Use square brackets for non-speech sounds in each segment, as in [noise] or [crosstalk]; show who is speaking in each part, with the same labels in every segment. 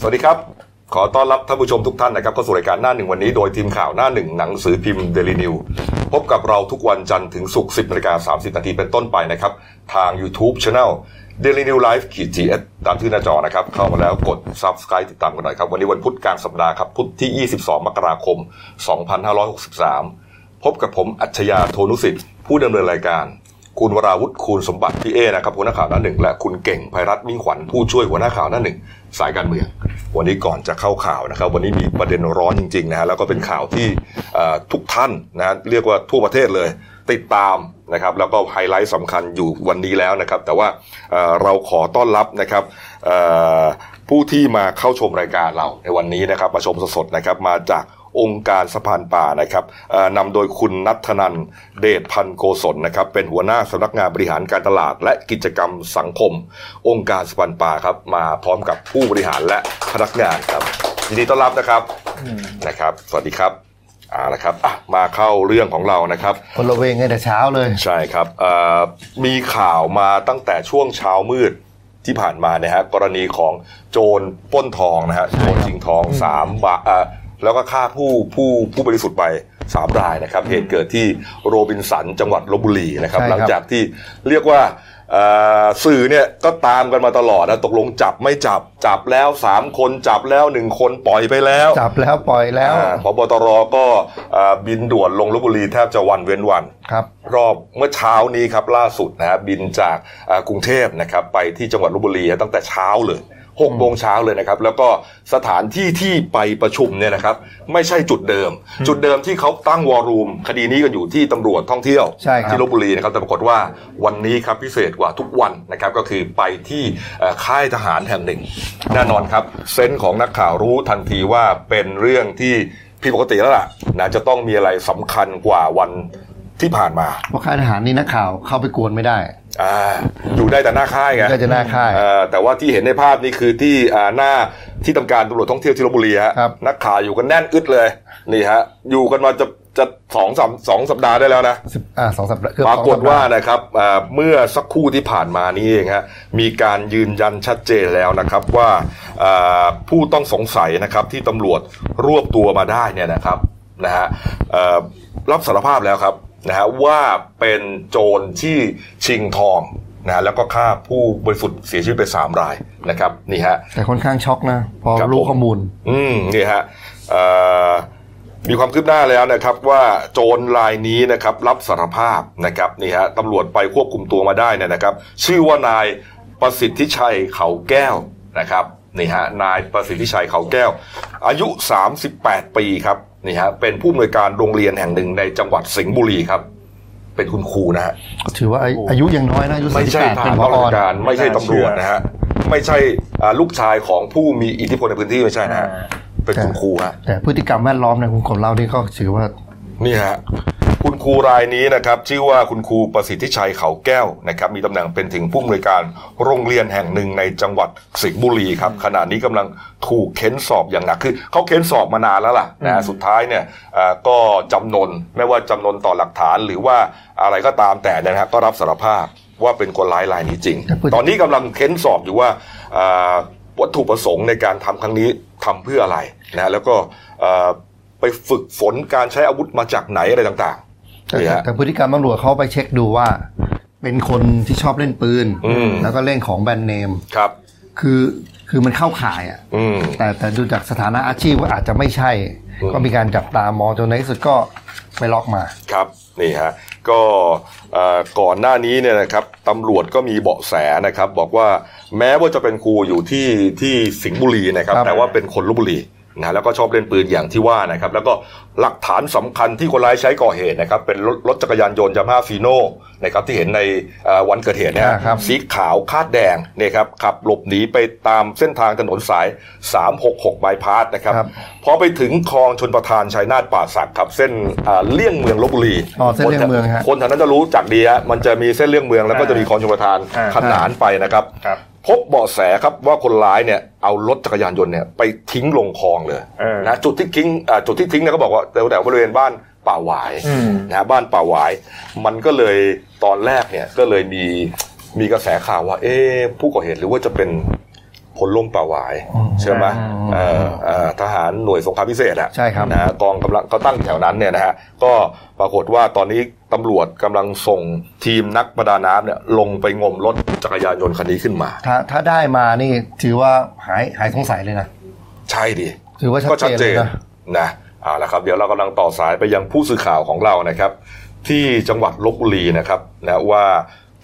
Speaker 1: สวัสดีครับ ขอต้อนรับท่านผู้ชมทุกท่านนะครับเข้าสู่รายการหน้าหนึ่งวันนี้โดยทีมข่าวหน้าหนึ่งหนังสือพิมพ์เดลินิวพบกับเราทุกวันจันทร์ถึงศุกร์10นาฬิกา30นาทีเป็นต้นไปนะครับ ทาง YouTube Channel Daily New Life ขีดจีเอตามที่หน้าจอนะครับ เข้ามาแล้วกด Subscribe ติดตามกันหน่อยครับ วันนี้วันพุธกลางสัปดาห์ครับ พุธที่ 22 มกราคม 2563 พบกับผมอัจฉริยะโทนุสิทธิ์ผู้ดำเนินรายการ คุณวราวุฒิคูณสมบัติพี่เอนะครับหัวหน้าข่าวหน้าหนึ่งและคุณเก่งภัยรัตน์มิ่งขวัญผู้ช่วยหัวหน้าข่าวหน้าหนึ่งสายการเมือง วันนี้ก่อนจะเข้าข่าวนะครับ วันนี้มีประเด็นร้อนจริงๆนะฮะแล้วก็เป็นข่าวที่เอ่อทุกท่านนะเรียกว่าทั่วประเทศเลย ติดตามนะครับแล้วก็ไฮไลท์สำคัญอยู่วันนี้แล้วนะครับ แต่ว่าเอ่อเราขอต้อนรับนะครับเอ่อผู้ที่มาเข้าชมรายการเราในวันนี้นะครับมาชมสดๆนะครับมาจาก องค์การสะพานป่านะครับเอ่อนำโดยคุณนัทนันเดชพันโกศลนะครับ เป็นหัวหน้าสำนักงานบริหารการตลาด และกิจกรรมสังคม องค์การสะพานป่าครับ มาพร้อมกับผู้บริหารและพนักงานครับยินดีต้อนรับนะครับนะครับ สวัสดีครับเอ่าละครับอ่ะมาเข้าเรื่องของเรานะครับ
Speaker 2: คนละเวงไงแต่เช้าเลย
Speaker 1: ใช่ครับเอ่อมีข่าวมาตั้งแต่ช่วงเช้ามืดที่ผ่านมานะฮะกรณีของโจรปล้นทองนะฮะโจรชิงทองสามบาทเอ่อแล้วก็ฆ่าผู้ผู้ผู้บริสุทธิ์ไปสามรายนะครับเหตุเกิดที่โรบินสันจังหวัดลบบุรีนะครับ
Speaker 2: ใช่
Speaker 1: ห
Speaker 2: ครับ
Speaker 1: ลังจากที่เรียกว่าเอ่อสื่อเนี่ยก็ตามกันมาตลอดนะตกลงจับไม่จับจับแล้วสามคนจับแล้วหนึ่งคนปล่อยไปแล้ว
Speaker 2: จับแล้วปล่อยแล้ว
Speaker 1: อ่าพบตรก็อ่าบินด่วนลงลบบุรีแทบจะวันเว้นวัน
Speaker 2: ครับ
Speaker 1: รอบเมื่อเช้านี้ครับล่าสุดนะฮะบินจากอ่ากรุงเทพนะครับไปที่จังหวัดลบบุรีตั้งแต่เช้าเลยหกโมงเช้าเลยนะครับ แล้วก็สถานที่ที่ไปประชุมเนี่ยนะครับ ไม่ใช่จุดเดิม จุดเดิมที่เขาตั้งวอรูม คดีนี้กันอยู่ที่ตำรวจท่องเที่ยว
Speaker 2: ใช่ครับ
Speaker 1: ที่ลบบุรีนะครับแต่ปรากฏว่าวันนี้ครับพิเศษกว่าทุกวันนะครับก็คือไปที่เอ่อค่ายทหารแห่งหนึ่ง แน่นอนครับเซนส์ของนักข่าวรู้ทันทีว่าเป็นเรื่องที่ผิดปกติแล้วล่ะนะจะต้องมีอะไรสำคัญกว่าวันที่ผ่านมา
Speaker 2: เพราะค่ายทหารนี่นักข่าวเข้าไปกวนไม่ได้
Speaker 1: อ่าอยู่ได้แต่หน้าค่ายไง
Speaker 2: ก็จะหน้าค่าย
Speaker 1: เอ่อแต่ว่าที่เห็นในภาพนี่คือที่อ่าหน้าที่ทำการตำรวจท่องเที่ยวที่ลบบุรีฮะ
Speaker 2: ครับ
Speaker 1: นักข่าวอยู่กันแน่นอึดเลยนี่ฮะอยู่กันมาจะจะสองสามสองสัปดาห์ได้แล้วนะ
Speaker 2: ิบอ่าสองสัปดาห์เอบ
Speaker 1: ป
Speaker 2: ส
Speaker 1: รา
Speaker 2: อง
Speaker 1: ก
Speaker 2: สัป
Speaker 1: ฏ
Speaker 2: ดห์
Speaker 1: ว่านะครับเอ่อเมื่อสักครู่ที่ผ่านมานี้เองฮะมีการยืนยันชัดเจนแล้วนะครับว่าเอ่อผู้ต้องสงสัยนะครับที่ตำรวจรวบตัวมาได้เนี่ยนะครับนะฮะเอ่อรับสารภาพแล้วครับนะฮะว่าเป็นโจรที่ชิงทองนะฮะแล้วก็ฆ่าผู้บริสุทธิ์เสียชีวิตไปสามรายนะครับนี่ฮะ
Speaker 2: แต่ค่อนข้างช็อกนะ พอ
Speaker 1: ครับ
Speaker 2: รู้
Speaker 1: ผม
Speaker 2: ข้อมูล
Speaker 1: อืมนี่ฮะเอ่อมีความคืบหน้าแล้วนะครับว่าโจรรายนี้นะครับรับสารภาพนะครับนี่ฮะตำรวจไปควบคุมตัวมาได้เนี่ยนะครับ ชื่อว่านายประสิทธิชัยเขาแก้วนะครับนี่ฮะนายประสิทธิชัยเขาแก้ว อายุ 38 ปีครับนี่ฮะเป็นผู้อำนวยการโรงเรียนแห่งหนึ่งในจังหวัดสิงห์บุรีครับ เป็นคุณครูนะฮะ
Speaker 2: ก็ถือว่าอายุอายุยังน้อยนะอายุสิ
Speaker 1: ไม่
Speaker 2: บ
Speaker 1: ใช่
Speaker 2: แปด
Speaker 1: ท
Speaker 2: เป็
Speaker 1: หาน ร
Speaker 2: พ
Speaker 1: พ
Speaker 2: อ
Speaker 1: ล
Speaker 2: อ
Speaker 1: การไม่ใช่ตำรวจนะฮะไม่ใช่อ่าลูกชายของผู้มีอิทธิพลในพื้นที่ไม่ใช่นะฮะ
Speaker 3: อ่า
Speaker 1: เป็นคุณ
Speaker 2: ใช่
Speaker 1: ครูฮะ
Speaker 2: แต่พฤติกรรมแวดล้อมในคุณคนเล่านี่ก็ถือว่า
Speaker 1: นี่ฮะคุณครูรายนี้นะครับ ชื่อว่าคุณครูประสิทธิชัยเขาแก้วนะครับ มีตำแหน่งเป็นถึงผู้อำนวยการโรงเรียนแห่งหนึ่งในจังหวัดสิงห์บุรีครับขณะนี้กำลังถูกเค้นสอบอย่างหนักคือเขาเค้นสอบมานานแล้วล่ะนะฮะสุดท้ายเนี่ยอ่าก็จำนนไม่ว่าจำนนต่อหลักฐานหรือว่าอะไรก็ตามแต่เนยนะฮะก็รับสารภาพว่าเป็นคนร้ายรายนี้จริง
Speaker 2: แต่พูด
Speaker 1: ตอนนี้กำลังเค้นสอบอยู่ว่าอ่าวัตถุประสงค์ในการทำครั้งนี้ทำเพื่ออะไรนะแล้วก็เอ่อไปฝึกฝนการใช้อาวุธมาจากไหนอะไรต่างๆ
Speaker 2: แต่
Speaker 1: นี่ฮะ
Speaker 2: แต่พฤติกรรมตำรวจเขาไปเช็คดูว่า เป็นคนที่ชอบเล่นปืน
Speaker 1: อืม
Speaker 2: แล้วก็เล่นของแบรนด์เนม
Speaker 1: ครับ
Speaker 2: คือคือมันเข้าข่ายอ่ะ
Speaker 1: อืม
Speaker 2: แต่แต่ดูจากสถานะอาชีพว่าอาจจะไม่ใช่
Speaker 1: อืม
Speaker 2: ก็มีการจับตามองจนในที่สุดก็ไปล็อกมา
Speaker 1: ครับนี่ฮะก็เอ่อก่อนหน้านี้เนี่ยนะครับตำรวจก็มีเบาะแสนะครับ บอกว่าแม้ว่าจะเป็นครูอยู่ที่ที่สิงห์บุรีนะครับ
Speaker 2: ครับ
Speaker 1: แต่ว่าเป็นคนลบบุรีนะแล้วก็ชอบเล่นปืนอย่างที่ว่านะครับ แล้วก็หลักฐานสำคัญที่คนร้ายใช้ก่อเหตุนะครับ เป็นรถรถจักรยานยนต์ยามาฟีโน่นะครับที่เห็นในเอ่อวันเกิดเหตุเนะ
Speaker 2: อ่าครับ
Speaker 1: สีขาวคาดแดงเนี่ยครับขับหลบหนีไปตามเส้นทางถนนสาย 366บายพาสนะครับ ครับ
Speaker 2: ครับ
Speaker 1: พอไปถึงคลองชนประทานชัยนาทป่าสักครับเส้นอ่าเลี่ยงเมืองลบบุรี
Speaker 2: อ๋อเส้นเลี่ยงเมืองฮะ
Speaker 1: คนแถวนั้นจะรู้จักดีฮะมันจะมีเส้นเลี่ยงเมืองแล้วก็
Speaker 3: อ่า
Speaker 1: จะมีคลองชนประทาน
Speaker 3: อ่า
Speaker 1: ขนานไปนะครับ
Speaker 3: ครับ
Speaker 1: พบเบาะแสครับว่าคนร้ายเนี่ยเอารถจักรยานยนต์เนี่ยไปทิ้งลงคลองเลย
Speaker 3: เออ
Speaker 1: นะจุดที่ทิ้งอ่าจุดที่ทิ้งเนี่ยเขาบอกว่าแถวแถวบริเวณบ้านป่าหวาย
Speaker 3: อืม
Speaker 1: นะฮะบ้านป่าหวาย มันก็เลยตอนแรกเนี่ยก็เลยมีมีกระแสข่าวว่า เอ๊ะผู้ก่อเหตุหรือว่าจะเป็นพ ลล่มป่าหวาย
Speaker 2: อ๋อ
Speaker 1: ใช่ไหม
Speaker 2: อ่า
Speaker 1: เอ่อเอ่อทหารหน่วยสงครามพิเศษอะ
Speaker 2: ใช่ครับ
Speaker 1: นะฮะกองกำลังเขาตั้งแถวนั้นเนี่ยนะฮะก็ปรากฏว่าตอนนี้ตำรวจกำลังส่งทีมนักประดาน้ำเนี่ยลงไปงมรถจักรยานยนต์คันนี้ขึ้นมา
Speaker 2: ถ้าถ้าได้มานี่ถือว่าหายหายสงสัยเลยนะ
Speaker 1: ใช่ดิ
Speaker 2: ถือว่าชัด
Speaker 1: ก็ชัด
Speaker 2: เจน
Speaker 1: เจ
Speaker 2: เลย
Speaker 1: น
Speaker 2: นะ
Speaker 1: นะเอาละครับ เดี๋ยวเรากำลังต่อสายไปยังผู้สื่อข่าวของเรานะครับ ที่จังหวัดลบบุรีนะครับนะว่า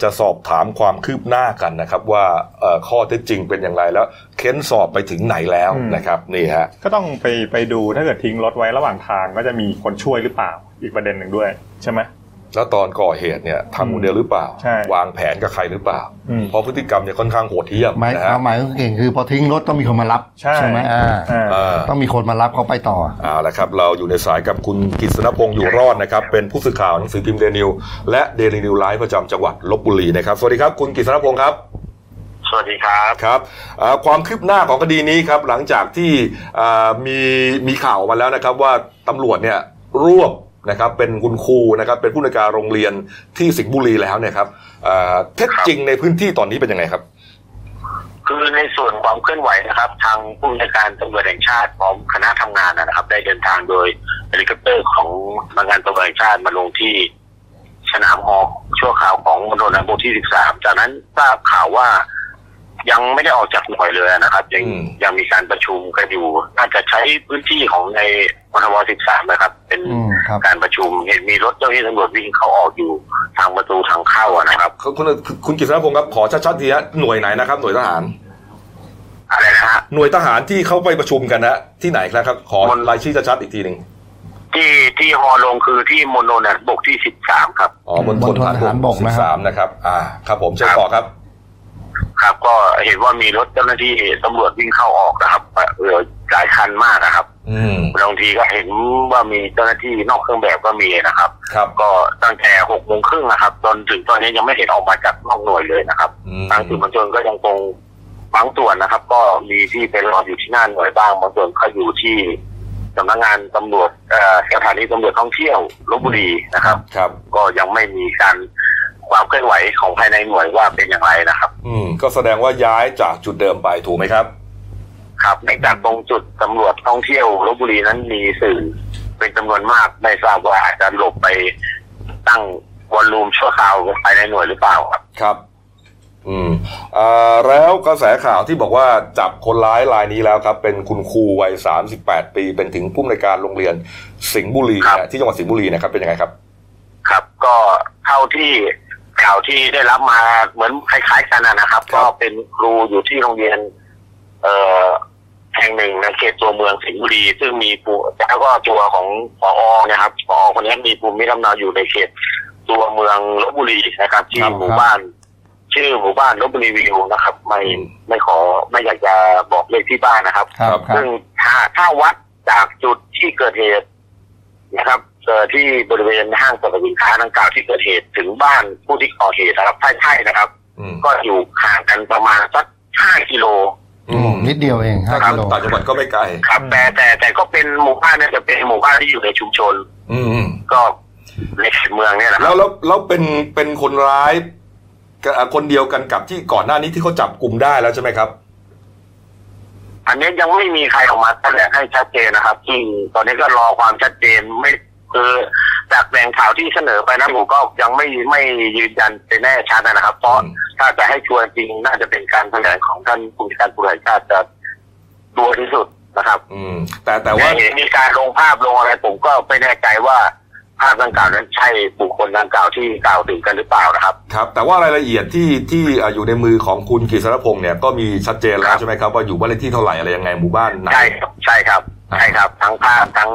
Speaker 1: จะสอบถามความคืบหน้ากันนะครับ ว่าเอ่อข้อเท็จจริงเป็นอย่างไรแล้ว เค้นสอบไปถึงไหนแล้ว
Speaker 3: อืม
Speaker 1: นะครับนี่ฮะ
Speaker 3: ก็ต้องไปไปดูถ้าเกิดทิ้งรถไว้ระหว่างทางก็จะมีคนช่วยหรือเปล่าอีกประเด็นหนึ่งด้วย ใช่ไหม
Speaker 1: แล้วตอนก่อเหตุเนี่ยทำคนเดียวหรือเปล่า
Speaker 3: ใช่
Speaker 1: วางแผนกับใครหรือเปล่า
Speaker 3: อืม
Speaker 1: เพราะพฤติกรรมเนี่ยค่อนข้างโหดเหี้ยม
Speaker 2: หมาย
Speaker 1: นะ
Speaker 2: ค
Speaker 1: ฮะ
Speaker 2: วามหมายของเก่งคือพอทิ้งรถต้องมีคนมารับ
Speaker 3: ใช่
Speaker 2: ไหมอ่า
Speaker 3: อ่า
Speaker 1: เอ่อ
Speaker 2: ต้องมีคนมารับเขาไปต่อ
Speaker 1: เอาละครับ เราอยู่ในสายกับคุณกิษณพงษ์อยู่รอดนะครับ เป็นผู้สื่อข่าวหนังสือพิมพ์เดนิวและเดลินิวไลฟ์ประจำจังหวัดลบบุรีนะครับ สวัสดีครับ คุณกิษณพงษ์ครับ
Speaker 4: สวัสดีครับ
Speaker 1: ครับเอ่อความคืบหน้าของคดีนี้ครับ หลังจากที่เอ่อมีมีข่าวมาแล้วนะครับ ว่าตำรวจเนี่ยรวบนะครับเป็นคุณครูนะครับ เป็นผู้ในวยการโรงเรียนที่สิงห์บุรีแล้วเนี่ยครับเอ่อเท็จจริงในพื้นที่ตอนนี้เป็นยังไงครับ
Speaker 4: คือในส่วนความเคลื่อนไหวนะครับ ทางผู้บัญชาการตำรวจแห่งชาติพร้อมคณะทำงานนะครับ ได้เดินทางโดยเฮลิคอปเตอร์ของสำนักงานตำรวจแห่งชาติมาลงที่ สนามฮอกชั่วคราวของมณฑลทหารบกที่ 13 จากนั้นทราบข่าวว่ายังไม่ได้ออกจากหน่วยเลยนะครับ ยัง
Speaker 1: อืม
Speaker 4: ยังมีการประชุมกันอยู่น่าจะใช้พื้นที่ของในมณฑล13 นะครับ เป็น
Speaker 2: อืมครับ
Speaker 4: การประชุมเห็นมีรถเจ้าหน้าที่ตำรวจวิ่งเข้าออกอยู่ทางประตูทางเข้าอะนะครับ
Speaker 1: คุณคุณคุณกิษณพงษ์ครับขอชัดๆทีฮะหน่วยไหนนะครับหน่วยทหาร
Speaker 4: อะไรนะฮะ
Speaker 1: หน่วยทหารที่เขาไปประชุมกันนะที่ไหนครับ ขอรายชื่อชัดๆอีกทีหนึ่ง
Speaker 4: ที่ที่ฮอลงคือที่มณฑลทหารบกที่ 13 ครับ
Speaker 1: อ๋อบน
Speaker 2: มณฑล
Speaker 1: ท
Speaker 2: ท
Speaker 1: หา
Speaker 2: หาร ร
Speaker 1: บบ ก
Speaker 2: ก
Speaker 1: สิ
Speaker 2: นะครั
Speaker 1: บ
Speaker 2: บ
Speaker 1: สามนะครับ อ่า ครับผมเชิญต่อครับ
Speaker 4: ครับ ก็เห็นว่ามีรถเจ้าหน้าที่ตำรวจวิ่งเข้าออกนะครับเออหลายคันมากนะครับ
Speaker 1: อืม
Speaker 4: บางทีก็เห็นว่ามีเจ้าหน้าที่นอกเครื่องแบบก็มีนะครับ
Speaker 1: ครับ
Speaker 4: ก็ตั้งแต่หกโมงครึ่งนะครับจนถึงตอนนี้ยังไม่เห็นออกมาจากนอกหน่วยเลยนะครับ
Speaker 1: อืม
Speaker 4: ทางสื่อมวลชนก็ยังคงบางส่วนนะครับ ก็มีที่ไปรออยู่ที่หน้าหน่วยบ้างบางส่วนก็อยู่ที่สำนักงานตำรวจเอ่อสถานีตำรวจท่องเที่ยวลบบุรีนะครับ
Speaker 1: ครับ
Speaker 4: ก็ยังไม่มีการความเคลื่อนไหวของภายในหน่วยว่าเป็นอย่างไรนะครับ
Speaker 1: อืม ก็แสดงว่าย้ายจากจุดเดิมไปถูกไหมครับ
Speaker 4: ครับในจากตรงจุดตำรวจท่องเที่ยวลบบุรีนั้นมีสื่อเป็นจำนวนมากไม่ทราบว่าอาจจะหลบไปตั้งวอลลุ่มชั่วคราวภายในหน่วยหรือเปล่าครับ
Speaker 1: ครับ อืมอ่าแล้วกระแสข่าวที่บอกว่าจับคนร้ายรายนี้แล้วครับ เป็นคุณครูวัย 38 ปี เป็นถึงผู้อำนวยการโรงเรียนสิงห์บุรี
Speaker 4: ครับ
Speaker 1: นะที่จังหวัดสิงห์บุรีนะครับ เป็นยังไงครับ
Speaker 4: ครับก็เท่าที่ข่าวที่ได้รับมาเหมือนคล้ายๆกันนะนะครับ
Speaker 1: ครับ
Speaker 4: ก็เป็นครูอยู่ที่โรงเรียน เอ่อแห่งหนึ่งในเขตตัวเมืองสิงห์บุรี ซึ่งมีปูแล้วก็ตัวของผอเนะครับผอคนนี้มีภูมิลำเนาอยู่ในเขตตัวเมืองลบบุรีนะครับ ที่
Speaker 2: ครับ
Speaker 4: หมู่บ้าน ชื่อหมู่บ้านลบบุรีวิวนะครับ ไม่ไม่ขอไม่อยากจะบอกเลขที่บ้านนะครับ
Speaker 2: ครับครับ
Speaker 4: ซึ่งถ้าถ้าวัดจากจุดที่เกิดเหตุนะครับเอ่อที่บริเวณห้างสรรพสินค้าดังกล่าวที่เกิดเหตุถึงบ้านผู้ที่ก่อเหตุนะครับใช่ใช่นะครับ
Speaker 1: อืม
Speaker 4: ก็อยู่ห่างกันประมาณสักห้ากิโล
Speaker 2: อืมนิดเดียวเองห้า
Speaker 1: ครั
Speaker 2: กิ
Speaker 1: บ
Speaker 2: โล
Speaker 1: ต่างจังหวัดก็ไม่ไกล
Speaker 4: ครับ แต่แต่แต่ก็เป็นหมู่บ้านเนี่ยจะเป็นหมู่บ้านที่อยู่ในชุมชน
Speaker 1: อืมอืม
Speaker 4: ก็ในเขตเมืองเนี่ยนะค
Speaker 1: แล้
Speaker 4: รับ
Speaker 1: วแล้วแล้วเป็นเป็นคนร้ายกับอ่าคนเดียวกันกับที่ก่อนหน้านี้ที่เขาจับกลุ่มได้แล้วใช่ไหมครับ
Speaker 4: อันนี้ยังไม่มีใครออกมาแถลงให้ชัดเจนนะครับที่ตอนนี้ก็รอความชัดเจนไม่คือจากแหล่งข่าวที่เสนอไปนะผมก็ยังไม่ไม่ยืนยันเป็นแน่ชัดนะครับเพราะ ถ้าจะให้ชวนจริงน่าจะเป็นการแถลงของท่านผู้จัดการตุลาการจะดัวที่สุดนะครับ
Speaker 1: อืม แต่แต่
Speaker 4: แต่
Speaker 1: ว่า
Speaker 4: ว่าเห็นมีการลงภาพลงอะไรผมก็ไม่แน่ใจว่าภาพดังกล่าวนั้นใช่บุคคลดังกล่าวที่กล่าวถึงกันหรือเปล่านะครับ
Speaker 1: ครับแต่ว่ารายละเอียดที่ที่อ่ะอยู่ในมือของคุณกฤษณพงษ์เนี่ยก็มีชัดเจนแล้
Speaker 4: ครั
Speaker 1: ว
Speaker 4: บ
Speaker 1: ใช่ไหมครับว่าอยู่บ้านเลขที่เท่าไหร่อะไรยังไงหมู่บ้านไหน
Speaker 4: ใช่ครับใช่ครับ
Speaker 1: อ่า
Speaker 4: ใช่ครับ ทั้งภาพทั้ง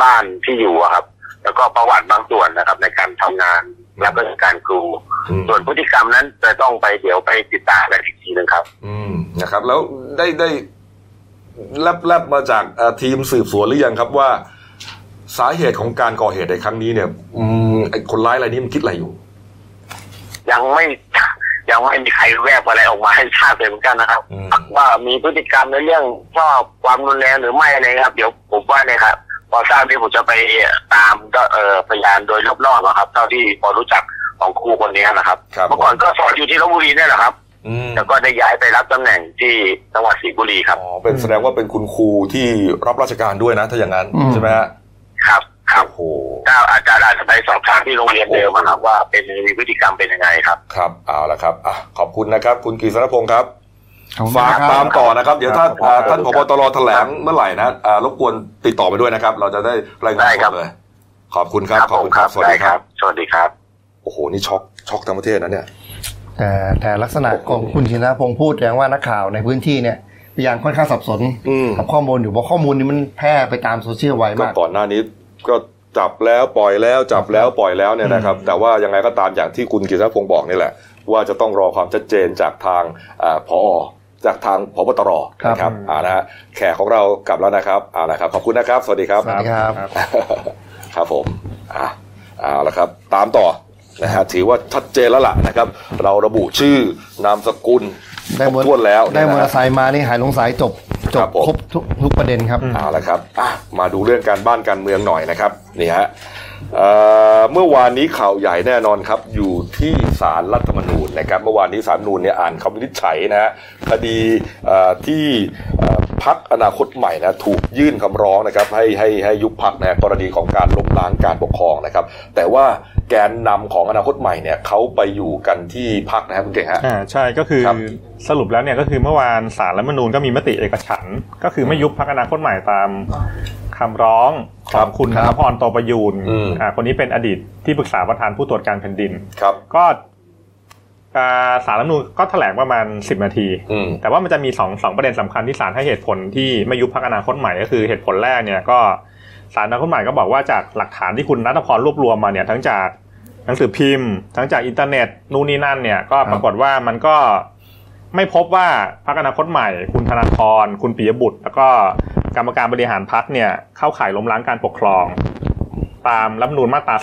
Speaker 4: บ้านที่อยู่อะครับ แล้วก็ประวัติบางส่วนนะครับ ในการทำงานแล้วก็การครู
Speaker 1: อืม
Speaker 4: ส่วนพฤติกรรมนั้นจะต้องไปเดี๋ยวไปติดตามกันอีกทีหนึงครับ
Speaker 1: อืมนะครับ แล้วได้ได้แลบแลบมาจากอ่ะทีมสืบสวนหรือยังครับว่า สาเหตุของการก่อเหตุในครั้งนี้เนี่ยอืมไอ้คนร้ายรายนี้มันคิดอะไรอยู่
Speaker 4: ยังไม่ ยังไม่มีใครแวบอะไรออกมาให้ทราบเลยเหมือนกันนะครับ
Speaker 1: อืม
Speaker 4: ว่ามีพฤติกรรมในเรื่องชอบความรุนแรงหรือไม่อะไรครับ เดี๋ยวผมว่าเนี่ยครับพอทราบนี่ผมจะไปตามก็เออพยานโดยรอบๆอะครับ เท่าที่พอรู้จักของครูคนนี้นะครับ
Speaker 1: ครับ
Speaker 4: เมื่อก่อนก็สอนอยู่ที่ลบบุรีเนี่ยแหละครับ
Speaker 1: อืม
Speaker 4: แล้วก็ได้ย้ายไปรับตำแหน่งที่จังหวัดสิงห์บุรีครับ
Speaker 1: อ๋อเป็นแสดงว่าเป็นคุณครูที่รับราชการด้วยนะ ถ้าอย่างนั้น
Speaker 2: อืม
Speaker 1: ใช่ไหมฮะ
Speaker 4: ครับ ครับ
Speaker 1: โอ้โห
Speaker 4: ถ้าอาจารย์อาจจะไปสอบถามที่โรงเรียนเดิมอะครับว่าเป็นมีพฤติกรรมเป็นยังไงครับ
Speaker 1: ครับเอาละครับอ่ะขอบคุณนะครับ คุณกฤษณพงศ์ครับ
Speaker 2: ขอบคุณ
Speaker 1: ฝาก
Speaker 2: ครับ
Speaker 1: ตามต่อนะครับ เดี๋ยวถ้า
Speaker 3: ครับ
Speaker 1: ท่านผบตรแถลงเมื่อไหร่นะอ่ารบกวนติดต่อไปด้วยนะครับ เราจะได้รายงาน
Speaker 4: ได้
Speaker 1: ส
Speaker 4: ครับ
Speaker 1: ดเลย ขอบคุณครับ ขอบ
Speaker 4: ผม
Speaker 1: คุณครับ สวัส
Speaker 4: ได้
Speaker 1: ดีครับ
Speaker 4: สวัสดีครับ
Speaker 1: โอ้โห นี่ช็อกช็อกทั้งประเทศนะเนี่ย
Speaker 2: แต่แต่ลักษณะของคุณชินะพงษ์พูดแสดงว่านักข่าวในพื้นที่เนี่ยยังค่อนข้างสับสน
Speaker 1: อืม
Speaker 2: กับข้อมูลอยู่เพราะข้อมูลนี้มันแพร่ไปตามโซเชียลไว
Speaker 1: ก็
Speaker 2: มาก
Speaker 1: ก่อนหน้านี้ก็จับแล้วปล่อยแล้วจับแล้วปล่อยแล้วเนี่ยนะครับ แต่ว่ายังไงก็ตามอย่างที่คุณกฤษณพงศ์บอกนี่แหละ ว่าจะต้องรอความชัดเจนจากทางอ่าผอจากทางพบตร
Speaker 2: ครับ
Speaker 1: นะครับอ่านะฮะแขกของเรากลับแล้วนะครับเอาละครับขอบคุณนะครับ สวัสดีครับ
Speaker 2: สวัสดีครับ
Speaker 1: ครับผมอ่ะเอาละครับ ตามต่อนะฮะถือว่าชัดเจนแล้วล่ะนะครับ เราระบุชื่อนามสกุล
Speaker 2: ได้
Speaker 1: ครบถ้วนแล้ว
Speaker 2: ได้มอเตอร์
Speaker 1: นะ
Speaker 2: ไซ
Speaker 1: ฮะ
Speaker 2: ค์มานี่หายลงสายจบจ
Speaker 1: ครับ บผม
Speaker 2: ครบทุกทุกประเด็นครับ
Speaker 1: เอาละครับอ่ะมาดูเรื่องการบ้านการเมืองหน่อยนะครับนี่ฮะเอ่อเมื่อวานนี้ข่าวใหญ่แน่นอนครับ อยู่ที่ศาลรัฐธรรมนูญนะครับ เมื่อวานนี้ศาลรฐธรรมนูญเนี่ยอ่านคำวินิจฉัยนะฮะคดีเอ่อที่เอ่อพักอนาคตใหม่นะถูกยื่นคำร้องนะครับ ให้ให้ให้ยุบพักนะฮะกรณีของการล้มล้างการปกครองนะครับ แต่ว่าแกนนำของอนาคตใหม่เนี่ยเขาไปอยู่กันที่พักนะครับคุณเก่งฮะ
Speaker 3: อ่าใช่ก็คือ
Speaker 1: ครับ
Speaker 3: สรุปแล้วเนี่ยก็คือเมื่อวานสารรัฐธรรมนูญก็มีมติเอกฉันท์ก็คือไม่ยุบพักอนาคตใหม่ตามคำร้องข
Speaker 1: ครั
Speaker 3: อบ งคุณ
Speaker 2: ครั
Speaker 3: ธ
Speaker 2: บ
Speaker 3: นพรโตประยูน
Speaker 1: อืม
Speaker 3: อ่าคนนี้เป็นอดีตที่ปรึกษาประธานผู้ตรวจการแผ่นดิน
Speaker 1: ครับ
Speaker 3: ก็อ่าสารรัฐธรรมนูญก็แถลงประมาณ 10 นาที
Speaker 1: อืม
Speaker 3: แต่ว่ามันจะมีสองสองประเด็นสำคัญที่ศาลให้เหตุผลที่ไม่ยุบพักอนาคตใหม่ก็คือเหตุผลแรกเนี่ยก็ศาลอนาคตใหม่ก็บอกว่าจากหลักฐานที่คุณนัทพรรวบรวมมาเนี่ยทั้งจากหนังสือพิมพ์ ทั้งจากอินเทอร์เน็ตนู่นนี่นั่นเนี่ยก็ปรากฏว่ามันก็ไม่พบว่าพักอนาคตใหม่ คุณธนาธรคุณปิยบุตร แล้วก็กรรมการบริหารพักเนี่ยเข้าข่ายล้มล้างการปกครอง ตามรัฐธรรมนูญมาตรา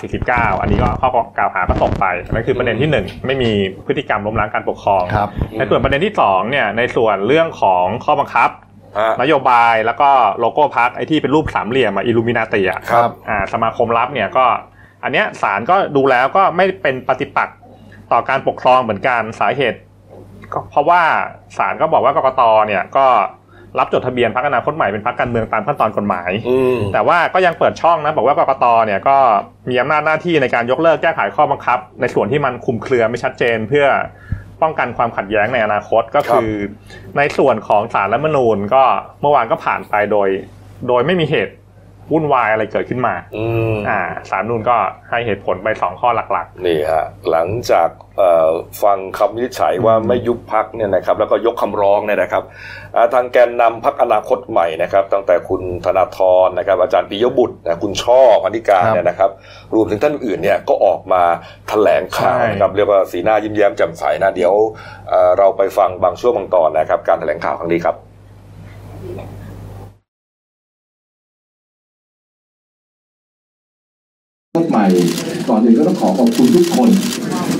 Speaker 3: 49 อันนี้ก็ข้อกล่าวหาก็ตกไปนั่นคือประเด็นที่หนึ่งไม่มีพฤติกรรมล้มล้างการปกครอง
Speaker 2: ครับ
Speaker 3: ในส่วนประเด็นที่สองเนี่ยในส่วนเรื่องของข้อบังคับ
Speaker 1: ฮะ
Speaker 3: นโยบายแล้วก็โลโก้พักไอ้ที่เป็นรูปสามเหลี่ยมอิลูมินาติอะ
Speaker 1: ครับ
Speaker 3: อ่าสมาคมรับเนี่ยก็อันเนี้ยศาลก็ดูแล้วก็ไม่เป็นปฏิปักษ์ต่อการปกครองเหมือนกันสาเหตุก็เพราะว่าศาลก็บอกว่ากกตเนี่ยก็รับจดทะเบียนพักอนาคตใหม่เป็นพักการเมืองตามขั้นตอนกฎหมาย
Speaker 1: อืม
Speaker 3: แต่ว่าก็ยังเปิดช่องนะบอกว่ากกตเนี่ยก็มีอำนาจหน้าที่ในการยกเลิกแก้ไขข้อบังคับ ในส่วนที่มันคลุมเครือไม่ชัดเจน เพื่อป้องกันความขัดแย้งในอนาคตก็คือ ในส่วนของสารรัฐธรรมนูญก็เมื่อวานก็ผ่านไปโดย โดยไม่มีเหตุวุ่นวายอะไรเกิดขึ้นมา
Speaker 1: อืม
Speaker 3: อ่าสารรัฐธรรมนูญก็ให้เหตุผลไปสองข้อหลัก
Speaker 1: นี่ฮะหลังจากเอ่อฟังคำวินิจฉัยว่าไม่ยุบพักเนี่ยนะครับแล้วก็ยกคำร้องเนี่ยนะครับอ่าทางแกนนำพักอนาคตใหม่นะครับ ตั้งแต่คุณธนาธรนะครับ อาจารย์ปิยบุตรนะคุณช่อพันธิการ
Speaker 2: ครับ
Speaker 1: เนี่ยนะครับ รวมถึงท่านอื่นเนี่ยก็ออกมาแถลงข่าว
Speaker 3: ใช่
Speaker 1: นะครับเรียกว่าสีหน้ายิ้มแย้มแจ่มใสนะเดี๋ยวเอ่อเราไปฟังบางช่วงบางตอนนะครับ การแถลงข่าวครั้งนี้ครับ
Speaker 5: พวกใหม่ก่อนอื่นก็ต้องขอขอบคุณทุกคน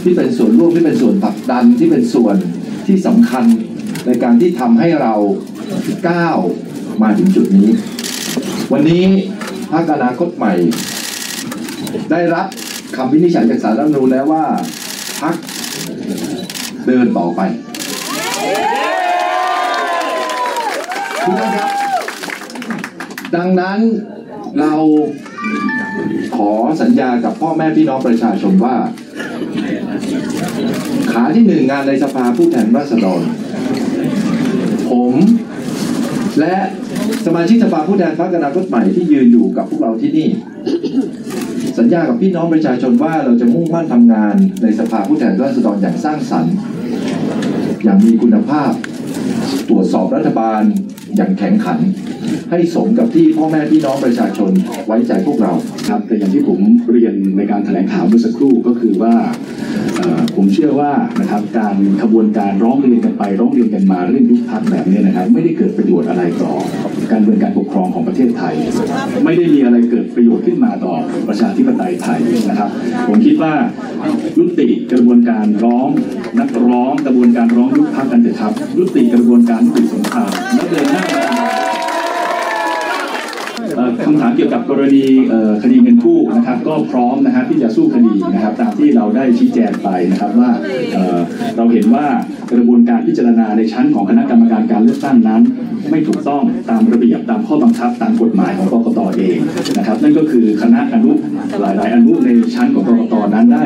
Speaker 5: ที่เป็นส่วนร่วมที่เป็นส่วนผลักดันที่เป็นส่วนที่สำคัญในการที่ทำให้เราก้าวมาถึงจุดนี้ วันนี้ภาคอนาคตใหม่ ได้รับคำวินิจฉัยจากสารรัฐธรรมนูญแล้วว่าพักเดินต่อไปทุกท่านครับ ดังนั้นเรา ขอสัญญากับพ่อแม่พี่น้องประชาชนว่า ขาที่หนึ่งงานในสภาผู้แทนราษฎร ผม และสมาชิกสภาผู้แทนพรรคอนาคตใหม่ที่ยืนอยู่กับพวกเราที่นี่ สัญญากับพี่น้องประชาชนว่าเราจะมุ่งมั่นทำงานในสภาผู้แทนราษฎรอย่างสร้างสรรค์ อย่างมีคุณภาพ ตรวจสอบรัฐบาลอย่างแข็งขัน ให้สมกับที่พ่อแม่พี่น้องประชาชนไว้ใจพวกเรา
Speaker 6: ครับแต่อย่างที่ผมเรียนในการแถลงข่าวเมื่อสักครู่ก็คือว่าเอ่อผมเชื่อว่านะครับการขบวนการร้องเรียนกันไปร้องเรียนกันมาเรื่องยุบพักแบบนี้นะครับ ไม่ได้เกิดประโยชน์อะไรต่อการเมืองการปกครองของประเทศไทย ไม่ได้มีอะไรเกิดประโยชน์ขึ้นมาต่อประชาธิปไตยไทยนะครับ ผมคิดว่ายุติกระบวนการร้องนักร้องกระบวนการร้องยุบพักกันเถอะครับยุติกระบวนการยุติสงครามแล้วเดินหน้ามา เอ่อคำถามเกี่ยวกับกรณีเอ่อคดีเงินกู้นะครับก็พร้อมนะฮะที่จะสู้คดีนะครับตามที่เราได้ชี้แจงไปนะครับว่าเอ่อเราเห็นว่า กระบวนการพิจารณาในชั้นของคณะกรรมการการเลือกตั้งนั้น ไม่ถูกต้องตามระเบียบตามข้อบังคับตามกฎหมายของกกตเองนะครับนั่นก็คือคณะอนุหลาย ๆ อนุในชั้นของกกตนั้นได้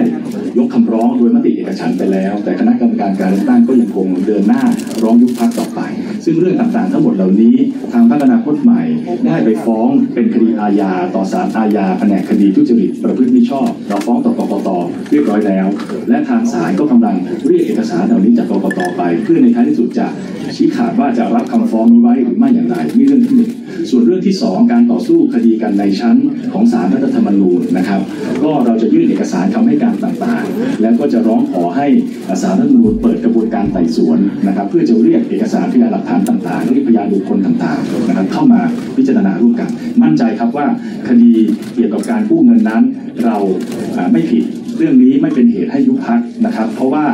Speaker 6: ยกคำร้องโดยมติเอกฉันท์ไปแล้ว แต่คณะกรรมการการเลือกตั้งก็ยังคงเดินหน้าร้องยุบพักต่อไป ซึ่งเรื่องต่างๆ ทั้งหมดเหล่านี้ ทางพัฒนาคตใหม่ได้ไปฟ้องเป็นคดีอาญาต่อศาลอาญาแผนกคดีทุจริตประพฤติมิชอบ เราฟ้องต่อกกตเรียบร้อยแล้ว และทางศาลก็กำลังเรียกเอกสารเหล่านี้จากกกตไป เพื่อในท้ายที่สุดจะชี้ขาดว่าจะรับคำฟ้องนี้ไว้หรือไม่อย่างไรนี่เรื่องที่หนึ่งส่วนเรื่องที่สองการต่อสู้คดีกันในชั้นของศาลรัฐธรรมนูญนะครับ ก็เราจะยื่นเอกสารคำให้การต่างๆ แล้วก็จะร้องขอให้ศาลรัฐธรรมนูญเปิดกระบวนการไต่สวนนะครับ เพื่อจะเรียกเอกสารพยานหลักฐานต่างๆเรียกพยานบุคคลต่างๆนะครับเข้ามาพิจารณาร่วมกัน มั่นใจครับว่าคดีเกี่ยวกับการกู้เงินนั้น เราอ่าไม่ผิดเรื่องนี้ไม่เป็นเหตุให้ยุบพักนะครับ เพราะว่า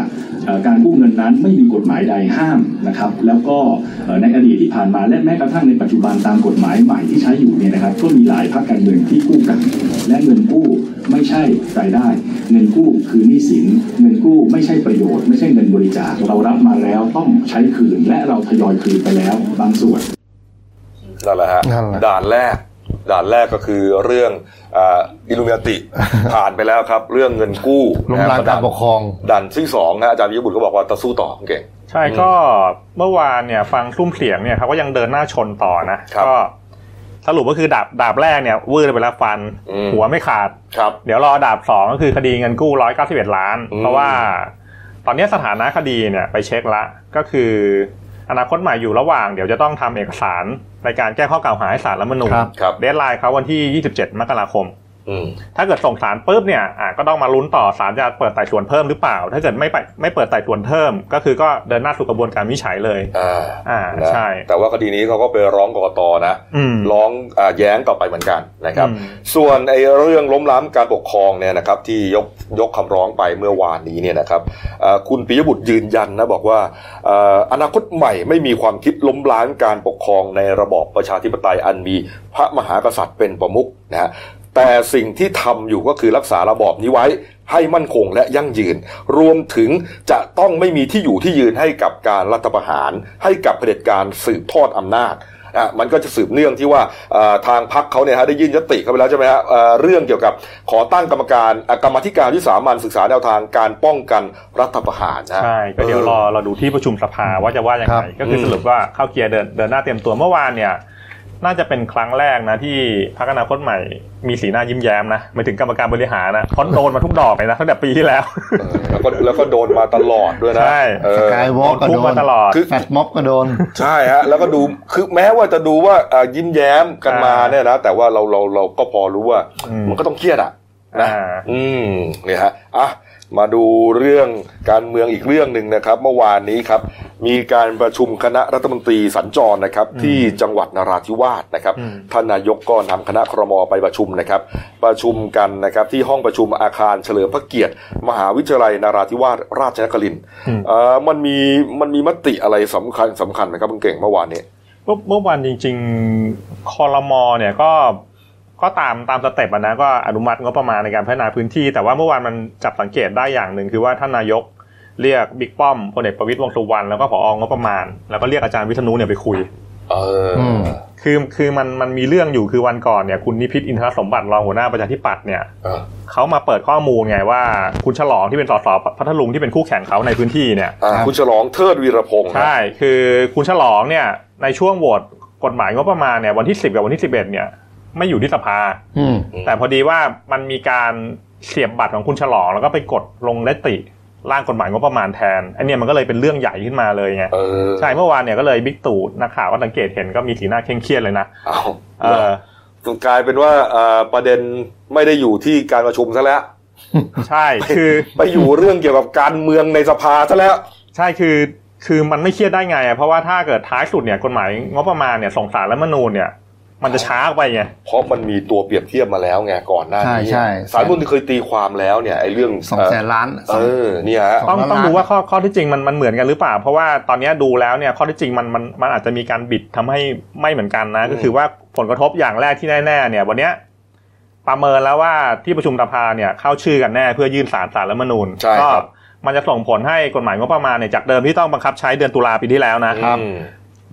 Speaker 6: เอ่อการกู้เงินนั้นไม่มีกฎหมายใดห้ามนะครับ แล้วก็เอ่อในอดีตที่ผ่านมาและแม้กระทั่งในปัจจุบันตามกฎหมายใหม่ที่ใช้อยู่เนี่ยนะครับ ก็มีหลายพักการเมืองที่กู้กัน และเงินกู้ไม่ใช่รายได้ เงินกู้คือหนี้สิน เงินกู้ไม่ใช่ประโยชน์ ไม่ใช่เงินบริจาคเรารับมาแล้วต้องใช้คืน และเราทยอยคืนไปแล้วบางส่วน
Speaker 1: นั่นแหละฮะ
Speaker 2: นั่นแหละ
Speaker 1: ด่านแรก ด่านแรกก็คือเรื่องอิลูเมียติ
Speaker 2: [laughs]
Speaker 1: ผ่านไปแล้วครับ เรื่องเงินกู้
Speaker 2: ล้มล้าง
Speaker 1: นะฮะ
Speaker 2: การปกครอง
Speaker 1: ด่านที่สองฮะอาจารย์วิบุตรก็บอกว่าจะสู้ต่อคุณเก่ง
Speaker 3: ใช่ก็เมื่อวานเนี่ยฟังคลุ่มเสียงเนี่ยเขาก็ยังเดินหน้าชนต่อนะครับ ก็สรุปก็คือดาบดาบแรกเนี่ยวืดไปแล้วฟัน
Speaker 1: อืม
Speaker 3: หัวไม่ขาด
Speaker 1: ครับ
Speaker 3: เดี๋ยวรอดาบสองก็คือคดีเงินกู้ร้อยเก้าสิบเอ็ดล้าน
Speaker 1: อืม
Speaker 3: เพราะว่า ตอนนี้สถานะคดีเนี่ยไปเช็คละก็คืออนาคตใหม่อยู่ระหว่างเดี๋ยวจะต้องทำเอกสารในการแก้ข้อกล่าวหาให้ศาลรัฐธรรมนูญ
Speaker 2: ครับ
Speaker 1: ครับ
Speaker 3: เดทไลน์เขาวันที่ 27 มกราคม
Speaker 1: อืม
Speaker 3: ถ้าเกิดส่งสารปุ๊บเนี่ยอ่ะก็ต้องมาลุ้นต่อศาลจะเปิดไต่สวนเพิ่มหรือเปล่า ถ้าเกิดไม่ไปไม่เปิดไต่สวนเพิ่ม ก็คือก็เดินหน้าสู่กระบวนการวินิจฉัยเลย
Speaker 1: อ่า
Speaker 3: อ่า
Speaker 1: นะ
Speaker 3: ใช่
Speaker 1: แต่ว่าคดีนี้เขาก็ไปร้องกกตนะ
Speaker 3: อืม
Speaker 1: ร้องอาแย้งกลับไปเหมือนกันนะครับ
Speaker 3: อืม
Speaker 1: ส่วนไอ้เรื่องล้มล้างการปกครองเนี่ยนะครับที่ยกยกคำร้องไปเมื่อวานนี้เนี่ยนะครับเอ่อคุณปิยบุตรยืนยันนะบอกว่าเอ่ออนาคตใหม่ไม่มีความคิดล้มล้างการปกครองในระบอบประชาธิปไตยอันมีพระมหากษัตริย์เป็นประมุขนะฮะแต่สิ่งที่ทำอยู่ก็คือรักษาระบอบนี้ไว้ ให้มั่นคงและยั่งยืน รวมถึงจะต้องไม่มีที่อยู่ที่ยืนให้กับการรัฐประหาร ให้กับเผด็จการสืบทอดอำนาจ อ่ะมันก็จะสืบเนื่องที่ว่าเอ่อทางพักเขาเนี่ยฮะได้ยื่นยติเข้าไปแล้วใช่ไหมฮะเอ่อเรื่องเกี่ยวกับขอตั้งกรรมการอ่ะกรรมาธิการที่สามัญศึกษาแนวทางการป้องกันรัฐประหารนะฮะ
Speaker 3: ใช่ก็เดี๋ยวรอเราดูที่ประชุมสภาว่าจะว่ายัง
Speaker 2: ครั
Speaker 3: ไง
Speaker 2: บ
Speaker 3: ก็คืออ
Speaker 1: ม
Speaker 3: สรุปว่าเข้าเกียร์เดินเดินหน้าเตรียมตัวเมื่อวานเนี่ย น่าจะเป็นครั้งแรกนะที่พรรคอนาคตใหม่มีสีหน้ายิ้มแย้มนะไม่ถึงกรรมการบริหารนะเพราะโดนมาทุกดอกเลยนะตั้งแต่ปีที่แล้ว
Speaker 1: เออแล้วก็แล้วก็โดนมาตลอดด้วยนะ
Speaker 3: ใช่
Speaker 1: เออ
Speaker 2: สกายวอล์กก็
Speaker 3: ทุ
Speaker 2: โด
Speaker 3: กมาน ตลอด
Speaker 1: คือ
Speaker 2: แฟดม็อบก็โดน
Speaker 1: ใช่ฮะแล้วก็ดูคือแม้ว่าจะดูว่าเอ่อยิ้มแย้มกันมาเนี่ยนะแต่ว่าเราเราเราก็พอรู้ว่า
Speaker 3: อืม
Speaker 1: มันก็ต้องเครียดอ่ะ
Speaker 3: อ่า
Speaker 1: อืมเนี่ยฮะอ่ะมาดูเรื่องการเมืองอีกเรื่องหนึ่งนะครับ เมื่อวานนี้ครับ มีการประชุมคณะรัฐมนตรีสัญจรนะครับ
Speaker 3: อืม
Speaker 1: ที่จังหวัดนราธิวาสนะครับ
Speaker 3: อืม
Speaker 1: ท่านนายกก็นำคณะครมไปประชุมนะครับ ประชุมกันนะครับที่ห้องประชุมอาคารเฉลิมพระเกียรติ มหาวิทยาลัยนราธิวาสราชนครินทร์
Speaker 3: อืม
Speaker 1: เอ่อมันมีมันมีมติอะไรสำคัญสำคัญไหมครับคุณเก่งเมื่อวานนี้
Speaker 3: เมื่อเมื่อวันจริงๆคอรมอเนี่ยก็ก็ตามตามสเต็ปอะนะก็อนุมัติงบประมาณในการพัฒนาพื้นที่ แต่ว่าเมื่อวานมันจับสังเกตได้อย่างหนึ่งคือว่าท่านนายกเรียกบิ๊กป้อมพลเอกประวิตยวงษ์สุวรรณแล้วก็ผองบประมาณ แล้วก็เรียกอาจารย์วิษณุเนี่ยไปคุย
Speaker 1: เอออ
Speaker 2: ม
Speaker 3: คือคือมันมันมีเรื่องอยู่คือวันก่อนเนี่ยคุณนิพิษอินทรสมบัติรองหัวหน้าประชาธิปัตย์เนี่ย
Speaker 1: เออ
Speaker 3: เขามาเปิดข้อมูลไงว่าคุณฉลองที่เป็นสสพัทลุงที่เป็นคู่แข่งเขาในพื้นที่เนี่ย
Speaker 1: อ่ะคุณฉลองเทิดวีรพงศ์นะ
Speaker 3: ใช่ คือคุณฉลองเนี่ยในช่วงโหวตกฎหมายงบประมาณเนี่ยวันที่ 10 กับวันที่ 11 เนี่ยไม่อยู่ที่สภา
Speaker 2: อืม
Speaker 3: แต่พอดีว่ามันมีการเสียบบัตรของคุณฉลอง แล้วก็ไปกดลงเลติร่างกฎหมายงบประมาณแทนไอันนี้มันก็เลยเป็นเรื่องใหญ่ขึ้นมาเลยไง
Speaker 1: เออ
Speaker 3: ใช่เมื่อวานเนี่ยก็เลยบิ๊กตู่นักข่าวก็สังเกตเห็นก็มีสีหน้าเคร่งเครียดเลยนะ
Speaker 1: เอา
Speaker 3: เออ
Speaker 1: กลายเป็นว่าเอ่อประเด็นไม่ได้อยู่ที่การประชุมซะแล้ว
Speaker 3: ใช่คือ
Speaker 1: [laughs] ไปอยู่เรื่องเกี่ยวกับการเมืองในสภาซะแล้ว
Speaker 3: ใช่คือคือมันไม่เครียดได้ไงอะเพราะว่าถ้าเกิดท้ายสุดเนี่ยกฎหมายงบประมาณเนี่ยส่งสารและมนูญเนี่ย มันจะช้าไปไง
Speaker 1: เพราะมันมีตัวเปรียบเทียบมาแล้วไงก่อนหน้า
Speaker 2: ใช่
Speaker 1: นี้
Speaker 2: ใช่
Speaker 1: สารบุญเคยตีความแล้วเนี่ยไอ้เรื่อง
Speaker 2: สองแสนล้านส
Speaker 1: เอ
Speaker 2: อง
Speaker 1: อเนี่ยฮะ
Speaker 3: ต้อง
Speaker 2: ล้าน
Speaker 3: ต้องดู
Speaker 2: ล้าน
Speaker 3: ว่าข้อข้อที่จริงมันมันเหมือนกันหรือเปล่า เพราะว่าตอนเนี้ยดูแล้วเนี่ยข้อที่จริงมันมันมันอาจจะมีการบิดทำให้ไม่เหมือนกันนะ
Speaker 1: อืม
Speaker 3: ก็คือว่าผลกระทบอย่างแรกที่แน่ๆเนี่ย วันเนี้ยประเมินแล้วว่าที่ประชุมสภาเนี่ยเข้าชื่อกันแน่เพื่อยื่นสารสารรัฐธรรมนูญ
Speaker 1: ใช่
Speaker 3: ก็
Speaker 1: ครับ
Speaker 3: มันจะส่งผลให้กฎหมายงบประมาณเนี่ยจากเดิมที่ต้องบังคับใช้เดือนตุลาปีที่แล้วนะ
Speaker 1: อืม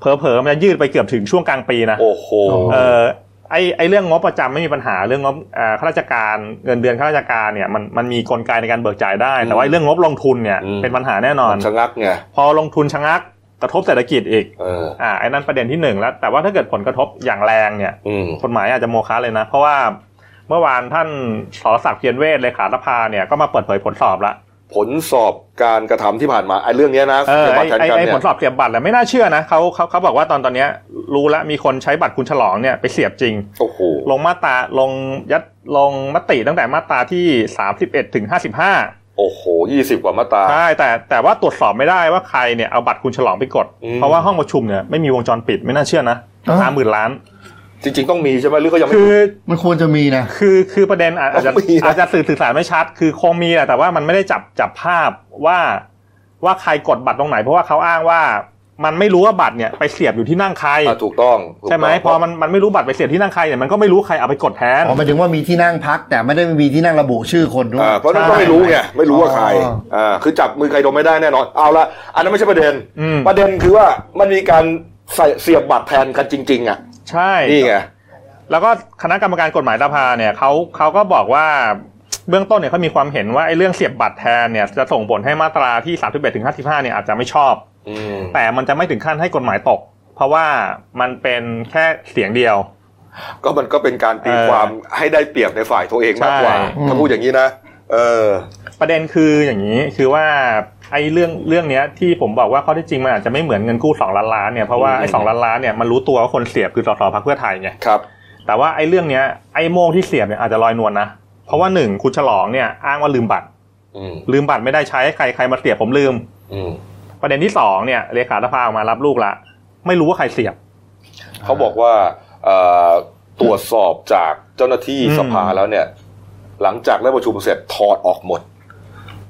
Speaker 3: เผลอๆมันจะยืดไปเกือบถึงช่วงกลางปีนะ
Speaker 1: โอ้โห
Speaker 3: เออไอไอเรื่องงบประจำไม่มีปัญหาเรื่องงบอ่าข้าราชการเงินเดือนข้าราชการเนี่ยมันมันมีกลไกในการเบิกจ่ายได้ แต่ว่า
Speaker 1: อืม
Speaker 3: เรื่องงบลงทุนเนี่ย
Speaker 1: อืม
Speaker 3: เป็นปัญหาแน่นอน
Speaker 1: มันชะงักไง
Speaker 3: พอลงทุนชะงักกระทบเศรษฐกิจอีก
Speaker 1: เออ
Speaker 3: อ่าไอ้นั่นประเด็นที่หนึ่งแล้วแต่ว่าถ้าเกิดผลกระทบอย่างแรงเนี่ย
Speaker 1: อืม
Speaker 3: กฎหมายอาจจะโมฆะเลยนะ เพราะว่าเมื่อวานท่านสรศักดิ์เพียรเวทเลขาธิการเนี่ยก็มาเปิดเผยผลสอบละ
Speaker 1: ผลสอบการกระทำที่ผ่านมาไอ้เรื่องเนี้ยนะ
Speaker 3: เออ
Speaker 1: เกี่ยว
Speaker 3: ไอ้
Speaker 1: กับแทน
Speaker 3: ไอ้
Speaker 1: กั
Speaker 3: ไอ้
Speaker 1: นเนี่
Speaker 3: ผ
Speaker 1: ย
Speaker 3: ลสอบเสียบบัตรแหละไม่น่าเชื่อนะเขาเขาเขาบอกว่าตอนตอนเนี้ยรู้ละมีคนใช้บัตรคุณฉลองเนี่ยไปเสียบจริง
Speaker 1: โอ้โห
Speaker 3: ลงมาตราลงยัดลงมติตั้งแต่มาตราที่ 31ถึง55
Speaker 1: โอ้โหยี่สิบกว่ามาตรา
Speaker 3: ใช่แต่แต่ว่าตรวจสอบไม่ได้ว่าใครเนี่ยเอาบัตรคุณฉลองไปกด
Speaker 1: อืม
Speaker 3: เพราะว่าห้องประชุมเนี่ยไม่มีวงจรปิดไม่น่าเชื่อนะ
Speaker 2: อ้าว
Speaker 3: สามหมื่นล้าน
Speaker 1: จริง ๆ ต้องมีใช่ไหมหรือก็ยังไม่
Speaker 3: คือ
Speaker 2: มันควรจะมีนะ
Speaker 3: คือคือประเด็นอาอาจจะ
Speaker 1: ต้องมีนะ
Speaker 3: อาจจะสื่อสื่อสารไม่ชัด คือคงมีแหละแต่ว่ามันไม่ได้จับจับภาพว่าว่าใครกดบัตรตรงไหน เพราะว่าเขาอ้างว่ามันไม่รู้ว่าบัตรเนี่ยไปเสียบอยู่ที่นั่งใคร
Speaker 1: อ่ะถูกต้องถูก
Speaker 3: ใช่ไหม
Speaker 1: ต้ง
Speaker 3: พอมันมันไม่รู้บัตรไปเสียบที่นั่งใครเนี่ยมันก็ไม่รู้ใครเอาไปกดแทน
Speaker 2: อ๋อหมายถึงว่ามีที่นั่งพัก แต่ไม่ได้มีที่นั่งระบุชื่อคนด้วย
Speaker 1: อ่าเพราะนั่นก็ไม่รู้ไงไม่รู้ว่าใคร
Speaker 2: อ๋ออ่
Speaker 1: อ่าคือจับมือใครดมไม่ได้แน่นอนเอาละอันนั้นไม่ใช่ประเด็น
Speaker 3: อืม
Speaker 1: ประเด็นคือว่ามันมีการใส่เสียบบัตรแทนกันจริง ๆ อ่ะ
Speaker 3: ใช่
Speaker 1: นี่ไง
Speaker 3: แล้วก็คณะกรรมการกฎหมายสภาเนี่ยเขาเขาก็บอกว่าเบื้องต้นเนี่ยเขามีความเห็นว่าไอ้เรื่องเสียบบัตรแทนเนี่ยจะส่งผลให้มาตราที่ 3 1ถึง55 เนี่ยอาจจะไม่ชอบ
Speaker 1: อืม
Speaker 3: แต่มันจะไม่ถึงขั้นให้กฎหมายตก เพราะว่ามันเป็นแค่เสียงเดียว
Speaker 1: ก็มันก็เป็นการตีความให้ได้เปรียบในฝ่ายตัวเองมากกว่า
Speaker 3: ใช่
Speaker 1: ถ้าพูดอย่างนี้นะเออ
Speaker 3: ประเด็นคืออย่างนี้คือว่าไอ้เรื่องเรื่องเนี้ยที่ผมบอกว่าข้อที่จริงมันอาจจะไม่เหมือนเงินกู้2ล้านล้านเนี่ยเพราะว่าไอ้สองล้านล้านเนี่ยมันรู้ตัวว่าคนเสียบคือสสพรรคเพื่อไทยไง
Speaker 1: ครับ
Speaker 3: แต่ว่าไอ้เรื่องเนี้ยไอ้โมงที่เสียบเนี่ยอาจจะลอยนวลนะ เพราะว่าหนึ่งคุณฉลองเนี่ยอ้างว่าลืมบัตร
Speaker 1: อืม
Speaker 3: ลืมบัตรไม่ได้ใช้ใครใครมาเสียบผมลืม
Speaker 1: อืม
Speaker 3: ประเด็นที่สองเนี่ยเลขาสภาออกมารับลูกละ ไม่รู้ว่าใครเสียบ
Speaker 1: เขาบอกว่าเอ่อตรวจสอบจากเจ้าหน้าที่
Speaker 3: อืม
Speaker 1: สภาแล้วเนี่ย หลังจากได้ประชุมเสร็จถอดออกหมด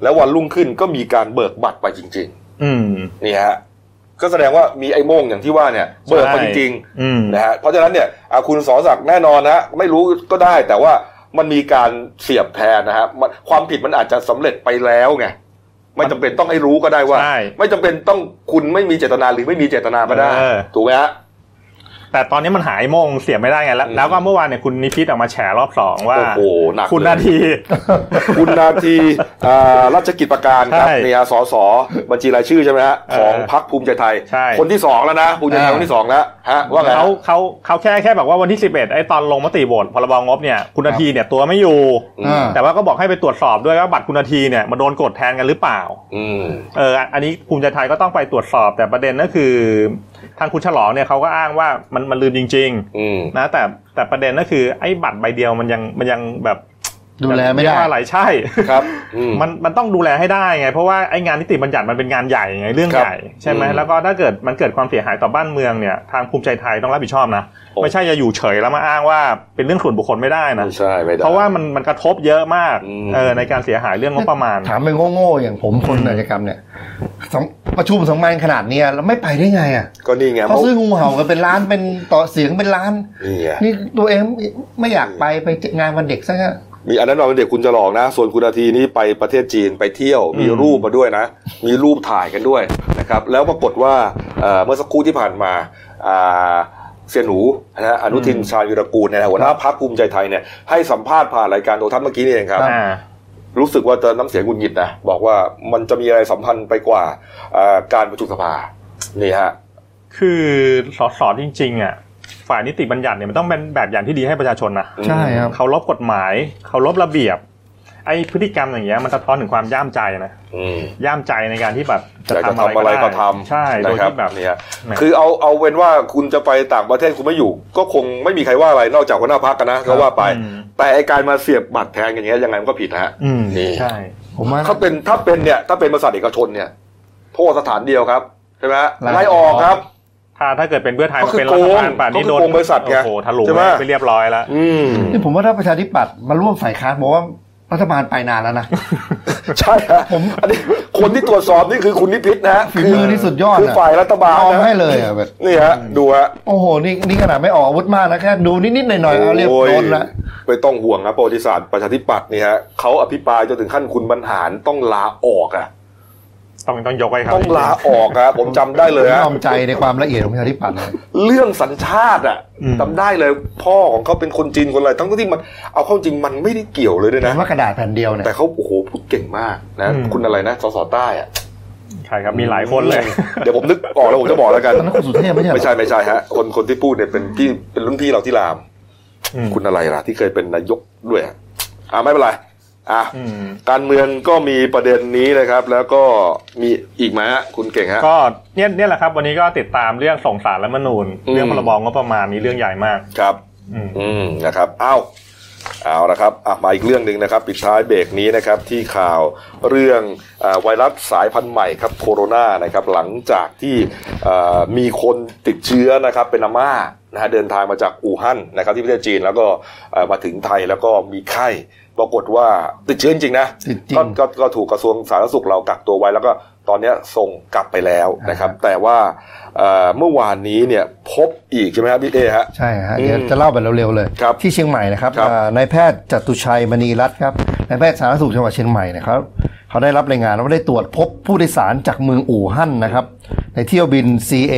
Speaker 1: แล้ววันรุ่งขึ้นก็มีการเบิกบัตรไปจริง
Speaker 3: อืม
Speaker 1: ๆ นี่ฮะ ก็แสดงว่ามีไอ้โม่งอย่างที่ว่าเนี่ย เบิกไปจริง
Speaker 3: อืม
Speaker 1: ๆนะฮะเพราะฉะนั้นเนี่ยอ่ะคุณสอศักดิ์แน่นอนนะไม่รู้ก็ได้ แต่ว่ามันมีการเสียบแทนนะฮะมันความผิดมันอาจจะสำเร็จไปแล้วไงไม่จำเป็นต้องให้รู้ก็ได้ว่า
Speaker 3: ใช่
Speaker 1: ไม่จำเป็นต้องคุณไม่มีเจตนาหรือไม่มีเจตนาก็ได้
Speaker 3: เออ
Speaker 1: ถูกไหมฮะ
Speaker 3: แต่ตอนนี้มันหายโมงเสียบไม่ได้ไงแล้ว
Speaker 1: อืม
Speaker 3: แล้วก็เมื่อวานเนี่ยคุณนิพิษออกมาแฉรอบสองว่า
Speaker 1: โอ้โหหนักเลย
Speaker 3: คุณนาที
Speaker 1: คุณนาทีอ่ารัชกิจประการครับ
Speaker 3: ใช่
Speaker 1: เนี่ยสสบัญชีรายชื่อใช่ไหมฮะ
Speaker 3: เออ
Speaker 1: ของพรรคภูมิใจไทย
Speaker 3: ใช่
Speaker 1: คนที่สองแล้วนะภูมิใจไทย
Speaker 2: อ่า
Speaker 1: คนที่สองแล้วฮะว่าไงฮะ
Speaker 3: เขาเขาเขาแค่แค่บอกว่าวันที่ 11ไอ้ตอนลงมติโหวตพรบงบเนี่ยคุณนาทีเนี่ยตัวไม่อยู่
Speaker 1: อื
Speaker 2: อ่าม
Speaker 3: แต่ว่าก็บอกให้ไปตรวจสอบด้วยว่าบัตรคุณนาทีเนี่ยมาโดนกดแทนกันหรือเปล่า
Speaker 1: อืม
Speaker 3: เอออันอันนี้ภูมิใจไทยก็ต้องไปตรวจสอบ แต่ประเด็นก็คือ ทางคุณฉลองเนี่ยเขาก็อ้างว่ามันมันลืมจริง
Speaker 1: อืม
Speaker 3: ๆ นะ แต่แต่ประเด็นก็คือไอ้บัตรใบเดียวมันยังมันยังแบบ
Speaker 2: ดูแลไม่ได้
Speaker 3: เรียกว่าอะไรใช่
Speaker 1: ครับอืม
Speaker 3: มันมันต้องดูแลให้ได้ไง เพราะว่าไอ้งานนิติบัญญัติมันเป็นงานใหญ่ไงเรื่อง
Speaker 1: ครับ
Speaker 3: ใหญ่ใช่ไหม
Speaker 1: อืม
Speaker 3: แล้วก็ถ้าเกิดมันเกิดความเสียหายต่อบ้านเมืองเนี่ยทางภูมิใจไทยต้องรับผิดชอบนะ
Speaker 1: โอ้
Speaker 3: ไม่ใช่จะอยู่เฉยแล้วมาอ้างว่าเป็นเรื่องส่วนบุคคลไม่ได้นะ
Speaker 1: ไม่ใช่ไม่ได้
Speaker 3: เพราะว่ามันมันกระทบเยอะมาก
Speaker 1: อืม
Speaker 3: เออในการเสียหายเรื่องงบประมาณ
Speaker 2: ถามเป็นโง่ๆอย่างผมคนอาชญากรรมเนี่ยสำประชุมสำคัญขนาดเนี้ยแล้วไม่ไปได้ไงอ่ะ
Speaker 1: ก็นี่ไง
Speaker 2: เขาซื้องูเห่ากันเป็นล้านเป็นต่อเสียงเป็นล้าน
Speaker 1: นี่ไง
Speaker 2: นี่ตัวเองไม่อยากไปไปงานวันเด็กซะงั้น
Speaker 1: มีอันนั้นเราเป็นเด็กคุณจะหลองนะ ส่วนคุณนาทีนี่ไปประเทศจีนไปเที่ยว มี
Speaker 3: อืม
Speaker 1: รูปมาด้วยนะ มีรูปถ่ายกันด้วยนะครับ แล้วปรากฏว่าเอ่อเมื่อสักครู่ที่ผ่านมาอ่าเสียหนูนะฮะอนุทินชาญวิรกูลเนี่ยนะหัวหน้าพรรคภูมิใจไทยเนี่ยให้สัมภาษณ์ผ่านรายการโทรทัศน์เมื่อกี้นี่เองครับ
Speaker 3: อ่า
Speaker 1: รู้สึกว่าจะน้ำเสียงหงุนหงิดนะ บอกว่ามันจะมีอะไรสัมพันธ์ไปกว่าอ่าการประชุมสภานี่ฮะ
Speaker 3: คือสอสอจริงๆอ่ะฝ่ายนิติบัญญัติเนี่ยมันต้องเป็นแบบอย่างที่ดีให้ประชาชนนะ
Speaker 1: ใช่ครับ
Speaker 3: เคารพกฎหมายเคารพระเบียบ ไอ้พฤติกรรมอย่างเงี้ยมันสะท้อนถึงความย่ามใจนะ
Speaker 1: อืม
Speaker 3: ย่ามใจในการที่แบบ
Speaker 1: อยากจะทำอะไรก็ทำ
Speaker 3: ใช่โดย
Speaker 1: นะครับ
Speaker 3: ที่แบบ
Speaker 1: เนี่ย
Speaker 3: แหม่
Speaker 1: คือเอาเอาเป็นว่าคุณจะไปต่างประเทศคุณไม่อยู่ ก็คงไม่มีใครว่าอะไรนอกจากหัวหน้าพักกันนะก็ว่าไป
Speaker 3: อืม
Speaker 1: แต่ไอการมาเสียบบัตรแทนกันอย่างเงี้ยยังไงมันก็ผิดนะฮะ
Speaker 3: อืม
Speaker 1: นี่
Speaker 3: ใช่
Speaker 2: ผมว่า
Speaker 1: ถ้าเป็นถ้าเป็นเนี่ยถ้าเป็นบริษัทเอกชนเนี่ย โทษสถานเดียวครับใช่ไหมฮะ
Speaker 2: ไล่
Speaker 1: ไล่อ
Speaker 2: อ
Speaker 1: อ
Speaker 2: อก ก
Speaker 1: ครับ
Speaker 3: ถ้าถ้าเกิดเป็นเพื่อไทย
Speaker 1: ก็คือ
Speaker 3: เป็นรัฐบาล
Speaker 1: โกง
Speaker 3: ป่านนี้
Speaker 1: ก็คือ
Speaker 3: โดน
Speaker 1: โกงบริษัทไง
Speaker 3: โอ้โหถลุง
Speaker 1: ใช่ไหม
Speaker 3: ไปเรียบร้อยแล้ว
Speaker 1: อืม
Speaker 2: นี่ผมว่าถ้าประชาธิปัตย์มาร่วมฝ่ายค้านผมว่ารัฐบาลไปนานแล้วนะ
Speaker 1: ใช่ฮะ
Speaker 2: ผม
Speaker 1: อันนี้คนที่ตรวจสอบนี่คือคุณนิพิษนะฮะ
Speaker 2: ฝีมือนี่สุดยอด
Speaker 1: คือ
Speaker 2: อะ
Speaker 1: ฝ่ายรัฐบาล
Speaker 2: เอา
Speaker 1: นะ
Speaker 2: ให้เลยอะแบบ
Speaker 1: นี่ฮะดูฮะ
Speaker 2: โอ้โหนี่นี่ขนาดไม่ออกอาวุธมากนะแค่ดูนิดๆหน่อยๆเอาเรียบร้อยละ
Speaker 1: โอ้ยไม่ต้องห่วงนะประวัติศาสตร์ประชาธิปัตย์นี่ฮะเขาอภิปรายจนถึงขั้นคุณบรรหารต้องลาออกอะ
Speaker 3: ต้องต้องยกไว้ครับ
Speaker 1: ต้องลาออกครับผมจำได้เลย
Speaker 2: ผม
Speaker 1: ฮะ
Speaker 2: ยอมใจในความละเอียดของประชาธิปัตย์เลย
Speaker 1: เรื่องสัญชาติอ่ะจำได้เลยพ่อของเขาเป็นคนจีนคนอะไรทั้งที่มันเอาเข้าจริงมันไม่ได้เกี่ยวเลยด้วยนะ
Speaker 2: ว่ากระดาษแผ่นเดียวเนี่ย
Speaker 1: แต่เขาโอ้โหพูดเก่งมากนะ คุณอะไรนะสสใต้อะ
Speaker 3: ใช่ครับมีหลายคนเลย
Speaker 1: เดี๋ยวผมนึกออกแล้วผมจะบอกแล้วกัน
Speaker 2: ตอนนั้นคุณสุเทพไม่ใช่เหรอ
Speaker 1: ไม่ใช่ไม่ใช่ฮะคนคนที่พูดเนี่ยเป็นพี่เป็นรุ่นพี่เราที่ราม
Speaker 3: อืม
Speaker 1: คุณอะไรล่ะ ที่เคยเป็นนายกด้วยอะอ่าไม่เป็นไรอ่ะ
Speaker 3: อืม
Speaker 1: การเมืองก็มีประเด็นนี้นะครับ แล้วก็มีอีกไหมฮะคุณเก่งฮะ
Speaker 3: ก็เนี่ยเนี่ยแหละครับ วันนี้ก็ติดตามเรื่องส่งสารและมนูญ
Speaker 1: อืม
Speaker 3: เรื่องพรบงบประมาณนี้เรื่องใหญ่มาก
Speaker 1: ครับ
Speaker 3: อืม
Speaker 1: อืมนะครับอ้าวเอาละครับอ่ะมาอีกเรื่องหนึ่งนะครับปิดท้ายเบรกนี้นะครับที่ข่าวเรื่องเออไวรัสสายพันธุ์ใหม่ครับโคโรนานะครับหลังจากที่เอ่อมีคนติดเชื้อนะครับเป็นอาม่านะฮะเดินทางมาจากอู่ฮั่นนะครับที่ประเทศจีนแล้วก็เอ่อมาถึงไทยแล้วก็มีไข้ปรากฏว่าติดเชื้อจริงๆนะ
Speaker 2: ติดจริง
Speaker 1: ก็ก็ก็ถูกกระทรวงสาธารณสุขเรากักตัวไว้แล้วก็ตอนเนี้ยส่งกลับไปแล้วนะครับ แต่ว่าเอ่อเมื่อวานนี้เนี่ยพบอีกใช่ไหมครับพี่เอฮะ
Speaker 2: ใช่ฮะ
Speaker 1: อืม
Speaker 2: เดี๋ยวจะเล่าแบบเร็วๆเลย
Speaker 1: ครับ
Speaker 2: ที่เชียงใหม่นะครับ
Speaker 1: ครับ
Speaker 2: อ่านายแพทย์จตุชัยมณีรัตน์ครับนายแพทย์สาธารณสุขจังหวัดเชียงใหม่นะครับเขาได้รับรายงานว่าได้ตรวจพบผู้โดยสารจากเมืองอู่ฮั่นนะครับ ในเที่ยวบิน CA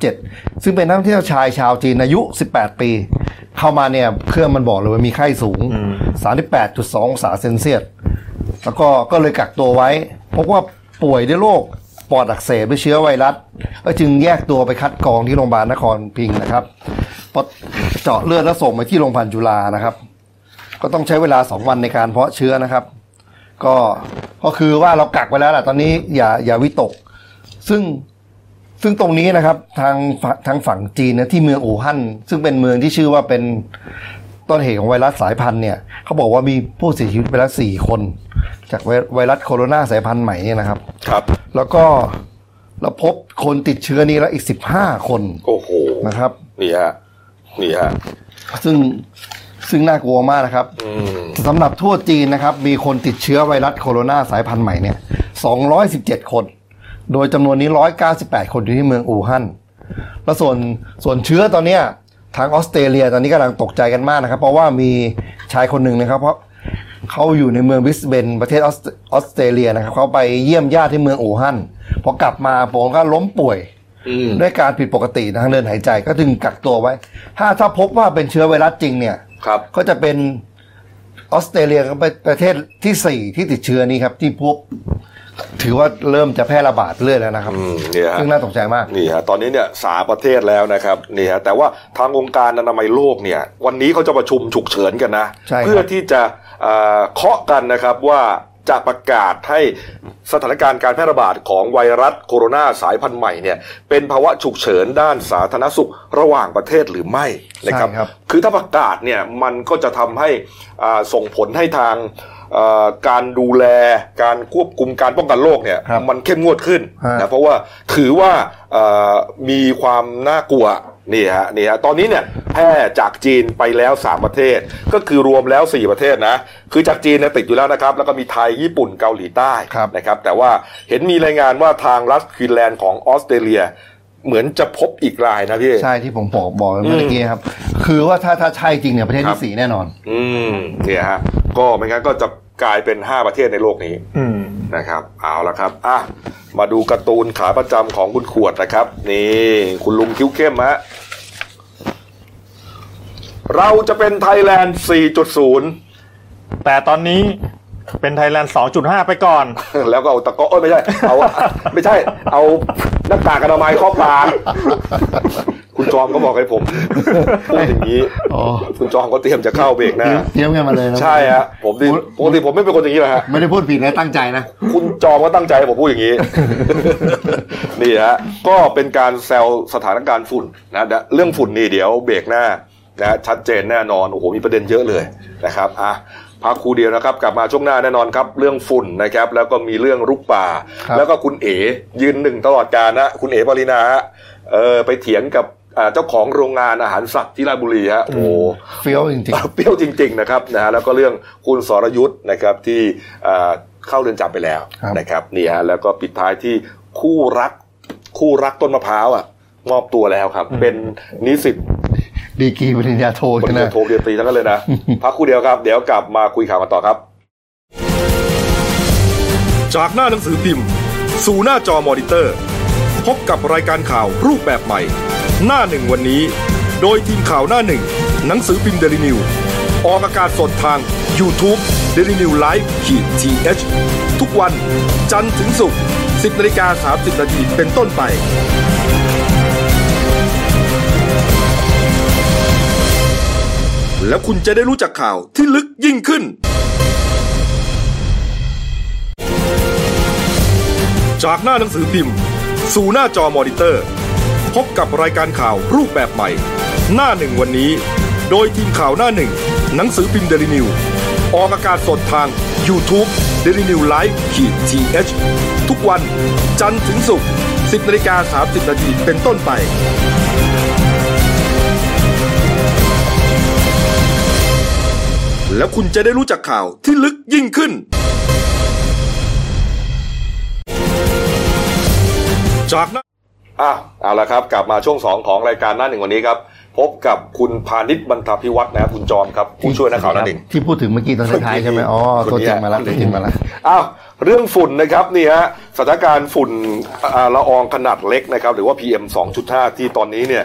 Speaker 2: 707ซึ่งเป็นนักท่องเที่ยวชายชาวจีนอายุ 18 ปี เข้ามาเนี่ยเครื่องมันบอกเลยว่ามีไข้สูง 38.2องศาเซนเซียส แล้วก็ก็เลยกักตัวไว้พบว่าป่วยด้วยโรคปอดอักเสบด้วยเชื้อไวรัสก็จึงแยกตัวไปคัดกรองที่โรงพยาบาลนครพิงค์นะครับพอเจาะเลือดแล้วส่งไปที่โรงพยาบาลจุฬานะครับ ก็ต้องใช้เวลา 2 วันในการเพาะเชื้อนะครับ ก็ก็คือว่าเรากักไว้แล้วแหละตอนนี้อย่าอย่าวิตก ซึ่งซึ่งตรงนี้นะครับทางฝั่งทางฝั่งจีนนะที่เมืองอู่ฮั่นซึ่งเป็นเมืองที่ชื่อว่าเป็น ต้นเหตุของไวรัสสายพันธุ์เนี่ยเขาบอกว่ามีผู้เสียชีวิตไปแล้วสี่คน จากไวไวรัสโคโรนาสายพันธุ์ใหม่เนี่ยนะครับ
Speaker 1: ครับ
Speaker 2: แล้วก็เราพบคนติดเชื้อนี้แล้วอีกสิบห้าคน
Speaker 1: โอ้โห
Speaker 2: นะครับ
Speaker 1: นี่ฮะ นี่ฮะ
Speaker 2: ซึ่งซึ่งน่ากลัวมากนะครับ
Speaker 1: อืม
Speaker 2: สำหรับทั่วจีนนะครับ มีคนติดเชื้อไวรัสโคโรนาสายพันธุ์ใหม่เนี่ย 217 คน โดยจำนวนนี้ 198 คนอยู่ที่เมืองอู่ฮั่น แล้วส่วนส่วนเชื้อตอนเนี้ยทางออสเตรเลียตอนนี้กำลังตกใจกันมากนะครับ เพราะว่ามีชายคนหนึ่งนะครับ เพราะเขาอยู่ในเมืองบริสเบนประเทศออสออสเตรเลียนะครับเขาไปเยี่ยมญาติที่เมืองอู่ฮั่นพอกลับมาผมก็ล้มป่วย
Speaker 1: อืม
Speaker 2: ด้วยการผิดปกติทางเดินหายใจก็จึงกักตัวไว้ ถ้าถ้าพบว่าเป็นเชื้อไวรัสจริงเนี่ย
Speaker 1: ครับ
Speaker 2: ก็จะเป็นออสเตรเลียก็เป็นประเทศที่สี่ที่ติดเชื้อนี้ครับ ที่พวกถือว่าเริ่มจะแพร่ระบาดเรื่อยแล้วนะครับ
Speaker 1: อืมเนี่ยฮะ
Speaker 2: ซึ่งน่าตกใจมาก
Speaker 1: นี่ฮะ ตอนนี้เนี่ยสามประเทศแล้วนะครับ นี่ฮะ แต่ว่าทางองค์การอนามัยโลกเนี่ย วันนี้เขาจะประชุมฉุกเฉินกันนะ
Speaker 2: ใช่ครับ
Speaker 1: เพื่อที่จะเอ่อเคาะกันนะครับว่าจะประกาศให้สถานการณ์การแพร่ระบาดของไวรัสโคโรนาสายพันธุ์ใหม่เนี่ย เป็นภาวะฉุกเฉินด้านสาธารณสุขระหว่างประเทศหรือไม่นะครับ
Speaker 2: ใช่ครับ
Speaker 1: คือถ้าประกาศเนี่ยมันก็จะทำให้อ่าส่งผลให้ทางอ่าการดูแลการควบคุมการป้องกันโรคเนี่ย
Speaker 2: ครับ
Speaker 1: มันเข้มงวดขึ้น
Speaker 2: ฮะ
Speaker 1: นะเพราะว่าถือว่าอ่ามีความน่ากลัวนี่ฮะนี่ฮะตอนนี้เนี่ยแพร่จากจีนไปแล้ว 3 ประเทศ ก็คือรวมแล้ว 4 ประเทศนะคือจากจีนเนี่ยติดอยู่แล้วนะครับ แล้วก็มีไทยญี่ปุ่นเกาหลีใต้
Speaker 2: ครับ
Speaker 1: นะครับ แต่ว่าเห็นมีรายงานว่าทางรัฐควีนแลนด์ของออสเตรเลีย เหมือนจะพบอีกรายนะพี่
Speaker 2: ใช่ที่ผมบอกบอกไปเมื่อกี้ครับ คือว่าถ้าถ้าใช่จริงเนี่ยประเทศ
Speaker 1: ครับ
Speaker 2: ที่สี่แน่นอน
Speaker 1: อืมเนี่ยฮะก็ไม่งั้นก็จะกลายเป็น 5 ประเทศในโลกนี้
Speaker 3: อืม
Speaker 1: นะครับ เอาละครับอ่ะมาดูการ์ตูนขาประจำของคุณขวดนะครับ นี่ คุณลุงคิ้วเข้มฮะเราจะเป็นไทยแลนด์ 4.0
Speaker 3: แต่ตอนนี้เป็นไทยแลนด์ 2.5 ไปก่อน
Speaker 1: [laughs] แล้วก็เอาตะกร้อเอ้ยไม่ใช่ เอา [laughs] ไม่ใช่ เอาหน้ากากอนามัยครอบปากคุณจอมก็บอกให้
Speaker 3: [laughs]
Speaker 1: ผมพูดอย่างนี้
Speaker 2: อ๋อ
Speaker 1: คุณจอมก็เตรียมจะเข้าเบรกหน้า
Speaker 2: เตรียมกันมาเลยนะ
Speaker 1: ใช่ฮะผมดิปกติผมไม่เป็นคนอย่างนี้เลยฮะ
Speaker 2: ไม่ได้พูดผิดนะตั้งใจนะ
Speaker 1: คุณจอมก็ตั้งใจให้ผมพูดอย่าง
Speaker 2: [laughs]
Speaker 1: นี้ นี่ฮะ ก็เป็นการแซวสถานการณ์ฝุ่นนะเดี๋ยวเรื่องฝุ่นนี่เดี๋ยวเบรกหน้านะชัดเจนแน่นอนโอ้โหมีประเด็นเยอะเลยนะครับอ่ะพักครูเดียวนะครับ กลับมาช่วงหน้าแน่นอนครับ เรื่องฝุ่นนะครับ แล้วก็มีเรื่องรุกป่า
Speaker 2: ครับ
Speaker 1: แล้วก็คุณเอ๋ยืนหนึ่งตลอดการนะคุณเอ๋ปรินาฮะเออไปเถียงกับอ่าเจ้าของโรงงานอาหารสัตว์ที่ราชบุรีฮะโอ้โห
Speaker 2: เฟี้ยวจริง
Speaker 1: เปรี้ยวจริงๆนะครับนะฮะแล้วก็เรื่องคุณสรยุทธ์นะครับที่เอ่อเข้าเรือนจำไปแล้ว
Speaker 2: ครับ
Speaker 1: นะครับนี่ฮะแล้วก็ปิดท้ายที่คู่รักคู่รักต้นมะพร้าวอ่ะมอบตัวแล้วครับ เป็นนิสิต
Speaker 2: ๆ ดีกรีปริญญาโท
Speaker 1: ปริ
Speaker 2: ใช่
Speaker 1: ญ
Speaker 2: ไหม
Speaker 1: ญาโทปริญญาตรีทั้งนั้น [laughs] เลยนะ พักครู่เดียวครับ เดี๋ยวกลับมาคุยข่าวกันต่อครับ
Speaker 7: จากหน้าหนังสือพิมพ์
Speaker 1: สู่หน้าจอมอนิเตอร์ พบกับรายการข่าวรูปแบบใหม่ หน้าหนึ่งวันนี้ โดยทีมข่าวหน้าหนึ่ง หนังสือพิมพ์เดลิวิวออกอากาศสดทาง YouTube d e l i n e w l i v e ขีดทีทุกวันจันทร์ถึงศุกร์10นาฬิกา30นาทีเป็นต้นไป แล้วคุณจะได้รู้จักข่าวที่ลึกยิ่งขึ้น จากหน้าหนังสือพิมพ์ สู่หน้าจอมอนิเตอร์ พบกับรายการข่าวรูปแบบใหม่ หน้าหนึ่งวันนี้ โดยทีมข่าวหน้าหนึ่ง หนังสือพิมพ์เดลิวิวออกอากาศสดทาง YouTube d e l i n e w l i v e ขีดทีทุกวันจันทร์ถึงศุกร์10นาฬิกา30นาทีเป็นต้นไป แล้วคุณจะได้รู้จักข่าวที่ลึกยิ่งขึ้น จากนั้นอ่ะเอาละครับ กลับมาช่วง 2 ของรายการหน้าหนึ่งวันนี้ครับ พบกับคุณพาณิชย์บรรทพิวัฒน์นะครับคุณจอมครับ ผู้ช่วยนักข่าวหน้าหนึ่ง
Speaker 2: ที่พูดถึงเมื่อกี้ตอนท้ายๆใช่ไหมอ๋อตัวจริงมาแล้วตัวจริงมาแล้ว
Speaker 1: อ้าวเรื่องฝุ่นนะครับนี่ฮะสถานการณ์ฝุ่นอ่าละอองขนาดเล็กนะครับ หรือว่า PM 2.5 ที่ตอนนี้เนี่ย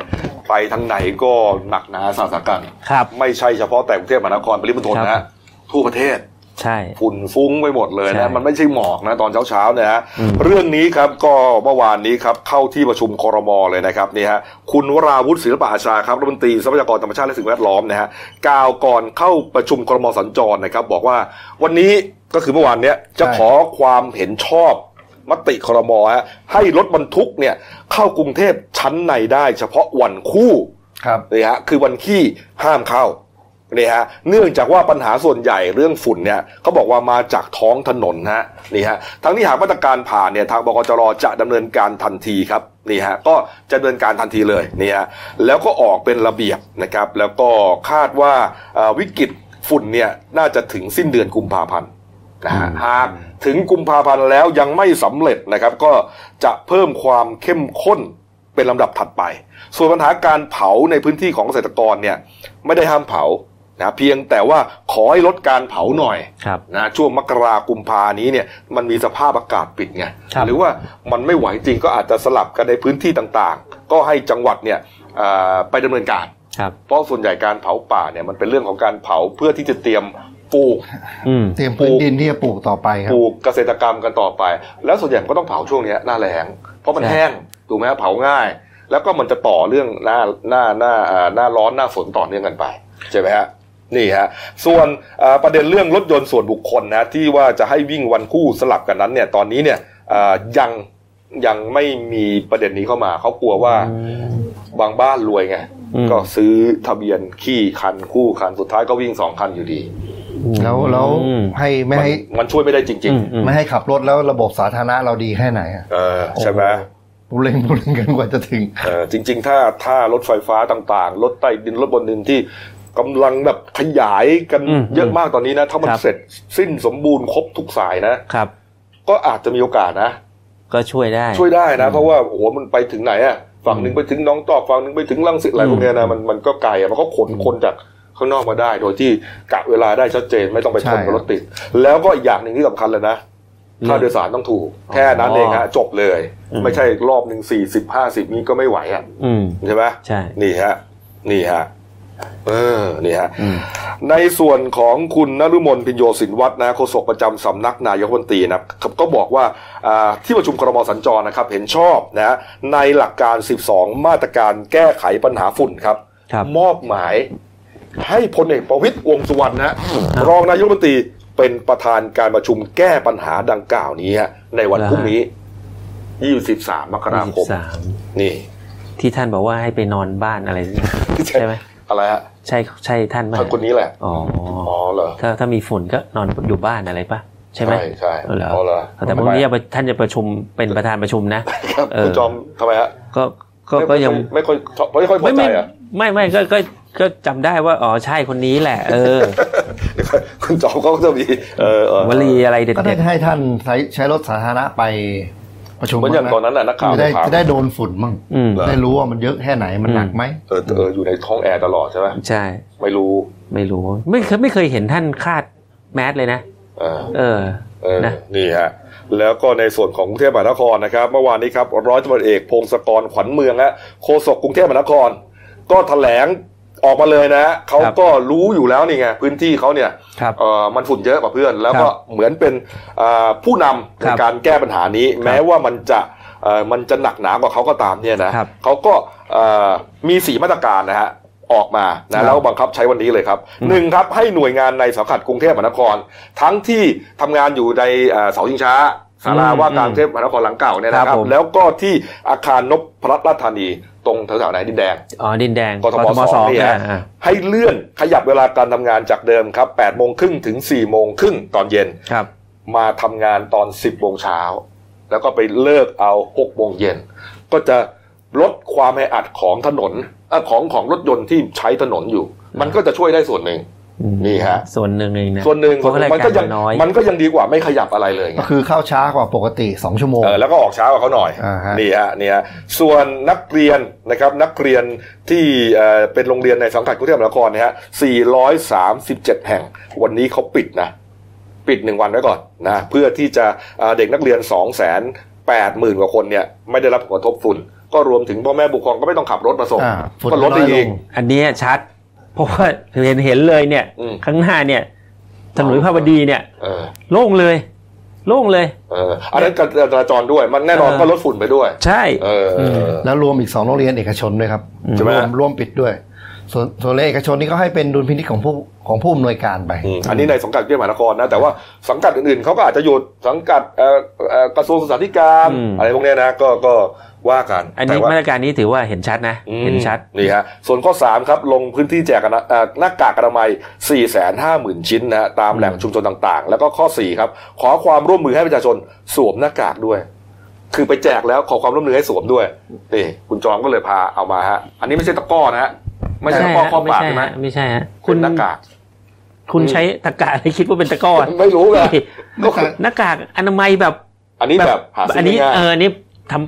Speaker 1: ไปทางไหนก็หนักหนาสาหัสกัน
Speaker 7: ครับ
Speaker 1: ไม่ใช่เฉพาะแต่กรุงเทพมหานครปริมณฑลนะ
Speaker 7: ครั
Speaker 1: ฮะ
Speaker 7: บ
Speaker 1: ทั่วประเทศ
Speaker 7: ใช่
Speaker 1: ฝุ่นฟุ้งไปหมดเลย
Speaker 7: ใช่
Speaker 1: นะมันไม่ใช่หมอกนะตอนเช้าๆเนี่ยฮะ
Speaker 7: อืม
Speaker 1: เรื่องนี้ครับก็เมื่อวานนี้ครับเข้าที่ประชุมคอรมอเลยนะครับนี่ฮะคุณวราวุฒิศิลปะอาชาครับรัฐมนตรีทรัพยากรธรรมชาติและสิ่งแวดล้อมนะฮะกล่าวก่อนเข้าประชุมคอรมอสัญจรนะครับ บอกว่าวันนี้ก็คือเมื่อวานเนี้ยจะ
Speaker 2: ใช่
Speaker 1: ขอความเห็นชอบมติคอรมอฮะให้รถบรรทุกเนี่ยเข้ากรุงเทพชั้นในได้เฉพาะวันคู่
Speaker 2: ครับ
Speaker 1: นี่ฮะคือวันขี้ห้ามเข้านี่ฮะเนื่องจากว่าปัญหาส่วนใหญ่เรื่องฝุ่นเนี่ยเขาบอกว่ามาจากท้องถนนฮะนี่ฮะทั้งนี้หากมาตรการผ่านเนี่ยทางบกจรจะดำเนินการทันทีครับนี่ฮะก็จะดำเนินการทันทีเลยนี่ฮะแล้วก็ออกเป็นระเบียบนะครับ แล้วก็คาดว่าเอ่อวิกฤตฝุ่นเนี่ยน่าจะถึงสิ้นเดือนกุมภาพันธ์ นะฮะหากถึงกุมภาพันธ์แล้วยังไม่สำเร็จนะครับ ก็จะเพิ่มความเข้มข้นเป็นลำดับถัดไป ส่วนปัญหาการเผาในพื้นที่ของเกษตรกรเนี่ยไม่ได้ห้ามเผานะเพียงแต่ว่าขอให้ลดการเผาหน่อย
Speaker 7: ครับ
Speaker 1: นะช่วงมกรากุมภานี้เนี่ยมันมีสภาพอากาศปิดไง
Speaker 7: ครับ
Speaker 1: หรือว่ามันไม่ไหวจริงก็อาจจะสลับกันในพื้นที่ต่างๆ ก็ให้จังหวัดเนี่ยเอ่อไปดำเนินการ
Speaker 7: ครับ
Speaker 1: เพราะส่วนใหญ่การเผาป่าเนี่ยมันเป็นเรื่องของการเผาเพื่อที่จะเตรียมปลูก
Speaker 7: อืม
Speaker 2: เตรียมพื้นดินที่จะปลูกต่อไปครั
Speaker 1: ป
Speaker 2: บ
Speaker 1: ลูกเกษตรกรรมกันต่อไป แล้วส่วนใหญ่มันก็ต้องเผาช่วงเนี้ยหน้าแล้งเพราะมัน
Speaker 7: ใช่
Speaker 1: แห้งถูกไหมฮะเผาง่าย แล้วก็มันจะต่อเรื่องหน้าหน้าหน้าอ่าหน้าร้อนหน้าฝนต่อเนื่องกันไปใช่ไหมฮะนี่ฮะส่วนอ่าประเด็นเรื่องรถยนต์ส่วนบุคคลนะที่ว่าจะให้วิ่งวันคู่สลับกันนั้นเนี่ยตอนนี้เนี่ยอ่ายังยังไม่มีประเด็นนี้เข้ามาเขากลัวว่า บางบ้านรวยไง
Speaker 7: อืม
Speaker 1: ก็ซื้อทะเบียนขี้คันคู่คันสุดท้ายก็วิ่งสองคันอยู่ดี
Speaker 2: แล้วแล้ว
Speaker 7: อืม
Speaker 2: ให้ไม่ให้
Speaker 1: มันมันช่วยไม่ได้จริง
Speaker 7: อืมอืม
Speaker 2: ไม่ให้ขับรถแล้วระบบสาธารณะเราดีแค่ไหนอะ
Speaker 1: ๆ เออใช่ไหม
Speaker 2: บุเรงบุเรงกันกว่าจะถึง
Speaker 1: เอ่อจริงๆ ถ้าถ้ารถไฟฟ้าต่างๆ รถใต้ดินรถบนดินที่กำลังแบบขยายกัน
Speaker 7: อืม
Speaker 1: เยอะมากตอนนี้นะ ถ้ามัน
Speaker 7: ครับ
Speaker 1: เสร็จสิ้นสมบูรณ์ครบทุกสายนะ
Speaker 7: ครับ
Speaker 1: ก็อาจจะมีโอกาสนะ
Speaker 7: ก็ช่วยได้
Speaker 1: ช่วยได้นะ เพราะว่าโอ้โหมันไปถึงไหนอะฝั่งหนึ่งไปถึงหน้องตอกฝั่งหนึ่งไปถึงลังสิตอะไร
Speaker 7: อืม
Speaker 1: พวกเนี้ยนะมันมันก็ไกลอะมันก็ขนคนจากข้างนอกมาได้ โดยที่กะเวลาได้ชัดเจนไม่ต้องไปชนกับ
Speaker 2: ใช่
Speaker 1: รถติด แล้วก็อีกอย่างหนึ่งที่สำคัญเลยนะค่าโดยสารต้องถูก แค่นั้นเองฮะจบเลย ไม่ใช่รอบหนึ่งสี่สิบห้าสิบนี้ก็ไม่ไหวอะ
Speaker 7: อืม
Speaker 1: ใช่ไหม
Speaker 7: ใช่
Speaker 1: นี่ฮะ นี่ฮะ เออ นี่ฮะ
Speaker 7: อืม
Speaker 1: ในส่วนของคุณนฤมลพิญโยสินวัฒน์นะโฆษกประจำสำนักนายกรัฐมนตรีนะครับก็บอกว่าอ่าที่ประชุมครมสัญจรนะครับ เห็นชอบนะในหลักการ 12 มาตรการแก้ไขปัญหาฝุ่นครับ
Speaker 7: ครับ
Speaker 1: มอบหมายให้พลเอกประวิตยวงษ์สุวรรณนะรองนายกรัฐมนตรีเป็นประธานการประชุมแก้ปัญหาดังกล่าวนี้ฮะในวันพรุ่งนี้ 23 มกราคม
Speaker 7: สาม
Speaker 1: นี่
Speaker 7: ที่ท่านบอกว่าให้ไปนอนบ้าน
Speaker 1: [laughs]
Speaker 7: อะไร ใช่ไหม
Speaker 1: อะไรฮะ
Speaker 7: ใช่ใช่ท่านไหม
Speaker 1: ท่านคนนี้แหละ
Speaker 7: อ๋อ
Speaker 1: อ๋อเหรอ
Speaker 7: ถ้าถ้ามีฝุ่นก็นอนอยู่บ้านอะไรปะใช่ไหม
Speaker 1: ใช่
Speaker 7: เออเหร
Speaker 1: อ๋อ
Speaker 7: อ
Speaker 1: เหรอ
Speaker 7: แต่พรุ่งนี้ท่านจะประชุมเป็นประธานประชุมนะ
Speaker 1: ครับ
Speaker 7: เออ
Speaker 1: คุณจอมทำไมฮะ
Speaker 7: ก็ก็ก็ยัง
Speaker 1: ไม่ค่อยไม่ค่อยพอ
Speaker 7: ไม่
Speaker 1: ใจ
Speaker 7: ไม่
Speaker 1: อ่ะ
Speaker 7: ไม่ไม่ก็ก็ก็จำได้ว่าอ๋อใช่คนนี้แหละ เออ
Speaker 1: เดี๋ยวก่อนคุณจอมเขาก็จะมีเออเออ
Speaker 7: วลีอะไรเด็ด
Speaker 2: ก็
Speaker 7: เด็
Speaker 2: ได้
Speaker 7: ด
Speaker 2: ให้ท่านใช้ใช้รถสาธารณะไปประชุม
Speaker 1: เหมือนอย่างตอนนั้นน่ะนักข่าว
Speaker 2: จะได้
Speaker 1: ถาม
Speaker 2: จะได้โดนฝุ่นมั่ง
Speaker 7: อืม
Speaker 1: เหรอ
Speaker 2: ได้รู้ว่ามันเยอะแค่ไหนมันหนักไหม
Speaker 1: เออเอออยู่ในท้องแอร์ตลอดใช่ไหม
Speaker 7: ใช่
Speaker 1: ไม่รู้
Speaker 7: ไม่รู้ ไม่เคยไม่เคยเห็นท่านคาดแมสเลยนะ
Speaker 1: เ เออ
Speaker 7: เออ
Speaker 1: เออ
Speaker 7: นะ
Speaker 1: นี่ฮะแล้วก็ในส่วนของกรุงเทพมหานครนะครับ เมื่อวานนี้ครับร้อยตำรวจเอกพงศกรขวัญเมืองฮะโฆษกกรุงเทพมหานคร ก็แถลงออกมาเลยนะฮะเขาก็รู้อยู่แล้วนี่ไงพื้นที่เขาเนี่ย
Speaker 7: ครับ
Speaker 1: เอ่อมันฝุ่นเยอะกว่าเพื่อน แล้วก็
Speaker 7: ครับ
Speaker 1: เหมือนเป็นอ่าผู้นำใน
Speaker 7: ครับ
Speaker 1: การแก้ปัญหานี้ แม้ว่ามันจะเอ่อมันจะหนักหนากว่าเขาก็ตามเนี่ยนะครับเขาก็เอ่อมีสีมาตรการนะฮะออกมา
Speaker 7: ครั
Speaker 1: นะ
Speaker 7: บ
Speaker 1: แล้วบังคับใช้วันนี้เลยครับหนึ่งครับให้หน่วยงานในสังกัดกรุงเทพมหานคร ทั้งที่ทำงานอยู่ในเอ่อเสาชิงช้าสารา
Speaker 7: อืม
Speaker 1: ว่าการกรุงเทพมหานครหลังเก่าเนี่ยนะค
Speaker 7: ครับ
Speaker 1: รั
Speaker 7: บ ผม
Speaker 1: แล้วก็ที่อาคารนพพรัตน์ราชธานี ตรงแถวๆไหนดินแดง
Speaker 7: อ๋อดินแดง
Speaker 1: กทมสองเนี่ย
Speaker 7: อ่าอ่า
Speaker 1: ให้เลื่อนขยับเวลาการทำงานจากเดิมครับ8ปดโมงครึ่งถึง4ี่โมงครึ่งตอนเย็น
Speaker 7: ครับ
Speaker 1: มาทำงานตอน 10บโมงเช้า แล้วก็ไปเลิกเอา6กโมงเย็น ก็จะลดความแออัดของถนนเอ่อของของรถยนต์ที่ใช้ถนนอยู่ มันก็จะช่วยได้ส่วนหนึ่ง
Speaker 7: อืม
Speaker 1: นี่ฮะ
Speaker 7: ส่วนหนึ่งเองนะ
Speaker 1: ส่วนหนึ่ง
Speaker 7: เพราะอะไร
Speaker 1: มันก็ยัง
Speaker 7: น้อย
Speaker 1: มันก็ยังดีกว่าไม่ขยับอะไรเลยไง
Speaker 2: ก็คือเข้าช้ากว่าปกติ 2 ชั่วโมง
Speaker 1: เออแล้วก็ออกเช้ากว่าเขาหน่อย
Speaker 2: อ่าฮะ
Speaker 1: นี่ฮะนี่ฮะส่วนนักเรียนนะครับนักเรียนที่เอ่อเป็นโรงเรียนในสังกัดกรุงเทพมหานครนะฮะ 437 แห่ง วันนี้เขาปิดนะ ปิดหนึ่งวันไว้ก่อนนะเพื่อที่จะเอ่อเด็กนักเรียน 2 8 0 0 0 0กว่าคนเนี่ยไม่ได้รับผลกระทบฝุ่น ก็รวมถึงพ่อแม่บุคคลก็ไม่ต้องขับรถมาส่ง
Speaker 2: อ่าฝุ่น
Speaker 1: ก็ลด
Speaker 2: น้
Speaker 1: ได้
Speaker 2: อยล
Speaker 1: อีก
Speaker 2: ง
Speaker 7: อันเนี้ยชัด เพราะว่าเห็นเห็นเลยเนี่ย
Speaker 1: อืม
Speaker 7: ข้างหน้าเนี่ยถนนวิภาวดีเนี่ย
Speaker 1: เออ
Speaker 7: โล่งเลย โล่งเลย
Speaker 1: เอออันนั้นการจราจรด้วยมันแน่นอน
Speaker 7: เออ
Speaker 1: ก็ลดฝุ่นไปด้วย
Speaker 7: ใช่
Speaker 1: เอออ
Speaker 2: แล้วรวมอีก 2 โรงเรียนเอกชนด้วยครับร
Speaker 1: ใช่ไหม
Speaker 2: วมร่วมปิดด้วย ส่วนส่วนโรงเรียนเอกชนนี่ก็ให้เป็นดุลพินิจของผู้ของผู้อำนวยการไป
Speaker 1: อืมอันนี้ในสังกัดกรุงเทพมหานครนะแต่ว่าสังกัดอื่นๆเขาก็อาจจะหยุดสังกัดเอ่อเอ่อกระทรวงศึกษาธิการ
Speaker 7: อืม
Speaker 1: อะไรพวกเนี้ยนะก็ก็ว่ากัน
Speaker 7: อันนี้
Speaker 1: แต่ว่
Speaker 7: มาตรการนี้ถือว่าเห็นชัดนะ
Speaker 1: อืม
Speaker 7: เห็นชัด
Speaker 1: นี่ฮะส่วนข้อ 3 ครับ ลงพื้นที่แจกอนาเอ่อหน้ากากอนามัย 4 5 0 0 0 0 ชิ้นนะฮะตามแหล่งชุมชนต่างๆ แล้วก็ข้อ 4 ครับ ขอความร่วมมือให้ประชาชนสวมหน้ากากด้วย คือไปแจกแล้วขอความร่วมมือให้สวมด้วยนี่คุณจอมก็เลยพาเอามาฮะอันนี้ไม่ใช่ตะกร้อนะฮะไม่ใช่ตะกร้อ
Speaker 7: ฮะ
Speaker 1: ข้อปาก
Speaker 7: ไม่
Speaker 1: ใช่ไหม
Speaker 7: ฮะไม่ใช่ฮะ
Speaker 1: คุณหน้ากาก
Speaker 7: คุณ
Speaker 1: อืม
Speaker 7: ใช้ตะกร้าอะไรคิดว่าเป็นตะกร้อ
Speaker 1: [laughs] ไม่รู้ไงก็คือ
Speaker 7: หน้ากากอนามัยแบบ
Speaker 1: อันนี้แบบหาซื้
Speaker 7: อันนี้
Speaker 1: ง่ายๆ
Speaker 7: เอออนนี่ทำ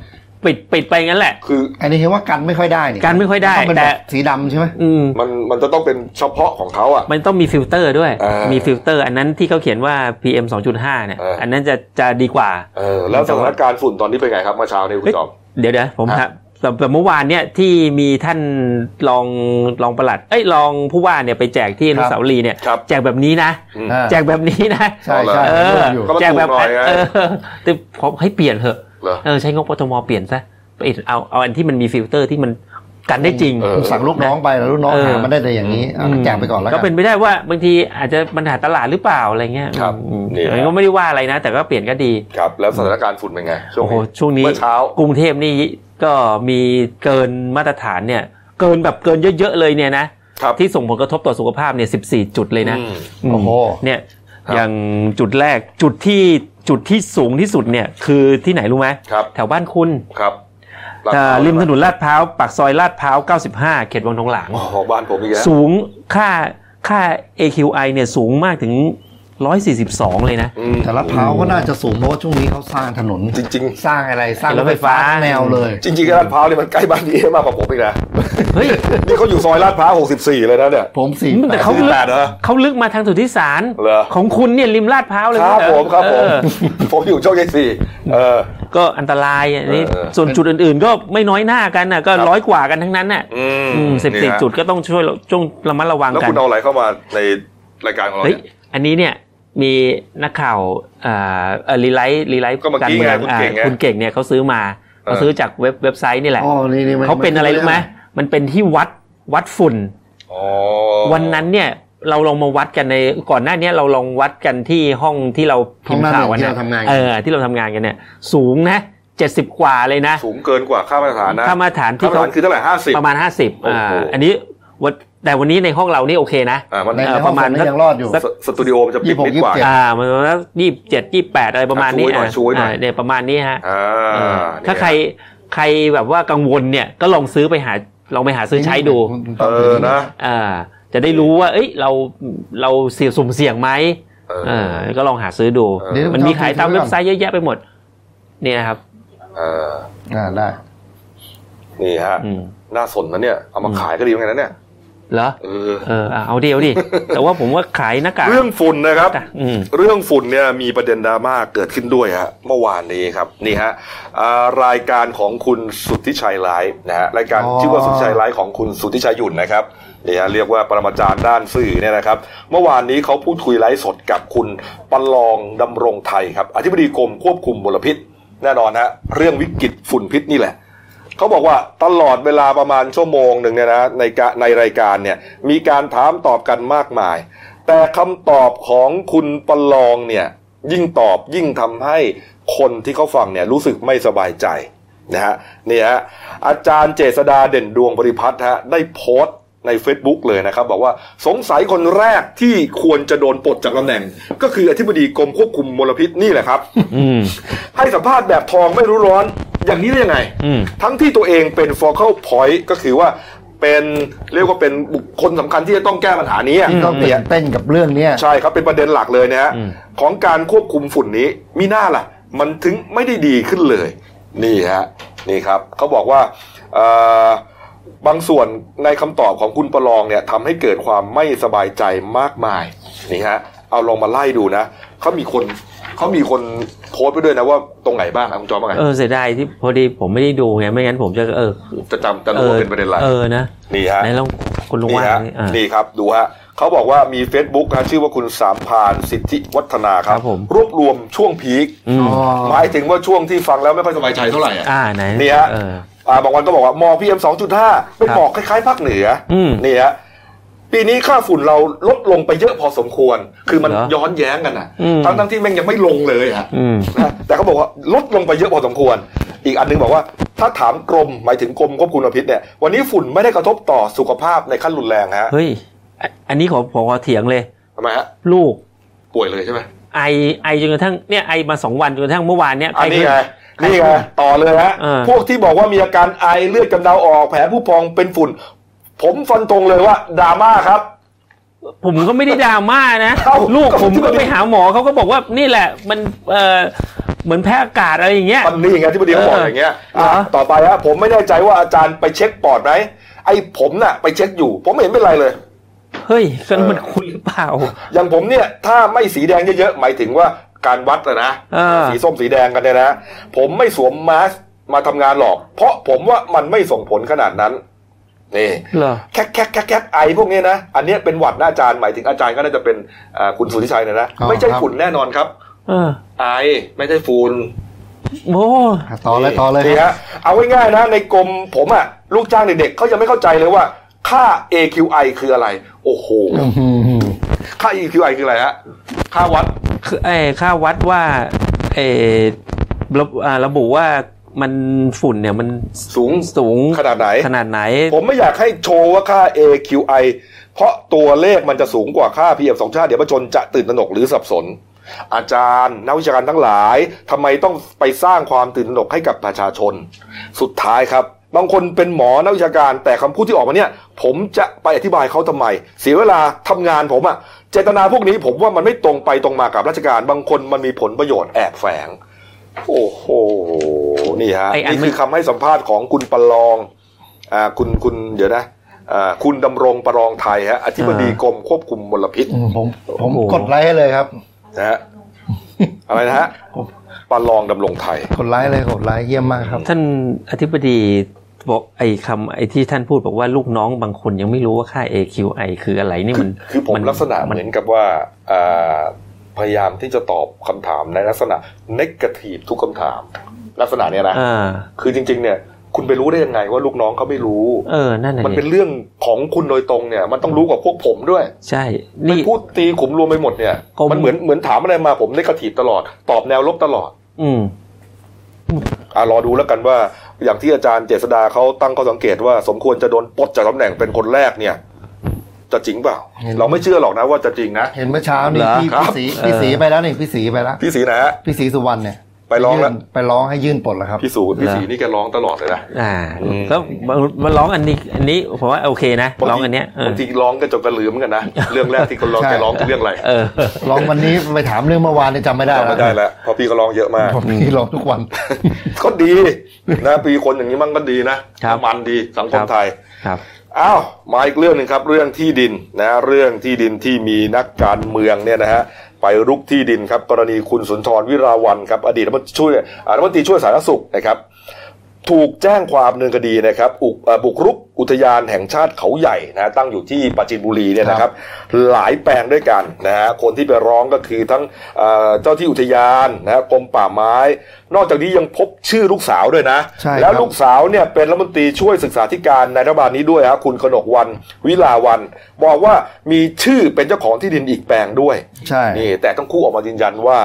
Speaker 7: ปิดปิดไปงั้นแหละ
Speaker 1: คือ
Speaker 2: อันนี้เห็นว่ากันไม่ค่อยได้นี่
Speaker 7: กันไม่ค่อยได้
Speaker 2: ต้องเป็น
Speaker 7: แต่
Speaker 2: บบสีดำใช่ไหม
Speaker 7: อืม
Speaker 1: มันมันจะต้องเป็นเฉพาะของเขาอ่ะ
Speaker 7: มันต้องมีฟิลเตอร์ด้วย
Speaker 1: อ่ามี
Speaker 7: มีฟิลเตอร์ อันนั้นที่เขาเขียนว่า PM 2.5 เนี่ย
Speaker 1: เอออั
Speaker 7: อันนั้นจะจะดีกว่า
Speaker 1: เออแล้วสถานการณ์ฝุ่นตอนนี้เป็นไงครับเมื่อเช้านี้คุณ
Speaker 7: เฮ้ย
Speaker 1: จอม
Speaker 7: เดี๋ยวเดี๋ยวผม
Speaker 1: อ่ะ
Speaker 7: ถามแต่แต่เมื่อวานเนี่ยที่มีท่านรองรองประหลัด เอ้ยรองผู้ว่าเนี่ยไปแจกที่อนุสาวรีย์เนี่ย
Speaker 1: ครับ
Speaker 7: แจกแบบนี้นะ
Speaker 1: อืม
Speaker 2: อ่า
Speaker 7: แจกแบบนี้นะ
Speaker 2: ใช่ใช่
Speaker 7: เออ
Speaker 2: ร่วมอยู่
Speaker 1: ก็ มัน
Speaker 7: แจกแบบ
Speaker 1: ถูกหน่อยไง
Speaker 7: เออแต่ผมให้เปลี่ยนเถอะ
Speaker 1: เหรอ
Speaker 7: เออใช้งบปทมเปลี่ยนซะไปเอาเอาอันที่มันมีฟิลเตอร์ที่มันกันได้จริง
Speaker 1: เออ
Speaker 2: สั่งลูกน้องไปแล้วลูกน้อง
Speaker 7: เออ
Speaker 2: หามันได้แต่อย่างนี้อ่ะก็แจกไปก่อนแล้วกั
Speaker 7: ก็
Speaker 2: น
Speaker 7: เป็นไปได้ว่าบางทีอาจจะปัญหาตลาดหรือเปล่าอะไรเงี้ย
Speaker 1: ครับ
Speaker 7: อืม
Speaker 1: นี่แหละ
Speaker 7: อันนี้ก็ไม่ได้ว่าอะไรนะ แต่ก็เปลี่ยนก็ดี
Speaker 1: ครับ แล้วสถานการณ์ฝุ่นเป็นไงช่วง
Speaker 7: โอ้โห
Speaker 1: นี้
Speaker 7: ช่วงนี้
Speaker 1: เมื่อเช้า
Speaker 7: กรุงเทพนี่ก็มีเกินมาตรฐานเนี่ย เกินแบบเกินเยอะๆเลยเนี่ยนะครับ ที่ส่งผลกระทบต่อสุขภาพเนี่ย14 จุดเลยนะ
Speaker 1: อื
Speaker 7: ม
Speaker 1: ม
Speaker 2: โอ้โห
Speaker 7: เนี่ย
Speaker 1: ครับ
Speaker 7: อย่างจุดแรกจุดที่จุดที่สูงที่สุดเนี่ยคือที่ไหนรู้ไหม
Speaker 1: ครับ
Speaker 7: แถวบ้านคุณ
Speaker 1: ครับ
Speaker 7: เอ่อริมถนนลาดพร้าวปากซอยลาดพร้าว 95 เขตวังทองหลาง
Speaker 1: โอ้โหบ้านผมอีกแล้ว
Speaker 7: สูงค่าค่า AQI เนี่ยสูงมากถึง 142 เลยนะ
Speaker 1: อืม
Speaker 2: แต่ละเพร้าวก็น่าจะสูงเพราะว่าช่วงนี้เขาสร้างถนน
Speaker 1: จริง
Speaker 2: สร้างอะไรสร้าง
Speaker 7: ร
Speaker 2: ร
Speaker 7: ถ
Speaker 2: ถ
Speaker 7: ไฟ
Speaker 2: ไฟ
Speaker 7: ฟ้า
Speaker 2: ฟ้าแนวเลย
Speaker 1: ๆ จริงๆลาดพร้าวเนี่ยมันใกล้บ้านพี่เอมากกว่าผมอีกนะ
Speaker 7: เฮ้ย
Speaker 1: นี่เขาอยู่ซอยลาดพร้าว64 เลยนะเนี่ย
Speaker 2: ผมสี่
Speaker 7: มันแต่เขา
Speaker 1: แปดสิบแปด
Speaker 7: ลึก
Speaker 1: เหรอ
Speaker 7: เขาลึกมาทางสุทธิสาร
Speaker 1: เหรอ
Speaker 7: ของคุณเนี่ยริมลาดพร้าวเลย
Speaker 1: ครับ
Speaker 7: เหอ
Speaker 1: ผมครับผม
Speaker 7: เออ
Speaker 1: ผมอยู่โชคชัยสี่เออ
Speaker 7: ก็อันตรายอันนี้
Speaker 1: เออ
Speaker 7: ส่วนจุดอื่นๆ ก็ไม่น้อยหน้ากันน่ะก็ร้อยกว่ากันทั้งนั้นน่ะ
Speaker 1: อืม
Speaker 7: สิบ
Speaker 1: นี่
Speaker 7: สี่
Speaker 1: ฮะ
Speaker 7: จุดก็ต้องช่วยจงระมัดระวัง
Speaker 1: แล้ว
Speaker 7: กัน
Speaker 1: คุณเอาอะไรเข้ามาในรายการของเรา
Speaker 7: เฮ้ย
Speaker 1: เนี่ย
Speaker 7: อันนี้เนี่ยมีนักข่าวเอ่อเอ่อรีไลท์รีไลท์
Speaker 1: ก็เมื่อกี้ไงคุณเก่งไง
Speaker 7: อ่าคุณเก่งเนี่ยเขาซื้อมา
Speaker 1: เออ
Speaker 7: เขาซื้อจากเว็บเว็บไซต์นี่แหละ
Speaker 2: อ๋อนี่นี่มั
Speaker 7: เขาเป็นอะไรรู้ไหมมันเป็นที่วัดวัดฝุ่น
Speaker 1: อ๋อ
Speaker 7: วันนั้นเนี่ยเราลองมาวัดกันในก่อนหน้าเนี้ยเราลองวัดกันที่ห้องที่เราพิ
Speaker 2: ห้อ
Speaker 7: ม
Speaker 2: ง
Speaker 7: พ์
Speaker 2: หน้า
Speaker 7: ข่า
Speaker 2: หนึ่
Speaker 7: ว
Speaker 2: ง
Speaker 7: วัน
Speaker 2: ที่
Speaker 7: นั้น
Speaker 2: เราทำงาน
Speaker 7: เออที่เราทำงานกันเนี่ย สูงนะเจ็ดสิบกว่าเลยนะ
Speaker 1: สูงเกินกว่าค่ามาตรฐานนะ
Speaker 7: ค่ามาตรฐาน
Speaker 1: ค่า
Speaker 7: ที่
Speaker 1: มาตร
Speaker 7: เขา
Speaker 1: ฐานคือเท่าไหร่ห้าสิบ
Speaker 7: ประมาณห้าสิบ
Speaker 1: โอ้
Speaker 7: อ่า
Speaker 1: โห
Speaker 7: อันนี้วัดแต่วันนี้ในห้องเรานี่โอเคนะ
Speaker 1: อ่ามัน
Speaker 2: ใน
Speaker 7: เออ
Speaker 2: ในห้
Speaker 7: ป
Speaker 2: อง
Speaker 7: ระมาณ
Speaker 2: ผม
Speaker 7: สั
Speaker 2: นี่
Speaker 7: ก
Speaker 2: ยังรอดอยู่
Speaker 1: สสตูดิโอมันจะปิด
Speaker 2: 26
Speaker 1: นิดกว่า
Speaker 2: 27
Speaker 7: อ่ามันยี่สิบเจ็ดยี่แปดอะไรประมาณนี้
Speaker 1: อ่ะช่วยหน่อยช่วยหน่อย
Speaker 7: อ่าเนี่ยประมาณนี้ฮะ
Speaker 1: อ่า
Speaker 7: เออ
Speaker 1: เนี่ย
Speaker 7: ถ้าใครใครแบบว่ากังวลเนี่ยก็ลองซื้อไปหาลองไปหาซื้อใช้ดู
Speaker 1: เออนะ
Speaker 7: อ่าจะได้รู้ว่า เอ้ย เรา เราเสี่ยงสุ่มเสี่ยงไหม
Speaker 1: เออ
Speaker 7: อ่าก็ลองหาซื้อดู
Speaker 1: เอ
Speaker 2: เดี๋ยว
Speaker 7: มันมีขายตามเว็บไซ
Speaker 2: ต์
Speaker 7: ต์เยอะแยะไปหมด นี่นะครับ
Speaker 1: เออ
Speaker 2: อ่าได้
Speaker 1: นี่ฮะ
Speaker 7: อืม
Speaker 1: น่าสนนะเนี่ยเอามาขายก็ดีเหมือนกันนะเนี่ย
Speaker 7: เหรอ
Speaker 1: เออ
Speaker 7: เอออ่ะเอาดีเอา
Speaker 1: [laughs]
Speaker 7: ดิ แต่ว่าผมว่าขายหน้ากาก
Speaker 1: เรื่องฝุ่นนะครับ
Speaker 7: อืม
Speaker 1: เรื่องฝุ่นเนี่ยมีประเด็นดราม่าเกิดขึ้นด้วยฮะเมื่อวานนี้ครับนี่ฮะอ่ารายการของคุณสุทธิชัยไลฟ์นะฮะรายการ
Speaker 2: อ๋อ
Speaker 1: ชื่อว่าสุทธิชัยไลฟ์ของคุณสุทธิชัยหยุ่นนะครับเนี่ยฮะเรียกว่าปรมาจารย์ด้านสื่อเนี่ยนะครับ เมื่อวานนี้เขาพูดคุยไลฟ์สดกับคุณประลองดำรงไทยครับอธิบดีกรมควบคุมมลพิษ แน่นอนฮะเรื่องวิกฤตฝุ่นพิษนี่แหละ เขาบอกว่าตลอดเวลาประมาณชั่วโมงหนึ่งเนี่ยนะในกะในรายการเนี่ยมีการถามตอบกันมากมาย แต่คำตอบของคุณประลองเนี่ยยิ่งตอบยิ่งทำให้คนที่เขาฟังเนี่ยรู้สึกไม่สบายใจนะฮะนี่ฮะอาจารย์เจษดาเด่นดวงบริพัตรฮะได้โพสต์ ใน Facebook เลยนะครับบอกว่าสงสัยคนแรกที่ควรจะโดนปลดจากตำแหน่ง ก็คืออธิบดีกรมควบคุมมลพิษนี่แหละครับ
Speaker 7: อืม
Speaker 1: ให้สัมภาษณ์แบบทองไม่รู้ร้อนอย่างนี้ได้ยังไง
Speaker 7: อืม
Speaker 1: ทั้งที่ตัวเองเป็น focal point ก็คือว่าเป็นเรียกว่าเป็นบุคคลสำคัญที่จะต้องแก้ปัญหานี้อะ
Speaker 2: ต้อง
Speaker 1: เนี่ย
Speaker 2: เต้นกับเรื่องเนี้ย
Speaker 1: ใช่ครับเป็นประเด็นหลักเลยนะฮะ
Speaker 7: อืม
Speaker 1: ของการควบคุมฝุ่นนี้มีหน้าล่ะ มันถึงไม่ได้ดีขึ้นเลย นี่ฮะนี่ครับเขาบอกว่าเอ่อบางส่วนในคำตอบของคุณประลองเนี่ยทำให้เกิดความไม่สบายใจมากมายนี่ฮะเอาลองมาไล่ดูนะเขามีคนเขามีคนโพสต์ไปด้วยนะว่าตรงไหนบ้างอะคุณจอมว่าไง
Speaker 7: เออเสียดายที่พอดีผมไม่ได้ดูไงไม่งั้นผมจะเออ
Speaker 1: จะจำจำรู้ว่าเป็นประเด็นหลัก
Speaker 7: เออนะ
Speaker 1: นี่ฮะ
Speaker 7: ไหนลองคุณลุง
Speaker 1: นี่
Speaker 7: ว่า
Speaker 1: ฮะ
Speaker 7: ดิอ่ะ
Speaker 1: นี่ครับ ดูฮะเขาบอกว่ามี Facebook นะชื่อว่าคุณสามพานสิทธิวัฒนาครั
Speaker 7: ครับ บผม
Speaker 1: รวบรวมช่วงพีค
Speaker 7: อืม
Speaker 1: หมายถึงว่าช่วงที่ฟังแล้วไม่ค่อยสบายใจเท่าไหร่อ่ะ
Speaker 7: อ่าไหน
Speaker 1: นี่ฮะ
Speaker 7: เออ
Speaker 1: อ่าบางวันก็บอกว่ามองพีเอ็มสองจุดห้าเป็นหมอกคล้ายๆภาคเหนืออ
Speaker 7: ม
Speaker 1: นี่ฮะ ปีนี้ค่าฝุ่นเราลดลงไปเยอะพอสมควร คือมัน
Speaker 7: เหรอ
Speaker 1: ย้อนแย้งกันนะ
Speaker 7: อืม
Speaker 1: ทั้งทั้งๆที่แม่งยังไม่ลงเลยอ่ะ
Speaker 7: อืม
Speaker 1: นะแต่เขาบอกว่าลดลงไปเยอะพอสมควร อีกอันหนึงบอกว่าถ้าถามกรมหมายถึงกรมควบคุมมลพิษเนี่ยวันนี้ฝุ่นไม่ได้กระทบต่อสุขภาพในขั้นรุนแรงฮะ
Speaker 7: เฮ้ยอันอันนี้ขอผมขอเถียงเลย
Speaker 1: ทำไมฮะ
Speaker 7: ลูก
Speaker 1: ป่วยเลยใช่ไหม
Speaker 7: ไอไอจนกระทั่งเนี่ยไอมาสองวันจนกระทั่งเมื่อวานเนี่ย
Speaker 1: อันนี้
Speaker 7: ขึ้
Speaker 1: ไงนี่ไงต่อเลยฮะ
Speaker 7: เออ
Speaker 1: พวกที่บอกว่ามีอาการไอเลือดกำเดาออกแผลผู้พองเป็นฝุ่น ผมฟันตรงเลยว่าดราม่าครับ
Speaker 7: ผมก็ไม่ได้ดราม่านะ
Speaker 1: เอ้า
Speaker 7: ลูก
Speaker 1: ก็
Speaker 7: ผม
Speaker 1: ผม
Speaker 7: ก็
Speaker 1: จะ
Speaker 7: ไปหาหมอเขาก็บอกว่านี่แหละมันเออเหมือนแพ้อากาศอะไรอย่างเงี้ย
Speaker 1: มันนี่ไงที่บดีเขาบอกอย่างเงี้ย
Speaker 7: เออเหรอ
Speaker 1: ะต่อไปฮะผมไม่แน่ใจว่าอาจารย์ไปเช็คปอดไหมไอผมน่ะไปเช็คอยู่ ผมไม่เห็นเป็นไรเลย
Speaker 7: เฮ้ยกัน
Speaker 1: เออ
Speaker 7: มันคุณหรือเปล่า
Speaker 1: อย่างผมเนี่ยถ้าไม่สีแดงเยอะๆ หมายถึงว่าการวัดอะนะ
Speaker 7: อ่า
Speaker 1: สีส้มสีแดงกันเนี่ยนะ ผมไม่สวมมาสก์มาทำงานหรอก เพราะผมว่ามันไม่ส่งผลขนาดนั้นนี่
Speaker 7: เหรอ
Speaker 1: แคกแคกแคกแคกไอพวกเนี้ยนะ อันเนี้ยเป็นหวัดนะอาจารย์หมายถึงอาจารย์ก็น่าจะเป็นอ่าคุณสุทธิชัยนะนะ
Speaker 2: อ๋อ
Speaker 1: ไม่ใช่
Speaker 2: ครับ
Speaker 1: ฝุ่นแน่นอนครับ
Speaker 7: เออ
Speaker 1: ไอไม่ใช่ฝุ่น
Speaker 7: โอ้
Speaker 2: อ่ะต่อเลยต่อเลย
Speaker 1: นี่ฮะเอาง่ายๆนะในกรมผมอะลูกจ้างเด็กๆเขายังไม่เข้าใจเลยว่าค่า AQI คืออะไร โอ้โห
Speaker 2: อื้อหือ
Speaker 1: ค่า AQI คืออะไรฮะค่าวัด
Speaker 7: คือไอค่าวัดว่าเออระอ่าระบุว่ามันฝุ่นเนี่ยมัน
Speaker 1: สูง
Speaker 7: สูง
Speaker 1: ขนาดไหน
Speaker 7: ขนาดไหน
Speaker 1: ผมไม่อยากให้โชว์ว่าค่า AQI เพราะตัวเลขมันจะสูงกว่าค่า PM 2ชาติเดี๋ยวประชาชนจะตื่นตระหนกหรือสับสน อาจารย์นักวิชาการทั้งหลายทำไมต้องไปสร้างความตื่นตระหนกให้กับประชาชน สุดท้ายครับ บางคนเป็นหมอนักวิชาการแต่คำพูดที่ออกมาเนี่ย ผมจะไปอธิบายเขาทำไม เสียเวลาทำงานผมอะเจตนาพวกนี้ผมว่ามันไม่ตรงไปตรงมากับราชการ บางคนมันมีผลประโยชน์แอบแฝง โอ้โหนี่ฮะ
Speaker 7: ไอ้อัน
Speaker 1: นี่
Speaker 7: เมื่อ
Speaker 1: คือคำให้สัมภาษณ์ของคุณประลอง อ่าคุณคุณเดี๋ยวนะอ่าคุณดำรงประรองไทยฮะอธิบดีกรมควบคุมมลพิษ
Speaker 2: อืมผมผม
Speaker 7: โอ้โห
Speaker 2: กดไลค์ให้เลยครับ
Speaker 1: นะฮะอะไรนะฮะประรองดำรงไทย
Speaker 2: กดไลค์เลยกดไลค์เยี่ยมมากครับ
Speaker 7: ท่านอธิบดีบอกไอ้คำไอ้ที่ท่านพูดบอกว่าลูกน้องบางคนยังไม่รู้ว่าค่า AQI คืออะไรนี่มัน
Speaker 1: คือผมลักษณะเห
Speaker 7: มัน
Speaker 1: มือนกับว่าอ่าพยายามที่จะตอบคำถามในลักษณะ negative ทุกคำถาม ลักษณะเนี้ยนะ
Speaker 7: อ่า
Speaker 1: คือจริง ๆ เนี่ย คุณไปรู้ได้ยังไงว่าลูกน้องเขาไม่รู้
Speaker 7: เออ นั่นน่ะ
Speaker 1: มัน
Speaker 7: ดิ
Speaker 1: เป็นเรื่องของคุณโดยตรงเนี่ย มันต้องรู้กว่าพวกผมด้วย
Speaker 7: ใช่
Speaker 1: มัน
Speaker 7: นี่
Speaker 1: พูดตีขุมรวมไปหมดเนี่ย
Speaker 7: กรม
Speaker 1: มันเหมือนเหมือนถามอะไรมาผม negative ตลอด ตอบแนวลบตลอด
Speaker 7: อืม
Speaker 1: อ่ารอดูแล้วกันว่าอย่างที่อาจารย์เจษดาเขาตั้งข้อสังเกตว่าสมควรจะโดนปลดจากตำแหน่งเป็นคนแรกเนี่ย จะจริงเปล่า
Speaker 2: เห็น
Speaker 1: เราไม่เชื่อหรอกนะว่าจะจริงนะ
Speaker 2: เห็นเมื่อเช้านี่
Speaker 7: เหรอ
Speaker 2: พี่
Speaker 1: ครับ
Speaker 2: พี่สีพี่สีไปแล้วนี่พี่สีไปแล้ว
Speaker 1: พี่สีนะฮะ
Speaker 2: พี่สีสุวรรณเนี่ย
Speaker 1: ไปร้องแล้ว
Speaker 2: ยื่นไปร้องให้ยื่นปลดแล้วครับ
Speaker 1: พี่สูพี่สี
Speaker 7: เหรอ
Speaker 1: นี่แกร้องตลอดเลยนะ
Speaker 7: อ่า
Speaker 1: อืม
Speaker 7: ก็มามาร้องอันนี้ อันนี้ผมว่าโอเคนะ ร้องอันเนี้ย เออบ
Speaker 1: างทีร้องก็จนกระลืมเหมอนกันนะเรื่องแรกที่คนร้อง
Speaker 2: ใช่
Speaker 1: แกร้องคือเรื่องอะไร
Speaker 7: เออ
Speaker 2: ร้องวันนี้ไปถามเรื่องเมื่อวานเนี่ยจำไม่ได้
Speaker 1: จำ
Speaker 2: แล้
Speaker 1: ไม่
Speaker 2: ว
Speaker 1: ได้แล้วเพราะพี่ก็ร้องเยอะมาก
Speaker 2: ผมนี่ร้องทุกวัน
Speaker 1: [laughs] ก็ดีนะปีคนอย่างนี้มันก็ดีนะครับ มันดีสังค
Speaker 7: ครั
Speaker 1: ม
Speaker 7: บ
Speaker 1: ไทย
Speaker 7: ครับ
Speaker 1: อ้าวมาอีกเรื่องหนึ่งครับเรื่องที่ดินนะเรื่องที่ดินที่มีนักการเมืองเนี่ยนะฮะไปรุกที่ดินครับกรณีคุณสุนทรวิราวันครับอดีตรัฐมนตรีช่วยอ่ารัฐมนตรีช่วยสาธารณสุขนะครับ ถูกแจ้งความดำเนินคดีนะครับอุกเอ่อบุกรุกอุทยานแห่งชาติเขาใหญ่นะตั้งอยู่ที่ปราจีนบุรีเนี่ยนะครับ หลายแปลงด้วยกันนะฮะคนที่ไปร้องก็คือทั้งเอ่อเจ้าที่อุทยานนะกรมป่าไม้ นอกจากนี้ยังพบชื่อลูกสาวด้วยนะ
Speaker 2: ใช่ครับ
Speaker 1: แล้วลูกสาวเนี่ยเป็นรัฐมนตรีช่วยศึกษาธิการในรัฐบาลนี้ด้วยฮะคุณกนกวันวิลาวัน บอกว่ามีชื่อเป็นเจ้าของที่ดินอีกแปลงด้วย
Speaker 2: ใช่
Speaker 1: นี่แต่ทั้งคู่ออกมายืนยันว่า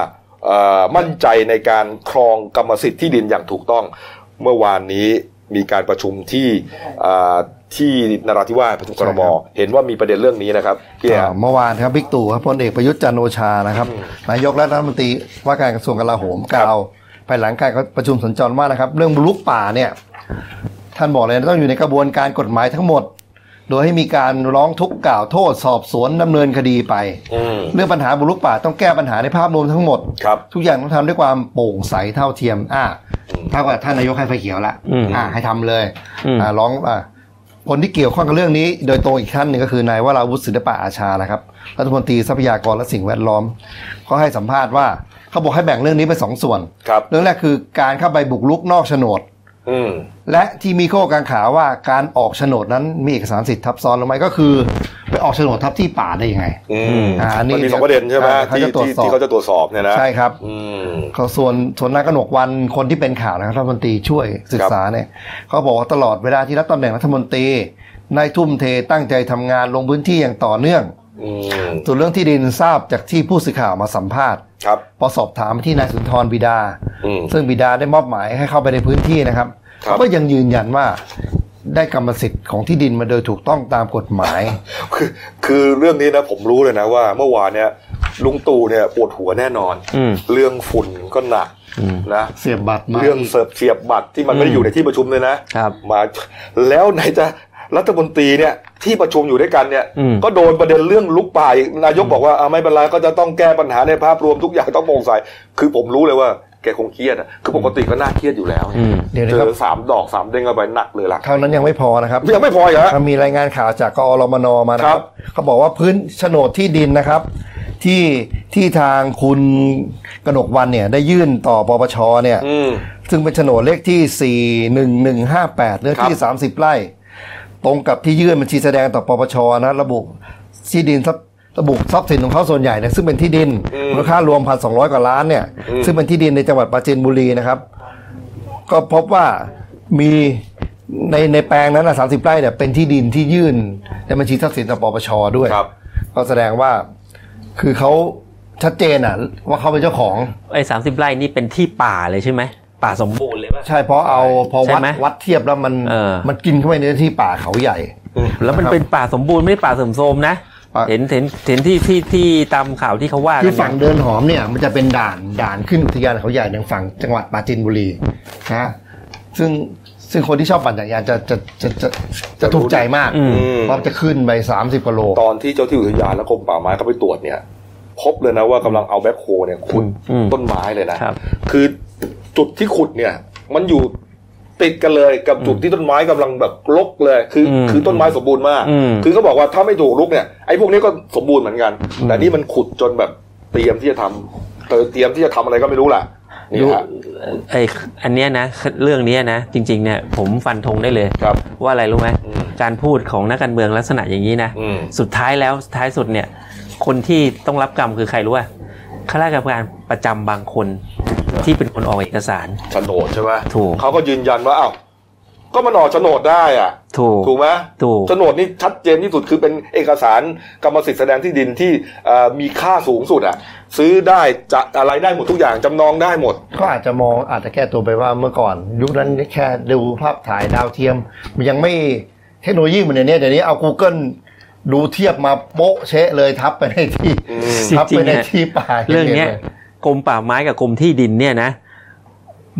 Speaker 1: เอ่อมั่นใจในการครองกรรมสิทธิ์ที่ดินอย่างถูกต้อง เมื่อวานนี้มีการประชุมที่เอ่อที่นราธิวาสประชุมกรม
Speaker 2: ใช่ครับ
Speaker 1: เห็นว่ามีประเด็นเรื่องนี้นะครับพี่แอ
Speaker 2: อ่าเมื่อวานครับบิ๊กตู่ครับพลเอกประยุทธ์จันทร์โอชานะครับนายกรัฐมนตรีว่าการกระทรวงกลาโหมกล่าวภายหลังการประชุมสัญจรว่านะครับ เรื่องบุกรุกป่าเนี่ยท่านบอกเลยนะต้องอยู่ในกระบวนการกฎหมายทั้งหมด โดยให้มีการร้องทุกข์กล่าวโทษสอบสวนดำเนินคดีไป
Speaker 1: อืม
Speaker 2: เรื่องปัญหาบุกรุกป่าต้องแก้ปัญหาในภาพรวมทั้งหมด
Speaker 1: ครับ
Speaker 2: ทุกอย่างต้องทำด้วยความโปร่งใสเท่าเทียม อ่าเท่ากับท่านนายกให้ไฟเขียวละ
Speaker 7: อืม
Speaker 2: อ่า ให้ทำเลย
Speaker 7: อืม
Speaker 2: อ่าร้องอ่าคนที่เกี่ยวข้องกับเรื่องนี้ โดยตรงอีกท่านหนึ่งก็คือนายวราวุฒิศิลปะอาชานะครับ รัฐมนตรีทรัพยากรและสิ่งแวดล้อมเขาให้สัมภาษณ์ว่าเขาบอกให้แบ่งเรื่องนี้เป็นสองส่วน
Speaker 1: ครับ
Speaker 2: เรื่องแรกคือการเข้าไปบุกรุกนอกโฉนด
Speaker 1: อืม
Speaker 2: และที่มีข้อกางขาว่าการออกโฉนดนั้นมีเอกสารสิทธิ์ทับซ้อนหรือไม่ก็คือ ไปออกโฉนดทับที่ป่าได้ยังไง
Speaker 1: อืม
Speaker 2: อ่านี่
Speaker 1: มันมีสองประเด็นใช่ไหม
Speaker 2: อ่าเขา
Speaker 1: ที่
Speaker 2: จะตรวจ
Speaker 1: ที่
Speaker 2: สอบ
Speaker 1: ที่เขาจะตรวจสอบเนี่ยนะ
Speaker 2: ใช่ครับ
Speaker 1: อืม
Speaker 2: เขาส่วนส่วนนายกนกวันคนที่เป็นข่าวนะครับรัฐมนตรีช่วยศึกษาเนี่ยเขาบอกว่าตลอดเวลาที่รับตำแหน่งรัฐมนตรีนายทุ่มเทตั้งใจทำงานลงพื้นที่อย่างต่อเนื่อง
Speaker 1: อืม
Speaker 2: ส่วนเรื่องที่ดินทราบจากที่ผู้สื่อข่าวมาสัมภาษณ์
Speaker 1: ครับ
Speaker 2: พอสอบถามไปที่นายสุนทรบิดา
Speaker 1: อืม
Speaker 2: ซึ่งบิดาได้มอบหมายให้เข้าไปในพื้นที่นะครับ
Speaker 1: ครับ
Speaker 2: ก็ยังยืนยันว่าได้กรรมสิทธิ์ของที่ดินมาโดยถูกต้องตามกฎหมาย
Speaker 1: คือคือเรื่องนี้นะผมรู้เลยนะว่าเมื่อวานเนี่ยลุงตู่เนี่ยปวดหัวแน่นอน
Speaker 7: อืม
Speaker 1: เรื่องฝุ่นก็หนักนะ
Speaker 2: เสียบบัตรมา
Speaker 1: เรื่องเสิร์ฟเสียบบัตรที่มันไม่ได้อยู่ในที่ประชุมเลยนะครับ มาแล้วไหนจะรัฐมนตรีเนี่ยที่ประชุมอยู่ด้วยกันเนี่ย
Speaker 7: อืม
Speaker 1: ก็โดนประเด็นเรื่องลุกป่าอีกนายกบอกว่าอ่าไม่เป็นไรก็จะต้องแก้ปัญหาในภาพรวมทุกอย่างต้องโปร่งใสคือผมรู้เลยว่าแกคงเครียดอะคือปกติก็น่าเครียดอยู่แล้ว
Speaker 7: อืม
Speaker 2: เดี๋ยว
Speaker 1: เจ
Speaker 2: นะครับ
Speaker 1: อสามดอกสามเด้งเข้าไปหนักเลยล่ะ
Speaker 2: เท่านั้นยังไม่พอนะครับ
Speaker 1: ยังไม่พออีกเหรอ
Speaker 2: มันมีรายงานข่าวจากกอรมนมานะค
Speaker 1: ครั
Speaker 2: รับ บเขาบอกว่าพื้นโฉนดที่ดินนะครับ ที่ที่ทางคุณกนกวันเนี่ยได้ยื่นต่อปปชเนี่ย
Speaker 1: อืม
Speaker 2: ซึ่งเป็นโฉนดเลขที่ 41158เนื้อที่
Speaker 1: ครับ
Speaker 2: 30 ไร่ ตรงกับที่ยื่นบัญชีแสดงต่อปปชนะระบุที่ดินทรัพย์ระบุทรัพย์สินของเขาส่วนใหญ่เนี่ยซึ่งเป็นที่ดินมูลค่ารวม 1,200 กว่าล้านเนี่ยซึ่งเป็นที่ดินในจังหวัดปราจีนบุรีนะครับ ก็พบว่ามีในในแปลงนั้นสามสิบไร่เนี่ยเป็นที่ดินที่ยื่นในบัญชีทรัพย์สินต่อปปชด้วย
Speaker 1: ครับ
Speaker 2: ก็แสดงว่าคือเขาชัดเจนอ่ะว่าเขาเป็นเจ้าของ
Speaker 7: ไอ้สามสิบไร่นี่เป็นที่ป่าเลยใช่ไหมป่าสมบูรณ์เลยป่ะ
Speaker 2: ใช่เพราะเอาพอ
Speaker 7: ใช่
Speaker 2: วัด
Speaker 7: ไหม
Speaker 2: วัดเทียบแล้วมัน
Speaker 7: เออ
Speaker 2: มันกินเข้าไปในที่ป่าเขาใหญ่
Speaker 7: แล้วมัน
Speaker 2: นะครับ
Speaker 7: เป็นป่าสมบูรณ์ไม่ได้ป่าเสื่อมโทรมนะ
Speaker 2: ป่า
Speaker 7: เห็นเห็นเห็นที่ที่ที่ตามข่าวที่เขาว่า
Speaker 2: คื
Speaker 7: กั
Speaker 2: อน ฝั่ง
Speaker 7: นะ
Speaker 2: เดินหอมเนี่ยมันจะเป็นด่านด่านขึ้นอุทยานเขาใหญ่ในฝั่งจังหวัดปราจีนบุรีนะฮะซึ่งซึ่งคนที่ชอบปั่นจักรยานจะจะจะจะจะถูกใจมาก
Speaker 1: ม
Speaker 2: เพราะจะขึ้นไปสามสิบกิโล
Speaker 1: ตอนที่เจ้าที่อุทยานและกรมป่าไม้เข้าไปตรวจเนี่ย พบเลยนะว่ากำลังเอาแบ็คโฮเนี่ยขุดต้นไม้เลยนะ
Speaker 7: ครับ
Speaker 1: คือจุดที่ขุดเนี่ย มันอยู่ติดกันเลยกับจุดที่ต้นไม้กำลังแบบรกเลย คืออ
Speaker 7: ม
Speaker 1: คือต้นไม้สมบูรณ์มาก
Speaker 7: อืม
Speaker 1: คือเขาบอกว่าถ้าไม่ถูกรุกเนี่ยไอ้พวกนี้ก็สมบูรณ์เหมือนกัน แต่นี่มันขุดจนแบบเตรียมที่จะทำเออเตรียมที่จะทำอะไรก็ไม่รู้แหละนี่ฮะ
Speaker 7: ไออันเนี้ยนะเรื่องเนี้ยนะ จริง ๆเนี่ยผมฟันธงได้เลย
Speaker 1: ครับ
Speaker 7: ว่าอะไรรู้ไหม
Speaker 1: อืม
Speaker 7: การพูดของนักการเมืองลักษณะอย่างนี้นะ
Speaker 1: อืม
Speaker 7: สุดท้ายแล้วท้ายสุดเนี่ย คนที่ต้องรับกรรมคือใครรู้ว่าข้าราชการประจำบางคนที่เป็นคนออกเอกสาร
Speaker 1: โฉนดใช่ไหม
Speaker 7: ถูก
Speaker 1: เขาก็ยืนยันว่าอ้าวก็มันออกโฉนดได้อ่ะ
Speaker 7: ถูก
Speaker 1: ถูกไหม
Speaker 7: ถูก
Speaker 1: โฉนดนี่ชัดเจนที่สุดคือเป็นเอกสารกรรมสิทธิ์แสดงที่ดินที่เอ่อมีค่าสูงสุดอ่ะ ซื้อได้จะอะไรได้หมดทุกอย่างจำนองได้หมด
Speaker 2: ก็อาจจะมองอาจจะแก้ตัวไปว่าเมื่อก่อน ยุคนั้นแค่ดูภาพถ่ายดาวเทียม มันยังไม่เทคโนโลยีเหมือนเดี๋ยวนี้เดี๋ยวนี้เอา Google ดูเทียบมาโป๊ะเชะเลยทับไปในที่ทับไปในที่ป่า
Speaker 7: เรื่องเนี้ย
Speaker 2: ลย
Speaker 7: กรมป่าไม้กับกรมที่ดินเนี่ยนะ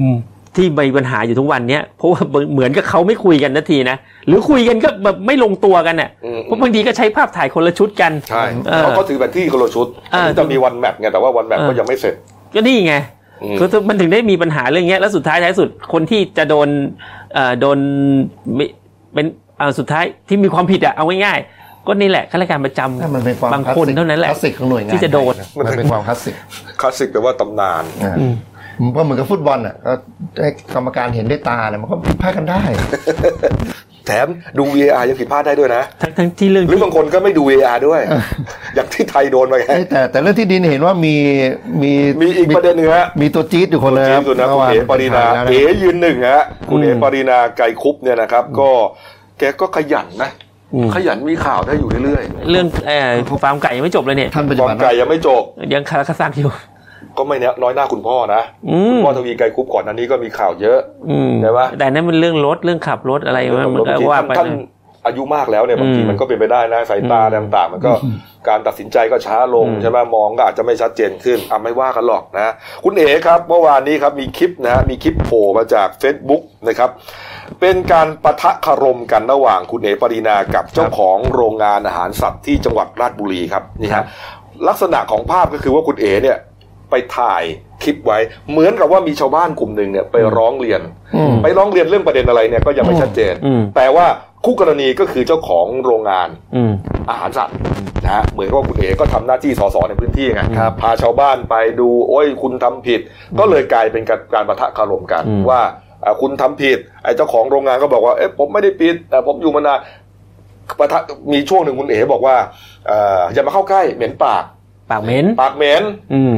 Speaker 7: อืมที่มีปัญหาอยู่ทุกวันเนี้ยเพราะว่าเหมือนกับเขาไม่คุยกันนาทีนะหรือคุยกันก็แบบไม่ลงตัวกันน่ะ
Speaker 1: อืม
Speaker 7: เพราะบางทีก็ใช้ภาพถ่ายคนละชุดกัน
Speaker 1: ใช่
Speaker 7: เออ
Speaker 1: เขาก็ถือแบบที่กระโหลชุด
Speaker 7: เออ
Speaker 1: อันนี้จะมีวันแมปไงแต่ว่าวันแมป
Speaker 7: เออ
Speaker 1: ก็ยังไม่เสร็จ
Speaker 7: ก็นี่ไง
Speaker 1: อืม
Speaker 7: คือมันถึงได้มีปัญหาเรื่องเนี้ยแล้วสุดท้ายท้ายสุดคนที่จะโดนเอ่อโดนมิเป็น เอาสุดท้ายที่มีความผิดอะเอาง่ายๆก็นี่แหละข้าราชการประจำ
Speaker 2: นั่นมันเป็นความ
Speaker 7: บางคน
Speaker 2: ลสสิก
Speaker 7: เท่านั้นแหละ
Speaker 2: คลาสสิกของหน่วยงาน
Speaker 7: ที่จะโดน
Speaker 2: ไทยมันเป็นความคลาสสิก
Speaker 1: คลาสสิกแปลว่าตำนาน
Speaker 2: อ่า
Speaker 7: อืม
Speaker 2: มันก็เหมือนกับฟุตบอลอ่ะก็ให้กรรมการเห็นด้วยตาเนี่ยมันก็พลาดกันได้
Speaker 1: แถมดู VAR ยังผิดพลาดได้ด้วยนะ
Speaker 7: ทั้งทั้งที่เรื่อง
Speaker 1: หรือบางคนก็ไม่ดู VAR ด้วย อย่างที่ไทยโดนไปไง
Speaker 2: เอ้ยแต่แต่เรื่องที่ดินเห็นว่ามีมี
Speaker 1: มีอีกประเด็นหนึงฮะ
Speaker 2: มีตัวจี๊ดอยู่คนเลย
Speaker 1: ที
Speaker 2: ครั
Speaker 1: ม
Speaker 2: บ
Speaker 1: สุนะคุณเอ๋ปรินา
Speaker 2: แล้วะ
Speaker 1: เอ๋ยืนหนึ่งฮะคุณเอ๋ปรินาไกรคุปเนี่ยนะครับ ก็แกก็ขยันนะ
Speaker 7: อืม
Speaker 1: ขยันมีข่าวได้อยู่เรื่อย
Speaker 7: เรื่องเอ่อฟาร์มไก่ยังไม่จบเลยเนี่ย
Speaker 2: ท่านป
Speaker 1: ๆ
Speaker 2: ฏิ
Speaker 1: บอ
Speaker 2: บั
Speaker 1: ม
Speaker 2: ติ
Speaker 1: ไก่ยังไม่จบ
Speaker 7: ยังคาราคาซังอยู่
Speaker 1: ก็ไม่เนี้ยน้อยหน้าคุณพ่อนะ
Speaker 7: อืม
Speaker 1: คุณพ่อทวีไกรคุปก่อนอันนี้ก็มีข่าวเยอะ
Speaker 7: อืม
Speaker 1: ใช่ปะ
Speaker 7: แต่นั่นมันเรื่องรถเรื่องขับรถอะไรมันมันก็
Speaker 1: บางที
Speaker 7: ว่าไป
Speaker 1: ท่านท่าน
Speaker 7: นะ
Speaker 1: อายุมากแล้วเนี่ยบางที
Speaker 7: อืม
Speaker 1: มันก็เป็นไปได้นะสายตา
Speaker 7: อืม
Speaker 1: อะไรต่างๆ มันก็การตัดสินใจก็ช้าลง
Speaker 7: อืม
Speaker 1: ใช่ไหมมองก็อาจจะไม่ชัดเจนขึ้นอ่ะไม่ว่ากันหรอกนะคุณเอ๋ครับเมื่อวานนี้ครับมีคลิปนะฮะมีคลิปโผล่มาจาก Facebook นะครับเป็นการปะทะคารมกันระหว่างคุณเอ๋ปรีนากับเจ้าของโรงงานอาหารสัตว์ที่จังหวัดราชบุรีครับนี่ฮะลักษณะของภาพก็คือว่าคุณเอ๋เนี่ยไปถ่ายคลิปไว้ เหมือนกับว่ามีชาวบ้านกลุ่มหนึ่งเนี่ยไปร้องเรียน
Speaker 2: อืม
Speaker 1: ไปร้องเรียนเรื่องประเด็นอะไรเนี่ยก็ยังไม่ชัดเจน
Speaker 7: อืม
Speaker 1: แต่ว่าคู่กรณีก็คือเจ้าของโรงงาน
Speaker 7: อืม
Speaker 1: อาหารสัตว์นะฮะเหมือนกับว่าคุณเอก็ทำหน้าที่สสในพื้นที่ไง
Speaker 2: ครับ
Speaker 1: พาชาวบ้านไปดูโอ้ยคุณทำผิด ก็เลยกลายเป็นการการประทะคารมกัน
Speaker 7: อืม
Speaker 1: ว่าอ่าคุณทำผิดไอ้เจ้าของโรงงานก็บอกว่าเอ๊ะผมไม่ได้ผิดแต่ผมอยู่มานานประทะมีช่วงหนึ่งคุณเอบอกว่าเอ่ออย่ามาเข้าใกล้เหม็นปาก
Speaker 7: ปากเหม็น
Speaker 1: ปากเหม็น
Speaker 7: อืม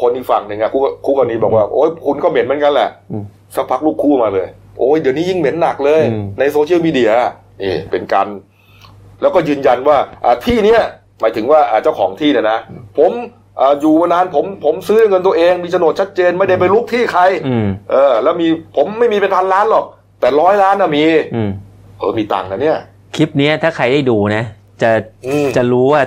Speaker 1: คนอีกฝั่งหนึ่งอะคู่คู่กรณีบอกว่า โอ้ยคุณก็เหม็นเหมือนกันแหละ
Speaker 7: อืม
Speaker 1: สักพักลูกคู่มาเลย โอ้ยเดี๋ยวนี้ยิ่งเหม็นหนักเลย
Speaker 7: อืม
Speaker 1: ในโซเชียลมีเดียนี่เป็นการ แล้วก็ยืนยันว่าอ่าที่เนี้ยหมายถึงว่าอ่าเจ้าของที่เนี่ยนะ ผมอาอยู่มานานผมผมซื้อด้วยเงินตัวเองมีโฉนดชัดเจนไม่ได้ไปลุกที่ใคร
Speaker 7: อืม
Speaker 1: เออ แล้วมีผมไม่มีเป็นพันล้านหรอก แต่ร้อยล้านน่ะมี
Speaker 7: อืม
Speaker 1: เออมีตังค์นะเนี่ย
Speaker 7: คลิปเนี้ยถ้าใครได้ดูนะ จะ
Speaker 1: อืม
Speaker 7: จะรู้ว่า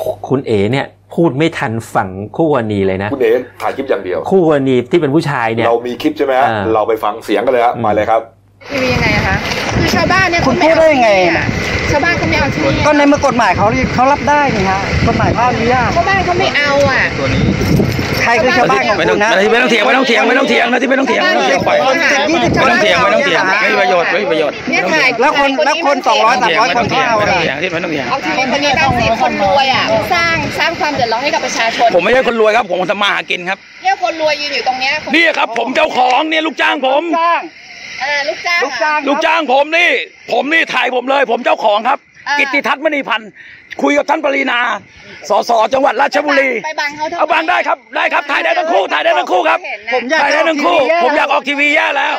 Speaker 7: คุคุณเอ๋เนี่ย พูดไม่ทันฝั่งคู่กรณีเลยนะ
Speaker 1: คุณเอ๋ถ่ายคลิปอย่างเดียว
Speaker 7: คู่กรณีที่เป็นผู้ชายเนี่ย
Speaker 1: เรามีคลิปใช่ไหมฮะ
Speaker 7: อ่า
Speaker 1: เราไปฟังเสียงกันเลยฮะมาเลยครับ
Speaker 8: คือยังไงอะคะ คือชาวบ้านเนี่ย
Speaker 9: คุณ
Speaker 8: เขาม่
Speaker 9: พูดได้ยังไง
Speaker 8: เอาที่อะชาวบ้านเขาไม่เอาที่อะ
Speaker 9: ก็ในเมื่อกฎหมายเขาเขารับได้นี่ฮะกฎหมายภาคนี้อะ
Speaker 8: ชาวบ้านเขาไม่เอาอ่ะ
Speaker 9: ใครคือชาวบ้านของคุณนะ
Speaker 10: ไม่ต้องเถียงไม่ต้องเถียงไม่ต้องเถียงนะที่ไม่ต้องเถียงไม่ต้องเถียงปล่อย
Speaker 9: คนเจ็ดยี่สิบ
Speaker 10: ไม่ต้องเถียงไม่ต้องเถียงไม่มีประโยชน์ไม่มีประโยชน์
Speaker 8: เนี่ยถ่าย
Speaker 9: แล้วคน
Speaker 8: ถ่าย
Speaker 9: แล้วคนสองร้อยสามร้อย
Speaker 10: ไม่
Speaker 9: ค
Speaker 10: ต้อน ง
Speaker 9: ก็
Speaker 10: เถียง
Speaker 9: เอา
Speaker 10: ไม่
Speaker 9: อะ
Speaker 10: ต้องเถียง
Speaker 9: ไร
Speaker 10: ที่ไม่ต้องเถียง
Speaker 8: เอาที่คนนี้ตั้งสิคนรวยอ่ะสร้างสร้างความเดือดร้อนให้กับประชาชน
Speaker 10: ผมไม่ใช่คนรวยครับผมทำมาหากินครับ
Speaker 8: เนี่ยคนรวยยืนอยู่ตรงเนี้ยณ
Speaker 10: นี่ครับ ผมเจ้าของเนี่ยลูกจ้างผม
Speaker 9: จ้าง
Speaker 8: เออลูกจ้าง
Speaker 9: ลูกจ้าง
Speaker 10: ลูกจ้างผมนี่ ผมนี่ถ่ายผมเลย ผมเจ้าของครับ กิตติทัศน์มณีพันธ์คุยกับท่านปรีนาสสจังหวัดราชบุรี
Speaker 8: ไปบังเขาทำม
Speaker 10: เอาบังได้ครับได้ครับถ่ายได้ทั้งคู่ถ่ายได้ทั้งคู่ครับ
Speaker 8: เห็นนะ
Speaker 9: ผมอยาก
Speaker 10: ถ่ายได้ทั้งคู่ ผมอยากออกทีวีแย่แล้ว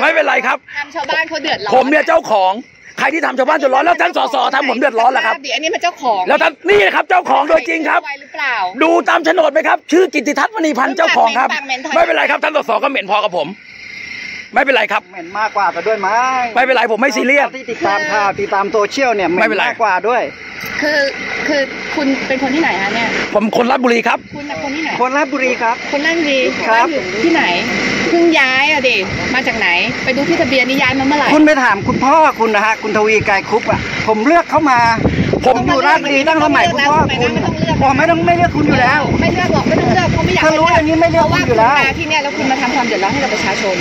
Speaker 10: ไม่เป็นไรครับ
Speaker 8: ทำชาวบ้านเขาเดือดร้อน
Speaker 10: ผมเนี่ยเจ้าของใครที่ทำชาวบ้านเดือดร้อนแล้วท่านสสทำผมเดือดร้อนแล้วครับ
Speaker 8: อันนี้มันเจ้าของ
Speaker 10: แล้วท่านนี่นะครับเจ้าของโดยจริงครับ
Speaker 8: ไว้หรือเปล่า
Speaker 10: ดูตามโฉนดไหมครับ ชื่อกิตติทัศน์มณีพันธ์เจ้าของครับ
Speaker 8: ปากเหม็นทอย
Speaker 10: ไม่เป็นไรครับท่านสสก็เหม็นพอกับผม ไม่เป็นไรครับ
Speaker 9: เหม็นมากกว่ากันด้วยมั้ง
Speaker 10: ไม่เป็นไรผมไม่ซีเรียส
Speaker 9: ที่ติดตามข่าวติดตามโซเชียลเนี่ยเหม็
Speaker 10: ไม่เป็น
Speaker 9: น
Speaker 10: ไร
Speaker 9: มากกว่าด้วย
Speaker 8: คือคือคุณเป็นคนที่ไหนคะเนี่ย
Speaker 10: ผมคนราชบุรีครับ
Speaker 8: คุณเป็นคนที่ไหน
Speaker 9: คนราชบุรีครับ
Speaker 8: คนนั่นดี
Speaker 9: ครับ
Speaker 8: านอยู่ที่ไหนเพิ่งย้ายอะดิมาจากไหน ไปดูที่ทะเบียนนี่ย้ายมาเมื่อไหร่
Speaker 9: คุณไปถามคุณพ่อคุณนะฮะคุณทวีไกรคุปอะผมเลือกเขามา ผมอยู่ราชบุรีตั้งแต่สมัยคุณพ่อคุณผมไม่ต้องไม่เลือกคุณอยู่แล้ว
Speaker 8: ไม่เลือกหรอกไม่ต้องเลือกเพราะไม่อยาก
Speaker 9: ถ้ารู้อย่างนี้ไม่เลือก
Speaker 8: เพราะว่า
Speaker 9: คุ
Speaker 8: คุณณ
Speaker 9: อยู่แล้ว
Speaker 8: มาที่เนี่ยแล้วคุณมาทำความเดือดร้อนให้กับประชาชน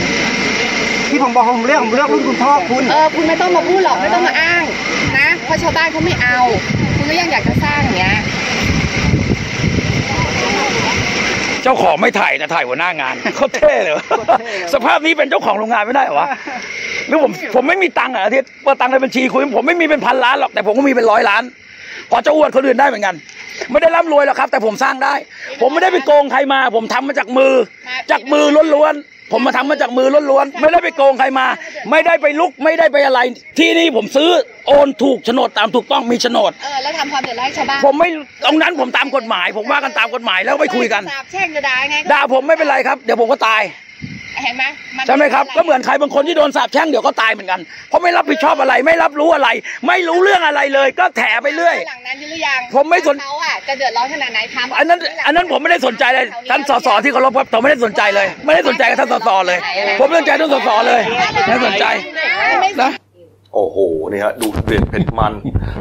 Speaker 9: ที่ผมบอกผมเลือกผมเลือกรุ่นคุณพ่อคุณ
Speaker 8: เออคุณไม่ต้องมาพูดหรอกไม่ต้องมาอ้างนะเพราะชาวบ้านเขาไม่เอา คุณก็ยังอยากจะสร้างอย่างเงี้ย
Speaker 10: เจ้าของไม่ถ่ายนะถ่ายหัวหน้าง [laughs] าน เขาเท่เลยวะสภาพนี้เป็นเจ้าของโรงงานไม่ได้เหรอวะหรือผมผมไม่มีตังค์เหรอ่ะอาทิตย์ว่าตังค์ในบัญชีคุณผมไม่มีเป็นพันล้านหรอกแต่ผมก็มีเป็นร้อยล้าน พอจะอวดคนอื่นได้เหมือนกัน ไม่ได้ร่ำรวยหรอกครับ แต่ผมสร้างได้ ผมไม่ได้ไปโกงใครมา ผมทำมาจากมือ จากมือล้วนๆผมมาทำมาจากมือล้วนๆไม่ได้ไปโกงใครมา ไม่ได้ไปลุกไม่ได้ไปอะไร ที่นี่ผมซื้อโอนถูกโฉนดตามถูกต้องมีโฉนด
Speaker 8: เออแล้วทำความเดือดร้อนให้ชาวบ้าน
Speaker 10: ผมไม่ตรงนั้นผมตามกฎหมาย ผมว่ากันตามกฎหมายแล้วไปคุยกัน
Speaker 8: สาปแช่งจะด่ายังไงก็
Speaker 10: ด่าผมไม่เป็นไรครับ เดี๋ยวผมก็ตาย
Speaker 8: เห็นไหมน
Speaker 10: ใช่ไหมครับ ก็เหมือนใครบางคนที่โดนสาปแช่งเดี๋ยวก็ตายเหมือนกัน เพราะไม่รับผิดชอบอะไรไม่รับรู้อะไร ไม่รู้เรื่องอะไรเลย ก็แถไปเรื่อย
Speaker 8: หลังนั้นหรือยัง
Speaker 10: ผมไม่สน
Speaker 8: ว่าเขาอ่ะจะเดือดร้อนขนาดไหนทำ
Speaker 10: อันนั้นอันนั้นผมไม่ได้สนใจเลยท่านสสที่เคารพครับผมไม่ได้สนใจเลย ไม่ได้สนใจกับท่านสสเลย ผมไม่สนใจท่านสสเลยไม่สนใจนะ
Speaker 1: โอ้โหนี่ฮะดูเด็ดเผ็ดมัน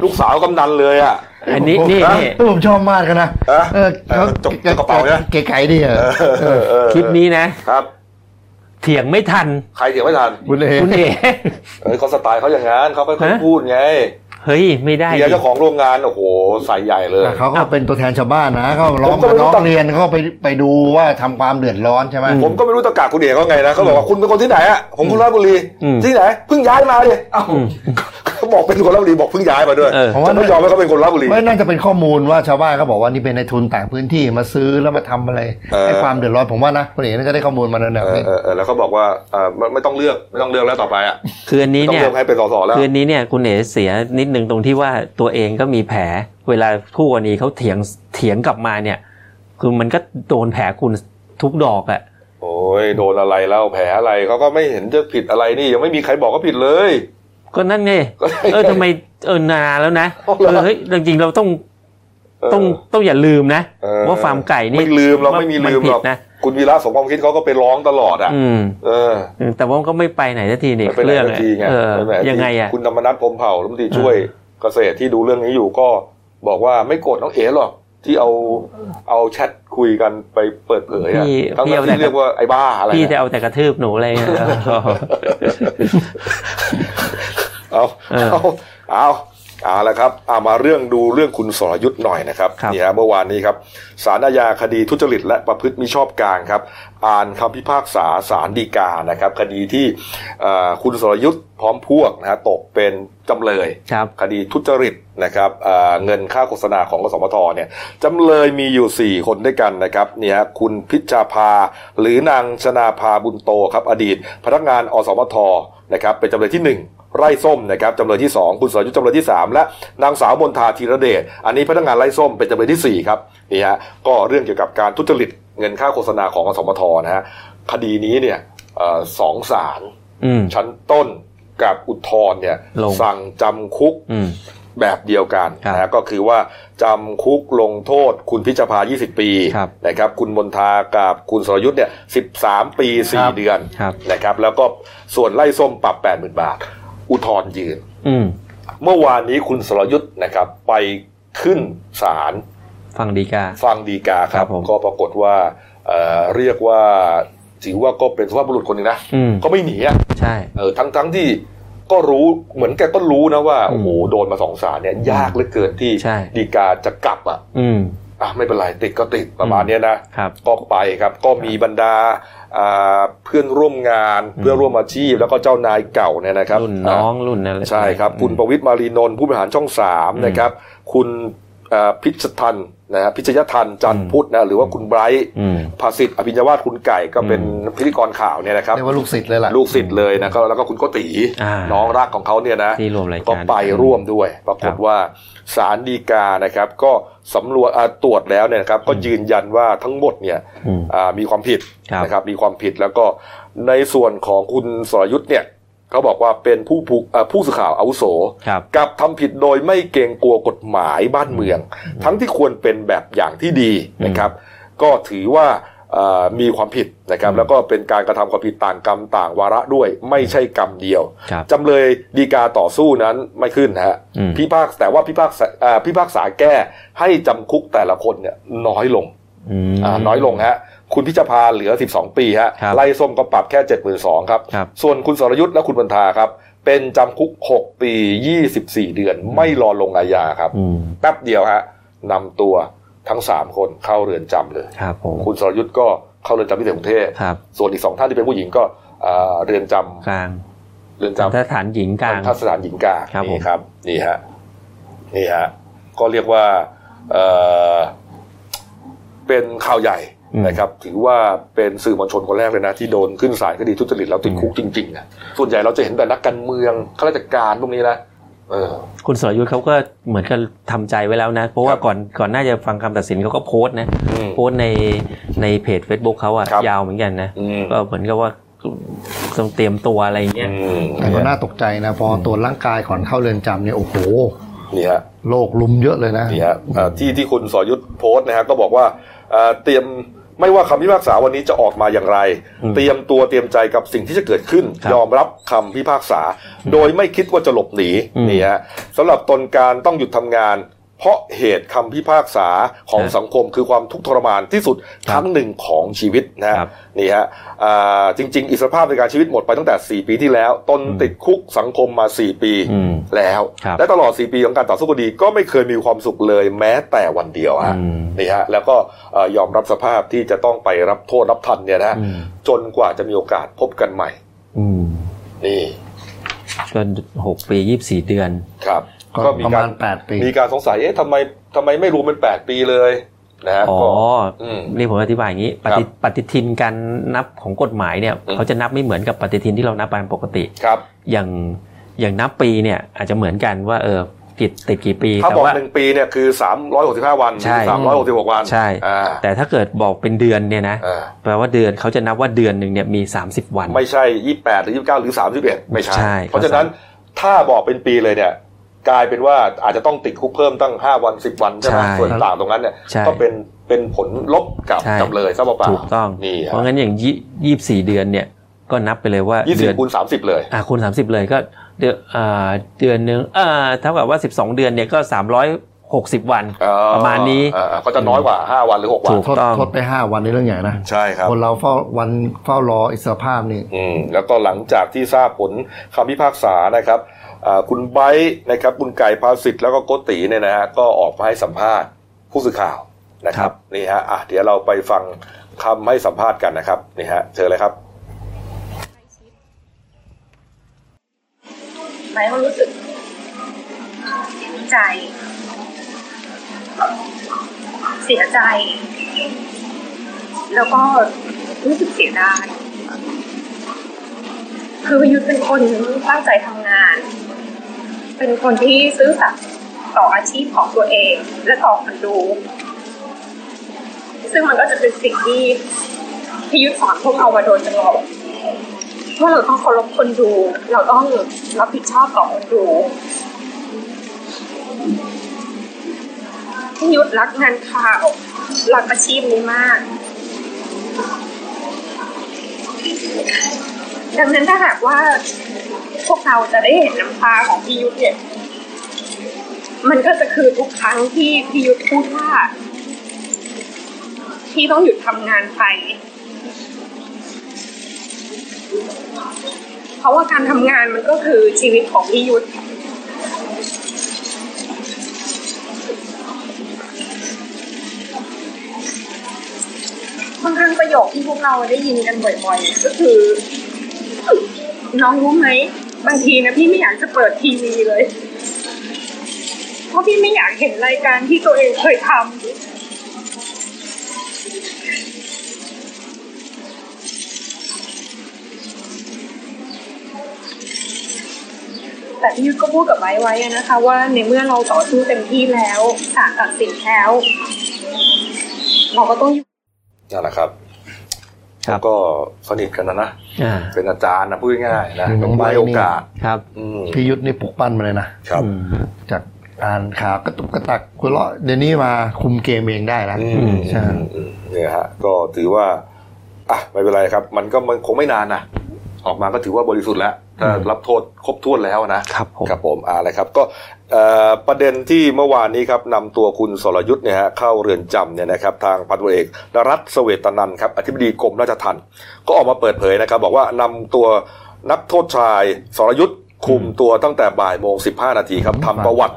Speaker 1: ลูกสาวกำนันเลยอ่ะ
Speaker 7: อันนี้นี่นี่
Speaker 2: เออผมชอบมากกันนะ
Speaker 1: เออ
Speaker 2: เออ
Speaker 1: เออจกกระเป๋าเนี่ย
Speaker 2: เก๋ๆดีอะ
Speaker 1: เออเออเออ
Speaker 7: คลิปนี้นะ
Speaker 1: ครับ
Speaker 7: เถียงไม่ทัน
Speaker 1: ใครเถียงไม่ทัน
Speaker 2: คุณเอ
Speaker 7: คุณเอ๋
Speaker 1: เอ้ยเขาสไตล์เขาอย่างนั้นเขาค่อย
Speaker 7: ฮะ
Speaker 1: ๆพูดไง
Speaker 7: เฮ้ยไม่ได้
Speaker 1: เฮียเจ้าของโรงงานโอ้โหใส่ใหญ่เลย
Speaker 2: แต่เขาก็เป็นตัวแทนชาวบ้านนะเขาร้อง
Speaker 1: ผมก็ไม่รู้
Speaker 2: ร้อง
Speaker 1: ต่อ
Speaker 2: เรียนเขาไปไปดูว่าทำความเดือดร้อนใช่ไหม
Speaker 1: ผมก็ไม่รู้ตะกาคุณเอกเขาไงนะเขาบอกว่าคุณเป็นคนที่ไหนอ่ะผมคนราชบุรี
Speaker 7: อืม
Speaker 1: ที่ไหนเพิ่งย้ายมาดิเอ้า
Speaker 7: อืม
Speaker 1: เขาบอกเป็นคนราชบุรีบอกเพิ่งย้ายมาด้วย
Speaker 7: เออ
Speaker 2: ผมว่า
Speaker 1: จะไม่ยอมให้เขาเป็นคนราชบุรี
Speaker 2: ไม่น่าจะเป็นข้อมูลว่าชาวบ้านเขาบอกว่านี่เป็นในทุนต่างพื้นที่มาซื้อแล้วมาทำอะไร
Speaker 1: เออ
Speaker 2: ให้ความเดือดร้อนผมว่านะคุณเอ๋น่าจะได้ข้อมูลมาในแบ
Speaker 1: เอบ อ
Speaker 2: นี้
Speaker 1: เออเออแล้วเขาบอกว่าเออไม่ไม่ต้องเลือกไม่ต้องเลือกแล้วต่อไปอ่ะ
Speaker 7: คืออันนี้
Speaker 1: ไม่ต้อง
Speaker 7: เนี่ย
Speaker 1: เลือกให้เป็นสสแล้ว
Speaker 7: คืนนี้เนี่ยคุณเอ๋เสียนิดนึงตรงที่ว่าตัวเองก็มีแผล เวลาคู่กรณีเขาเถียงเถียงกลับมาเนี่ย คือมันก็โดนแผลคุณทุกดอกอะ่ะ
Speaker 1: โอ้ยโดนอะไรแล้วแผลอะไรเขาก็ไม่เห็นจะผิดอะไรนี่ ยังไม่มีใครบอกก็ผิดเลย
Speaker 7: ก็นั่นไง
Speaker 1: ก็ได้
Speaker 7: เออทำไมเออนานแล้วนะ
Speaker 1: เอาเหร
Speaker 7: เอ
Speaker 1: อ
Speaker 7: อเฮ้ยจริงๆเราต้อง
Speaker 1: เออ
Speaker 7: ต้องต้องอย่าลืมนะ
Speaker 1: เออ
Speaker 7: ว่าฟาร์มไก่นี่
Speaker 1: ไม่ลืมเราไม่มีลืม
Speaker 7: นผิ
Speaker 1: หร
Speaker 7: ด
Speaker 1: อก
Speaker 7: นะ
Speaker 1: คุณวีระสมความคิดเขาก็ไปร้องตลอดอ่ะ
Speaker 7: อืม
Speaker 1: เออ
Speaker 7: แต่ว่าก็ไม่ไปไหนสักทีนี่
Speaker 1: ไม่เป็น
Speaker 7: เรื่อง
Speaker 1: ไร
Speaker 7: อะ
Speaker 1: ทีไง
Speaker 7: เออ
Speaker 1: ไม่เป็นร
Speaker 7: ยังไงอ่ะ
Speaker 1: คุณธรรมนัฐพรหมเผ่ารัฐมนตรีช่วยเกษตรที่ดูเรื่องนี้อยู่ก็บอกว่าไม่โกรธน้องเอ๋หรอกที่เอาเอาแชทคุยกันไปเปิดเผยอ่ะ
Speaker 7: พี่
Speaker 1: ทั้ง
Speaker 7: พี่
Speaker 1: นั้น
Speaker 7: เอาแต่
Speaker 1: ที่เรียกว่าไอ้บ้าอะไร
Speaker 7: พี่จะ
Speaker 1: เนี่ย
Speaker 7: เอาแต่กระทืบหนูอะไร
Speaker 1: [laughs]
Speaker 7: เงี้ยเออ
Speaker 1: เอา
Speaker 7: เออ
Speaker 1: เอาเอาเอาละครับเอามาเรื่องดูเรื่องคุณสรยุทธ์หน่อยนะครับ
Speaker 7: ครับ
Speaker 1: เนี่ยเมื่อวานนี้ครับศาลอาญาคดีทุจริตและประพฤติมิชอบกลางครับ อ่านคำพิพากษาสารดีกานะครับ คดีที่เอ่อคุณสรยุทธ์พร้อมพวกนะฮะตกเป็นจำเลย
Speaker 7: ครับ
Speaker 1: คดีทุจริตนะครับเอ่อเงินค่าโฆษณาของกสมทเนี่ยจำเลยมีอยู่ 4 คนด้วยกันนะครับเนี่ยฮะคุณพิชชาภา หรือนางชนาภาบุญโตครับอดีต พนักงานอสมทนะครับเป็นจำเลยที่ 1 ไร่ส้มนะครับจำเลยที่ 2 คุณสรยุทธ์จำเลยที่ 3 และนางสาวมนทาธีระเดชอันนี้พนักงานไร่ส้มเป็นจำเลยที่สี่ครับนี่ฮะก็เรื่องเกี่ยวกับการทุจริตเงินค่าโฆษณาของอสมทนะฮะคดีนี้เนี่ยเอ่อสองศาล
Speaker 7: อืม
Speaker 1: ชั้นต้นกับอุทธรณ์เนี่ย
Speaker 7: ลง
Speaker 1: สั่งจำคุก
Speaker 7: อืม
Speaker 1: แบบเดียวกัน
Speaker 7: ครับ
Speaker 1: นะก็คือว่าจำคุกลงโทษคุณพิชภา 20 ปี
Speaker 7: ครับ
Speaker 1: นะครับคุณมนทากับคุณสรยุทธ์เนี่ย13 ปี 4 เดือน
Speaker 7: ครับ
Speaker 1: นะครับแล้วก็ส่วนไล่ส้มปรับ 80,000 บาท อุทธรณ์ยืน
Speaker 7: อืม
Speaker 1: เมื่อวานนี้คุณสรยุทธ์นะครับไปขึ้นศาล
Speaker 7: ฟังดีกา
Speaker 1: ฟังดีกาค
Speaker 7: ครั
Speaker 1: รับบ
Speaker 7: ผม
Speaker 1: ก็ปรากฏว่าเอ่อเรียกว่าถือว่าก็เป็นสุภาพบุรุษคนหนึ่งนะ
Speaker 7: อืม
Speaker 1: ก็ไม่หนีอะ
Speaker 7: ใช่
Speaker 1: เออทั้งทั้งที่ก็รู้เหมือนแกก็รู้นะว่า
Speaker 7: อืม
Speaker 1: โอ้โหโดนมาสองศาลเนี่ยยากเหลือเกินที่
Speaker 7: ใช่
Speaker 1: ดีกาจะกลับอ่ะ
Speaker 7: อืม
Speaker 1: อ่ะไม่เป็นไรติดก็ติดประมาณ
Speaker 7: อืม
Speaker 1: เนี้ยนะครับ ก็ไปครับก็มีบรรดาอ่าเพื่อนร่วมงาน
Speaker 7: อืม
Speaker 1: เพื่อนร่วมอาชีพแล้วก็เจ้านายเก่าเนี่ยนะครับ
Speaker 7: รุ่นน้องรุ่นอะไร
Speaker 1: อ่ะใช่ครับคุณประวิตรมารีนนท์ผู้บริหารช่องสาม
Speaker 7: อืม
Speaker 1: นะครับ คุณอ่าพิชทันนะฮะพิชยทันจันทร์พุทธนะหรือว่าคุณไบรท์
Speaker 7: อืม
Speaker 1: ภาสิทธิ์อภิญญาวาสคุณไก่ก็เป็นพิธีกรข่าวเนี่ยนะครับ
Speaker 2: เรียกว่าลูกศิษย์เลยล่ะ
Speaker 1: ลูกศิษย์เลยนะก็แล้วก็คุณโกติ
Speaker 7: อ่า
Speaker 1: น้องรักของเขาเนี่ยนะ
Speaker 7: ที่ร่วมรายการ
Speaker 1: ก็ไปร่วมด้วย ปราก
Speaker 7: ครั
Speaker 1: ฏ
Speaker 7: บ
Speaker 1: ว่าสารดีกานะครับ ก็สำรวจอ่าตรวจแล้วเนี่ยนะครับก็ยืนยันว่าทั้งหมดเนี่ย
Speaker 7: อืม
Speaker 1: อ่ามีความผิด
Speaker 7: ครับ
Speaker 1: นะครับมีความผิดแล้วก็ในส่วนของคุณสรยุทธ์เนี่ยเขาบอกว่าเป็นผู้ผูอ่าผู้สื่อข่าวอาวุโส
Speaker 7: ครับ
Speaker 1: กับทำผิดโดยไม่เกรงกลัวกฎหมายบ้านเมือง ทั้งที่ควรเป็นแบบอย่างที่ดีนะครับ ก็ถือว่าเอ่อมีความผิดนะครับ
Speaker 7: อืม
Speaker 1: แล้วก็เป็นการกระทำความผิดต่างกรรมต่างวาระด้วย ไม่ใช่กรรมเดียว
Speaker 7: ครับ
Speaker 1: จำเลยดีกาต่อสู้นั้นไม่ขึ้นนะฮะ
Speaker 7: อืม
Speaker 1: พิพากษาแต่ว่าพิพากษาเอ่อพิพากษาแก้ให้จำคุกแต่ละคนเนี่ยน้อยลง
Speaker 7: อืม
Speaker 1: อ่าน้อยลงฮะคุณพิชภาเหลือ 12 ปีฮะ
Speaker 7: ครับ
Speaker 1: ไล่ส้มก็ปรับแค่72,000ครับ
Speaker 7: ครับ
Speaker 1: ส่วนคุณสรยุทธ์และคุณบรรทาครับ เป็นจำคุก 6 ปี 24 เดือน ไม่รอลงอาญาครับ
Speaker 7: อืม
Speaker 1: แป๊บเดียวฮะนำตัวทั้ง 3 คนเข้าเรือนจำเลย
Speaker 7: ครับผม
Speaker 1: คุณสรยุทธ์ก็เข้าเรือนจำพิเศษกรุงเทพ
Speaker 7: ครับ
Speaker 1: ส่วนอีกสองท่านที่เป็นผู้หญิงก็เอ่อเรือนจ
Speaker 7: กลาง
Speaker 1: ำเรือนจำ
Speaker 7: สถานหญิงกลาง
Speaker 1: ทัศนหญิงกลาง
Speaker 7: ครับผม
Speaker 1: นี่ครับ นี่ฮะ นี่ฮะ ก็เรียกว่าเอ่อเป็นข่าวใหญ่นะครับ ถือว่าเป็นสื่อมวลชนคนแรกเลยนะ ที่โดนขึ้นศาลคดีทุจริตแล้วติดคุกจริงๆนะส่วนใหญ่เราจะเห็นแต่นักการเมืองข้าราชการพวกนี้นะเออ
Speaker 7: คุณสรยุทธ์เขาก็เหมือนกันทำใจไว้แล้วนะ เพราะว่า
Speaker 1: ครับ
Speaker 7: ก่อนก่อนหน้าจะฟังคำตัดสินเขาก็โพสต์นะ
Speaker 1: อืม
Speaker 7: โพสต์ในในเพจ Facebook เขาอะ
Speaker 1: ครับ
Speaker 7: ยาวเหมือนกันนะ
Speaker 1: อืม
Speaker 7: ก็เหมือนกับว่าต้องเตรียมตัวอะไรเงี้ย
Speaker 1: อืม
Speaker 2: แต่ก็น่าตกใจนะพอตรวจร่างกายก่อนเข้าเรือนจำเนี่ยโอ้โห
Speaker 1: นี่ฮะ
Speaker 2: โรคลุมเยอะเลยนะ
Speaker 1: นี่ฮะเอ่อที่ที่คุณสอยุทธโพสต์นะฮะก็บอกว่าเอ่อเตรียมไม่ว่าคำพิพากษาวันนี้จะออกมาอย่างไร
Speaker 7: อืม
Speaker 1: เตรียมตัวเตรียมใจกับสิ่งที่จะเกิดขึ้น
Speaker 7: ครับ
Speaker 1: ยอมรับคำพิพากษา โดยไม่คิดว่าจะหลบหนี
Speaker 7: อืม
Speaker 1: นี่ฮะสำหรับตนการต้องหยุดทำงาน เพราะเหตุคำพิพากษาของ
Speaker 7: ครับ
Speaker 1: สังคมคือความทุกข์ทรมานที่สุดครั้งหนึ่งของชีวิตนะฮะ
Speaker 7: ครับ
Speaker 1: นี่ฮะอ่าจริง ๆ อิสรภาพในการชีวิตหมดไปตั้งแต่ 4 ปีที่แล้วตนติดคุกสังคมมา 4 ปี
Speaker 7: อืม
Speaker 1: แล้ว
Speaker 7: ครับ
Speaker 1: และตลอด 4 ปีของการต่อสู้คดีก็ไม่เคยมีความสุขเลยแม้แต่วันเดียวฮะ
Speaker 7: อืม
Speaker 1: นี่ฮะแล้วก็เอ่อยอมรับสภาพที่จะต้องไปรับโทษรับทันเนี่ยนะฮะ
Speaker 7: อืม
Speaker 1: จนกว่าจะมีโอกาสพบกันใหม่
Speaker 7: อืม
Speaker 1: นี่
Speaker 7: ก็หกปียี่สี่เดือน
Speaker 1: ครับ
Speaker 2: ก็
Speaker 1: มี
Speaker 2: ป
Speaker 1: กาม
Speaker 2: ระาร ณแปดปี
Speaker 1: มีการสงสัยเอ๊ะทำไมทำไมไม่รวมเป็น 8 ปีเลยนะฮะ
Speaker 7: อ๋อ
Speaker 1: ก็ม
Speaker 7: นี่ผมอธิบายอย่างนี้ ปฏิปฏิทินการนับของกฎหมายเนี่ย
Speaker 1: อืม
Speaker 7: เขาจะนับไม่เหมือนกับปฏิทินที่เรานับกันปกติ
Speaker 1: ครับ
Speaker 7: อย่างอย่างนับปีเนี่ยอาจจะเหมือนกันว่าเออติดติดกี่ปี
Speaker 1: ถ้า
Speaker 7: แต่
Speaker 1: บอก
Speaker 7: ว่า
Speaker 1: หนึ่งปีเนี่ยคือ 365 วัน
Speaker 7: ใช่
Speaker 1: สามร้อยหกสิบหกวัน
Speaker 7: ใช่
Speaker 1: อ่า
Speaker 7: แต่ถ้าเกิดบอกเป็นเดือนเนี่ยนะ
Speaker 1: อ่า
Speaker 7: แปลว่าเดือนเขาจะนับว่าเดือนหนึ่งเนี่ยมี 30 วัน
Speaker 1: ไม่ใช่ 28 หรือ 29 หรือ 31 ไม่ใช่
Speaker 7: ใช่
Speaker 1: เพราะฉะนั้นถ้าบอกเป็นปีเลยเนี่ย กลายเป็นว่าอาจจะต้องติดคุกเพิ่มตั้ง 5 วัน 10 วันใช่ไหม
Speaker 7: ใช่
Speaker 1: ส่วนต่างตรงนั้นเนี่ย
Speaker 7: ใช่
Speaker 1: ก็เป็นเป็นผลลบกับ
Speaker 7: ใช่
Speaker 1: จำเลยซะเปล่าๆ
Speaker 7: ถูกต้อง
Speaker 1: นี่
Speaker 7: เพราะงั้นอย่างยี่สี่เดือนเนี่ยก็นับไปเลยว่า
Speaker 1: ยี่สิ
Speaker 7: เดื
Speaker 1: บ
Speaker 7: อน
Speaker 1: คูณสามสิบเลย
Speaker 7: อ่ะคูณสามสิบเลยก็เดือนอ่าเดือนหนึ่งอ่าเท่ากับว่าสิบสองเดือนเนี่ยก็สามร้อยหกสิบวัน
Speaker 1: เอ่อ
Speaker 7: ประมาณนี้
Speaker 1: อ่าก็จะน้อยกว่า 5 วันหรือ 6 วัน
Speaker 7: ถูก
Speaker 2: โทษ
Speaker 7: ต้อง
Speaker 2: โทษไปห้าวันในเรื่องใหญ่นะ
Speaker 1: ใช่ครับ
Speaker 2: คนเราเฝ้าวันเฝ้ารออิสรภาพนี่
Speaker 1: อืมแล้วก็หลังจากที่ทราบผลคำพิพากษานะครับอ่าคุณไบร์ทนะครับคุณไก่ภาสิทธิ์แล้วก็โกติเนี่ยนะฮะก็ออกมาให้สัมภาษณ์ผู้สื่อข่าวนะครับนี่ฮะอ่ะเดี๋ยวเราไปฟังคำให้สัมภาษณ์กันนะครับนี่ฮะเชิญเลยครับ
Speaker 8: ไหมว่ารู้สึกเสียใจ เสียใจ แล้วก็รู้สึกเสียดายคือยุทธเป็นคนตั้งใจทำงาน เป็นคนที่ซื้อสัตย์ต่ออาชีพของตัวเอง และต่อคนดู ซึ่งมันก็จะเป็นสิ่งที่ที่ยุทธสอนพวกเรามาโดยตลอด ว่าเราต้องเคารพคนดู เราต้องรับผิดชอบต่อคนดูพี่ยุทธรักงานข่าว รักอาชีพนี้มาก ดังนั้นถ้าหากว่า พวกเราจะได้เห็นน้ำตาของพี่ยุทธเนี่ย มันก็จะคือทุกครั้งที่พี่ยุทธพูดว่าที่ต้องหยุดทำงานไป เพราะว่าการทำงานมันก็คือชีวิตของพี่ยุทธบางครั้งประโยคที่พวกเราได้ยินกันบ่อยๆ ก็คือ น้องรู้ไหม บางทีนะพี่ไม่อยากจะเปิดทีวีเลย เพราะพี่ไม่อยากเห็นรายการที่ตัวเองเคยทำ แต่พี่ยุทธก็พูดกับไว้ไว้อะนะคะ ว่าในเมื่อเราต่อสู้เต็มที่แล้วศาลตัดสินแล้ว เราก็ต้องอยู่
Speaker 1: นั่นแหละครับ
Speaker 7: ครับ
Speaker 1: แล้วก็สนิทกันนะนะ
Speaker 7: อ่า
Speaker 1: เป็นอาจารย์นะพูดง่ายๆนะ
Speaker 2: อืม
Speaker 1: ก็ไม่โอกาส
Speaker 7: ครับ
Speaker 1: อืม
Speaker 2: พี่ยุทธนี่ปลุกปั้นมาเลยนะ
Speaker 1: ครับ
Speaker 7: อืม
Speaker 2: จากอ่านข่าวกระตุกกระตักคุยเลาะเดี๋ยวนี้มาคุมเกมเองได้แล้ว
Speaker 1: อืม
Speaker 2: ใช่
Speaker 1: อืมเนี่ยฮะก็ถือว่าอ่ะไม่เป็นไรครับ มันก็มันคงไม่นานนะออกมาก็ถือว่าบริสุทธิ์แล้วถ้า
Speaker 7: อืม
Speaker 1: รับโทษครบถ้วนแล้วนะ
Speaker 7: ครับผม
Speaker 1: ครับผมเอาละไรครับก็เอ่อประเด็นที่เมื่อวานนี้ครับนำตัวคุณสรยุทธ์เนี่ยฮะเข้าเรือนจำเนี่ยนะครับทางพันตำรวจเอกนรัตน์เสเวตนันท์ครับอธิบดีกรมราชทัณฑ์ก็ออกมาเปิดเผยนะครับ บอกว่านำตัวนักโทษชายสรยุทธ์คุมตัวตั้งแต่บ่ายโมงสิบห้านาทีครับทำประวัติ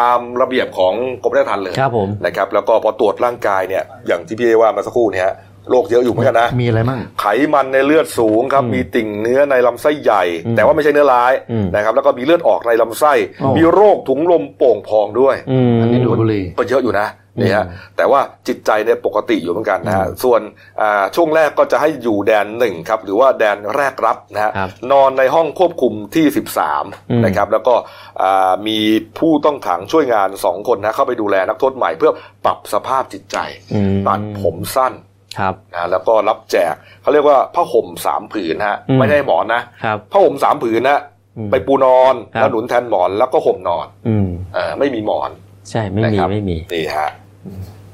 Speaker 1: ตามระเบียบของกรมราชทัณฑ์เลย
Speaker 7: ครับผม
Speaker 1: นะครับแล้วก็พอตรวจร่างกายเนี่ยอย่างที่พี่เอว่ามาสักครู่เนี่ยฮะโรคเยอะอยู่เหมือนกันนะ
Speaker 2: มีอะไรมั่ง
Speaker 1: ไขมันในเลือดสูงครับ
Speaker 7: อืม
Speaker 1: มีติ่งเนื้อในลำไส้ใหญ่
Speaker 7: อืม
Speaker 1: แต่ว่าไม่ใช่เนื้อร้าย
Speaker 7: อืม
Speaker 1: นะครับ แล้วก็มีเลือดออกในลำไส้
Speaker 7: โอ้
Speaker 1: มีโรคถุงลมโป่งพองด้วย
Speaker 7: อืม
Speaker 2: อันนี้ดูดบุหรี่
Speaker 1: ก็เยอะอยู่นะนี่ฮะ
Speaker 7: อืม
Speaker 1: แต่ว่าจิตใจเนี่ยปกติอยู่เหมือนกันนะฮะส่วนอ่าช่วงแรกก็จะให้อยู่แดนหนึ่งครับ หรือว่าแดนแรกรับนะฮะ
Speaker 7: ครับ
Speaker 1: นอนในห้องควบคุมที่
Speaker 7: อืม
Speaker 1: 13นะครับแล้วก็อ่ามีผู้ต้องขังช่วยงาน 2 คนนะเข้าไปดูแลนักโทษใหม่เพื่อปรับสภาพจิตใจ
Speaker 7: อืม
Speaker 1: ตัดผมสั้น
Speaker 7: ครับ
Speaker 1: นะแล้วก็รับแจกเขาเรียกว่าผ้าห่มสามผืนนะฮะ
Speaker 7: อืม
Speaker 1: ไม่ใช่หมอนนะครับ ผ้าห่มสามผืนนะ
Speaker 7: อืม
Speaker 1: ไปปูนอน
Speaker 7: ครับ
Speaker 1: แล้วหนุนแทนหมอนแล้วก็ห่มนอน
Speaker 7: อืม
Speaker 1: เออไม่มีหมอน
Speaker 7: ใช่ไม่มี
Speaker 1: นะครับ
Speaker 7: ไม่มี
Speaker 1: นี่ฮะ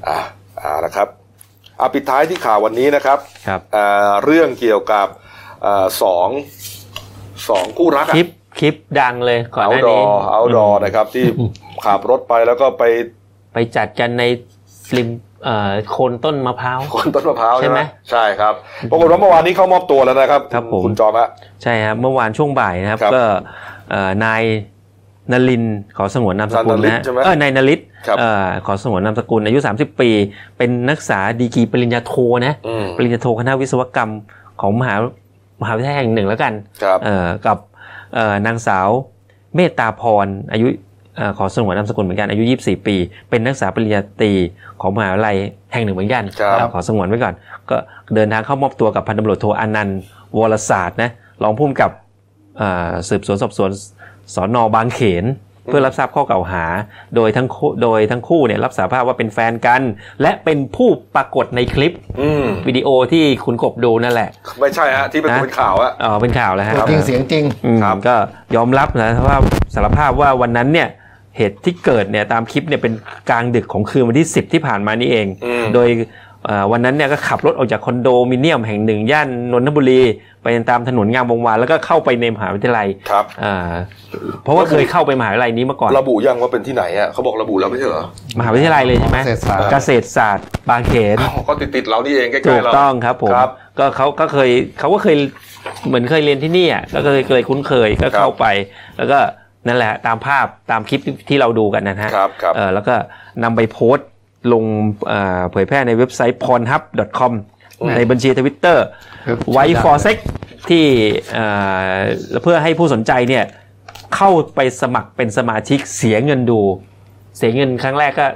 Speaker 1: อ่าอ่านะครับอ่ะปิดท้ายที่ข่าววันนี้นะครับ
Speaker 7: ครับ
Speaker 1: อ่าเรื่องเกี่ยวกับอ่าสองสองคู่รัก
Speaker 7: คลิปคลิปดังเลยก่อน
Speaker 1: เอา
Speaker 7: หน้า
Speaker 1: ดอ
Speaker 7: นี้
Speaker 1: เอาดอ
Speaker 7: ม
Speaker 1: นะครับที่ขับรถไปแล้วก็ไป
Speaker 7: ไปจัดกันในริมเอ่อโคนต้นมะพร้าว
Speaker 1: คนต้นมะพร้าว
Speaker 7: ใช่
Speaker 1: ใช่
Speaker 7: ไห
Speaker 1: ไห
Speaker 7: ม
Speaker 1: มใช่ครับปรากฏว่าเมื่อวานนี้เข้ามอบตัวแล้วนะครับ
Speaker 7: ครับผม
Speaker 1: ณจอมฮะ
Speaker 7: ใช่ครับเมื่อวานช่วงบ่ายนะครับ
Speaker 1: ครับ
Speaker 7: ก็เอ่อนายนลินทร์ขอสงวนนามสกุล
Speaker 1: นายนลิน
Speaker 7: นะ
Speaker 1: ท
Speaker 7: ฮะ
Speaker 1: ร์ใช่ไหม
Speaker 7: เออนายนลิศ
Speaker 1: ครับ
Speaker 7: ขอสงวนนามสกุลอายุ 30 ปี เป็นนักศึกษาดีกรีปริญญาโทนะ
Speaker 1: อืม
Speaker 7: ปริญญาโทคณะวิศวกรรมของมหามหาวิทยาลัยแห่งหนึ่งแล้วกัน
Speaker 1: ครับ
Speaker 7: เอ่อกับเอ่อนางสาวเมตตาพรอายุเอ่อขอสงวนนามสกุลเหมือนกันอายุ 24 ปี เป็นนักศึกษาปริญญาตรีของมหาวิทยาลัยแห่งหนึ่งเหมือนกัน
Speaker 1: ครับ
Speaker 7: เอ่อขอสงวนไว้ก่อน ก็เดินทางเข้ามอบตัวกับพันตำรวจโทอานันต์วรศาสตร์นะรองผู้กำกับเอ่อสืบสวนสอบสวนสอนอบางเขน เพื่อรับทราบข้อกล่าวหา โดยทั้งคู่โดยทั้งคู่เนี่ยรับสารภาพว่าเป็นแฟนกัน และเป็นผู้ปรากฏในคลิป
Speaker 1: อืม
Speaker 7: วิดีโอที่คุณกบดูนั่นแหละ
Speaker 1: ไม่ใช่ฮะที่เป็น
Speaker 7: นะ
Speaker 1: เป็นข่าวอะ
Speaker 7: อ๋อเป็นข่าวแล้วฮะ
Speaker 2: ตัวจริงเสียงจริง
Speaker 7: อืม
Speaker 1: ครับ
Speaker 7: ก็ยอมรับนะว่าสารภาพว่าวันนั้นเนี่ยเหตุที่เกิดเนี่ยตามคลิปเนี่ยเป็นกลางดึกของคืนวันที่ 10 ที่ผ่านมานี่เอง
Speaker 1: อืม
Speaker 7: โดยเอ่อวันนั้นเนี่ยก็ขับรถออกจากคอนโดมิเนียมแห่งหนึ่งย่านนนทบุรี ไปตามถนนงามวงวานแล้วก็เข้าไปในมหาวิทยาลัย
Speaker 1: ครับ
Speaker 7: อ่าเพราะว่าเคยเข้าไปมหาวิทยาลัยนี้มาก่อน
Speaker 1: ระบุยังว่าเป็นที่ไหนอะเขาบอกระบุแล้วไม่ใช่เหรอ
Speaker 7: มหาวิทยาลัยเลยใช่ไหม
Speaker 2: เกษตรศาสตร์
Speaker 7: เกษตรศาสตร์บางเขน
Speaker 1: อ้าวก็ติดติดๆเรานี่เองใกล้
Speaker 7: ถูก
Speaker 1: ๆเรา
Speaker 7: ต้องครับผม
Speaker 1: ครับ
Speaker 7: ก็เขาก็เคยเขาก็เคยเหมือนเคยเรียนที่นี่อ่ะก็เคยเคยคุ้นเคยก็เข้าไป แล้วก็นั่นแหละตามภาพตามคลิปที่เราดูกันนะฮะ
Speaker 1: ครับครับ
Speaker 7: เออแล้วก็นำไปโพสต์ลงเอ่อเผยแพร่ในเว็บไซต์ pornhub.com ในบัญชีทวิตเตอร์ไว้ for sex ที่เอ่อเพื่อให้ผู้สนใจเนี่ยเข้าไปสมัครเป็นสมาชิกเสียเงินดู เสียเงินครั้งแรกก็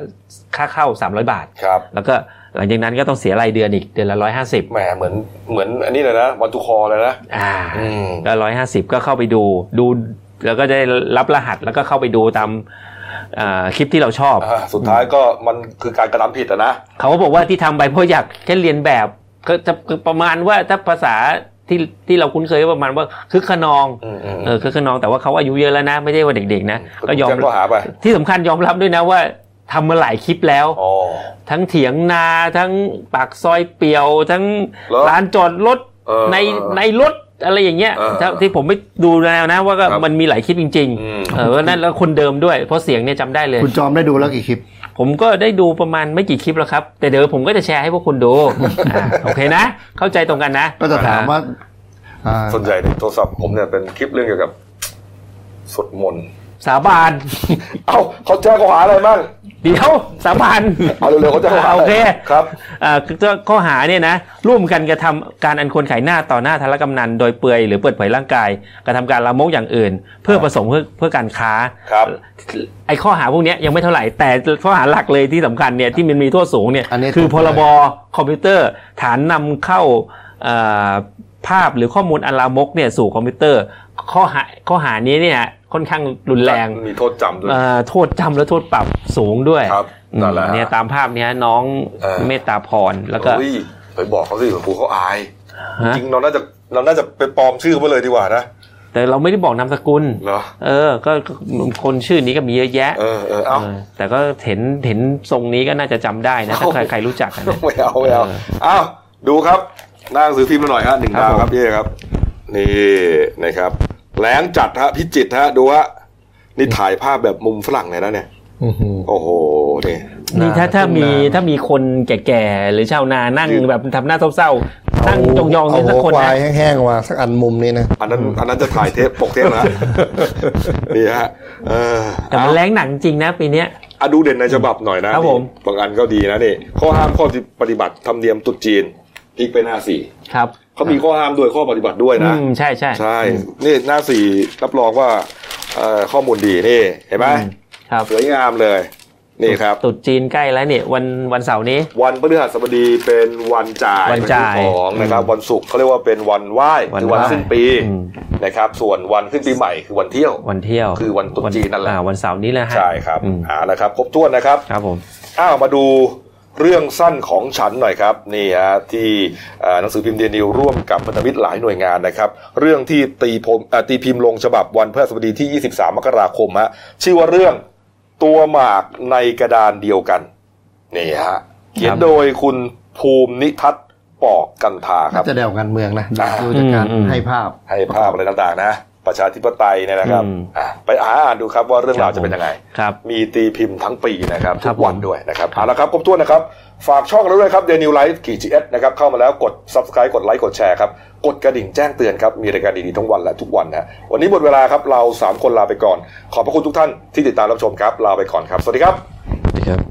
Speaker 7: ค่าเข้า 300 บาท
Speaker 1: ครับ
Speaker 7: แล้วก็หลังจากนั้นก็ต้องเสียรายเดือนอีกเดือนละร้อยห้าสิบ
Speaker 1: แหมเหมือนเหมือนอันนี้เลยนะวันทูคอเลยนะ
Speaker 7: อ่า
Speaker 1: อืม
Speaker 7: ก็ร้อยห้าสิบก็เข้าไปดูดู แล้วก็ได้รับรหัสแล้วก็เข้าไปดูตามเอ่อคลิปที่เราชอบ
Speaker 1: อ่าสุดท้ายก็มันคือการกระทำผิดอะนะ
Speaker 7: เขาก็บอกว่าที่ทำไปเพราะอยากแค่เรียนแบบก็จะประมาณว่าถ้าภาษาที่ที่เราคุ้นเคยก็ประมาณว่าคึกขนอง
Speaker 1: อืมๆ
Speaker 7: เออคึกขนองแต่ว่าเขาอายุเยอะแล้วนะ ไม่ได้ว่าเด็กๆนะก็ยอม
Speaker 1: แจ้งข้อหาไป
Speaker 7: ที่สำคัญยอมรับด้วยนะว่าทำมาหลายคลิปแล้ว
Speaker 1: อ๋อ
Speaker 7: ทั้งเถียงนาทั้งปากซอยเปียว ทั้ง
Speaker 1: เหรอ
Speaker 7: ร้านจอดรถ
Speaker 1: เออ
Speaker 7: ในในรถอะไรอย่างเงี้ย
Speaker 1: เออ
Speaker 7: ถ้าที่ผมไปดูแล้วนะว่าก็
Speaker 1: ครับ
Speaker 7: มันมีหลายคลิปจริง
Speaker 1: อืม
Speaker 7: ๆเออว่านั่นแล้วคนเดิมด้วย เพราะเสียงเนี่ยจำได้เลย
Speaker 2: คุณจอมได้ดูแล้วกี่คลิป
Speaker 7: ผมก็ได้ดูประมาณไม่กี่คลิปแล้วครับ แต่เดี๋ยวผมก็จะแชร์ให้พวกคุณดู อ่ะโอเคนะ เข้าใจตรงกันนะ
Speaker 2: ก็จะถามว่าอ่า
Speaker 1: ส่วนใหญ่ในโทรศัพท์ผมเนี่ยเป็นคลิปเรื่องเกี่ยวกับสวดมนต์
Speaker 7: สาบาน
Speaker 1: เอ้าเขาแจ้งข้อหาอะไรบ้าง
Speaker 7: เดี๋ยวสาบาน
Speaker 1: เอาเร็วๆเขาแจ้งข้อหาะ
Speaker 7: โอ
Speaker 1: ไร
Speaker 7: เค
Speaker 1: ครับ
Speaker 7: เอ่อก็ข้อหาเนี่ยนะร่วมกันกระทำการอันควรขายหน้าต่อหน้าธารกำนัน โดยเปลือยหรือเปิดเผยร่างกายกระทำการลามกอย่างอื่น เพื่อประสงค์เพื่อเพื่อการค้า
Speaker 1: ครับ
Speaker 7: ไอข้อหาพวกเนี้ยยังไม่เท่าไหร่แต่ข้อหาหลักเลยที่สำคัญเนี่ยที่มันมีโทษสูงเนี่ย
Speaker 2: อันนี้
Speaker 7: คือพรบคอมพิวเตอร์ ฐานนำเข้าเอ่อภาพหรือข้อมูลอันลามกเนี่ยสู่คอมพิวเตอร์ ข้อหาข้อหานี้เนี่ยค่อนข้างรุนแรง
Speaker 1: มีโทษจำด้วย
Speaker 7: เอ่อโทษจำและโทษปรับสูงด้วย
Speaker 1: ครับ
Speaker 7: อืม
Speaker 1: นั่นแหละฮะ
Speaker 7: เนี่ยตามภาพเนี้ยน้อง
Speaker 1: เออ
Speaker 7: เมตตาพรแล้วก็
Speaker 1: เฮ้ยไปบอกเขาสิหลวงปู่เขาอาย
Speaker 7: ฮะ
Speaker 1: จริงเราน่าจะเราน่าจะไปปลอมชื่อเขาไปเลยดีกว่านะ
Speaker 7: แต่เราไม่ได้บอกนามสกุล
Speaker 1: เหรอ
Speaker 7: เออ ก็ก็คนชื่อนี้ก็มีเยอะแยะ
Speaker 1: เออเออเอา
Speaker 7: เออแต่ก็เห็นเห็นทรงนี้ก็น่าจะจำได้นะถ้าใครใครรู้จักอะนะ
Speaker 1: ไม่เอาไม่เอาอ้าวดูครับหน้าหนังสือพิมพ์เราหน่อยฮะหนึ่ง
Speaker 7: ครับ
Speaker 1: ดาว
Speaker 7: ผม
Speaker 1: ครับพี่เอกครับ นี่นะครับแรงจัดฮะพิจิตรฮะดูฮะนี่ถ่ายภาพแบบมุมฝรั่งเลยนะเนี่ย
Speaker 2: อื้อหือ
Speaker 1: โอ้โหนี่
Speaker 7: ี่ถ้าถ้ามี
Speaker 2: นา
Speaker 7: ถ้ามีคนแก่ๆ หรือชาวนานั่ง
Speaker 1: ยืน
Speaker 7: แบบทำหน้าเศร้าๆนั่งจองๆ
Speaker 2: เอา
Speaker 7: เนี่ยสัก
Speaker 2: หัว
Speaker 7: คน
Speaker 2: ควา
Speaker 7: นะ
Speaker 2: ยแห้งๆมาสักอันมุมนี้นะ
Speaker 1: อันนั้นอันนั้นจะถ่ายเทปปกเทปนะ นี่ฮะเออ
Speaker 7: แต่มันแรงหนังจริงนะปีเนี้ย
Speaker 1: อ่ะดูเด่นในฉบับหน่อยนะครับ
Speaker 7: ผม
Speaker 1: นี่บางอันก็ดีนะนี่ข้อห้ามข้อปฏิบัติธรรมเนียมตรุษจีนอีกเป็นหน้าสี่
Speaker 7: ครับ
Speaker 1: เขามีข้อห้ามด้วยข้อปฏิบัติด้วย
Speaker 7: อื
Speaker 1: นะ
Speaker 7: มใช่ใช่
Speaker 1: ใช่ นี่หน้าสี่รับรองว่าเอ่อข้อมูลดีนี่เห็นไหม
Speaker 7: อืม ครับ
Speaker 1: สวยงามเลย นี่ครับ
Speaker 7: ตรุษจีนใกล้แล้วเนี่ยวันวันเสาร์นี้
Speaker 1: วันพฤหัสบดีเป็นวันจ่าย
Speaker 7: วันจ่าย
Speaker 1: เป็ของนะครับ วันศุกร์เขาเรียกว่าเป็นวันไหว้
Speaker 7: วัน
Speaker 1: คือวัน
Speaker 7: ไหว้
Speaker 1: สิ้นปี
Speaker 7: อืม
Speaker 1: นะครับ ส่วนวันขึ้นปีใหม่คือวันเที่ยว
Speaker 7: วันเที่ยว
Speaker 1: คือวันตรุษจีนนั่นแหละ
Speaker 7: อ่าวันเสาร์นี้แหละฮะ
Speaker 1: ใช่ครับ
Speaker 7: อืม
Speaker 1: เอ่าละครับ ครบถ้วนนะครับ
Speaker 7: ครับผม
Speaker 1: อ้าวมาดูเรื่องสั้นของฉันหน่อยครับนี่ฮะที่เอ่อหนังสือพิมพ์เดนิวร่วมกับพันธมิตรหลายหน่วยงานนะครับเรื่องที่ตีพมเอ่อตีพิมพ์ลงฉบับวันพฤหัสบดีที่ 23 มกราคมฮะชื่อว่าเรื่องตัวหมากในกระดานเดียวกันนี่ฮะเขียนโดยคุณภูมินิทัศน์ปอกกันทาค
Speaker 2: น่า
Speaker 1: รับ
Speaker 2: จะแนวการเมืองนะ
Speaker 1: อ่า
Speaker 2: ดูจากการ
Speaker 7: อืมอืม
Speaker 2: ให้ภาพ
Speaker 1: ให้ภาพอะไรต่างๆนะ ประชาธิปไตยเนี่ยนะครับ
Speaker 7: อืม
Speaker 1: อ่ะไปอ่านดูครับว่าเรื่องราวจะเป็นยังไง
Speaker 7: ครับ
Speaker 1: มีตีพิมพ์ทั้งปีนะครับ
Speaker 7: ครั
Speaker 1: ทุ
Speaker 7: บ
Speaker 1: กวัน
Speaker 7: ผม
Speaker 1: ด้วยนะครับเอาละครับครบถ้วนนะครับ ฝากช่องเราด้วยครับ Daily Life กีจีเอสนะครับ เข้ามาแล้วกด subscribe กดไลค์กดแชร์ครับ กดกระดิ่งแจ้งเตือนครับ มีรายการดีๆทั้งวันและทุกวันนะวันนี้หมดเวลาครับ เรา 3 คนลาไปก่อน ขอบพระคุณทุกท่านที่ติดตามรับชมครับ ลาไปก่อนครับ สวัสดีครับ
Speaker 7: สวัสดีครับ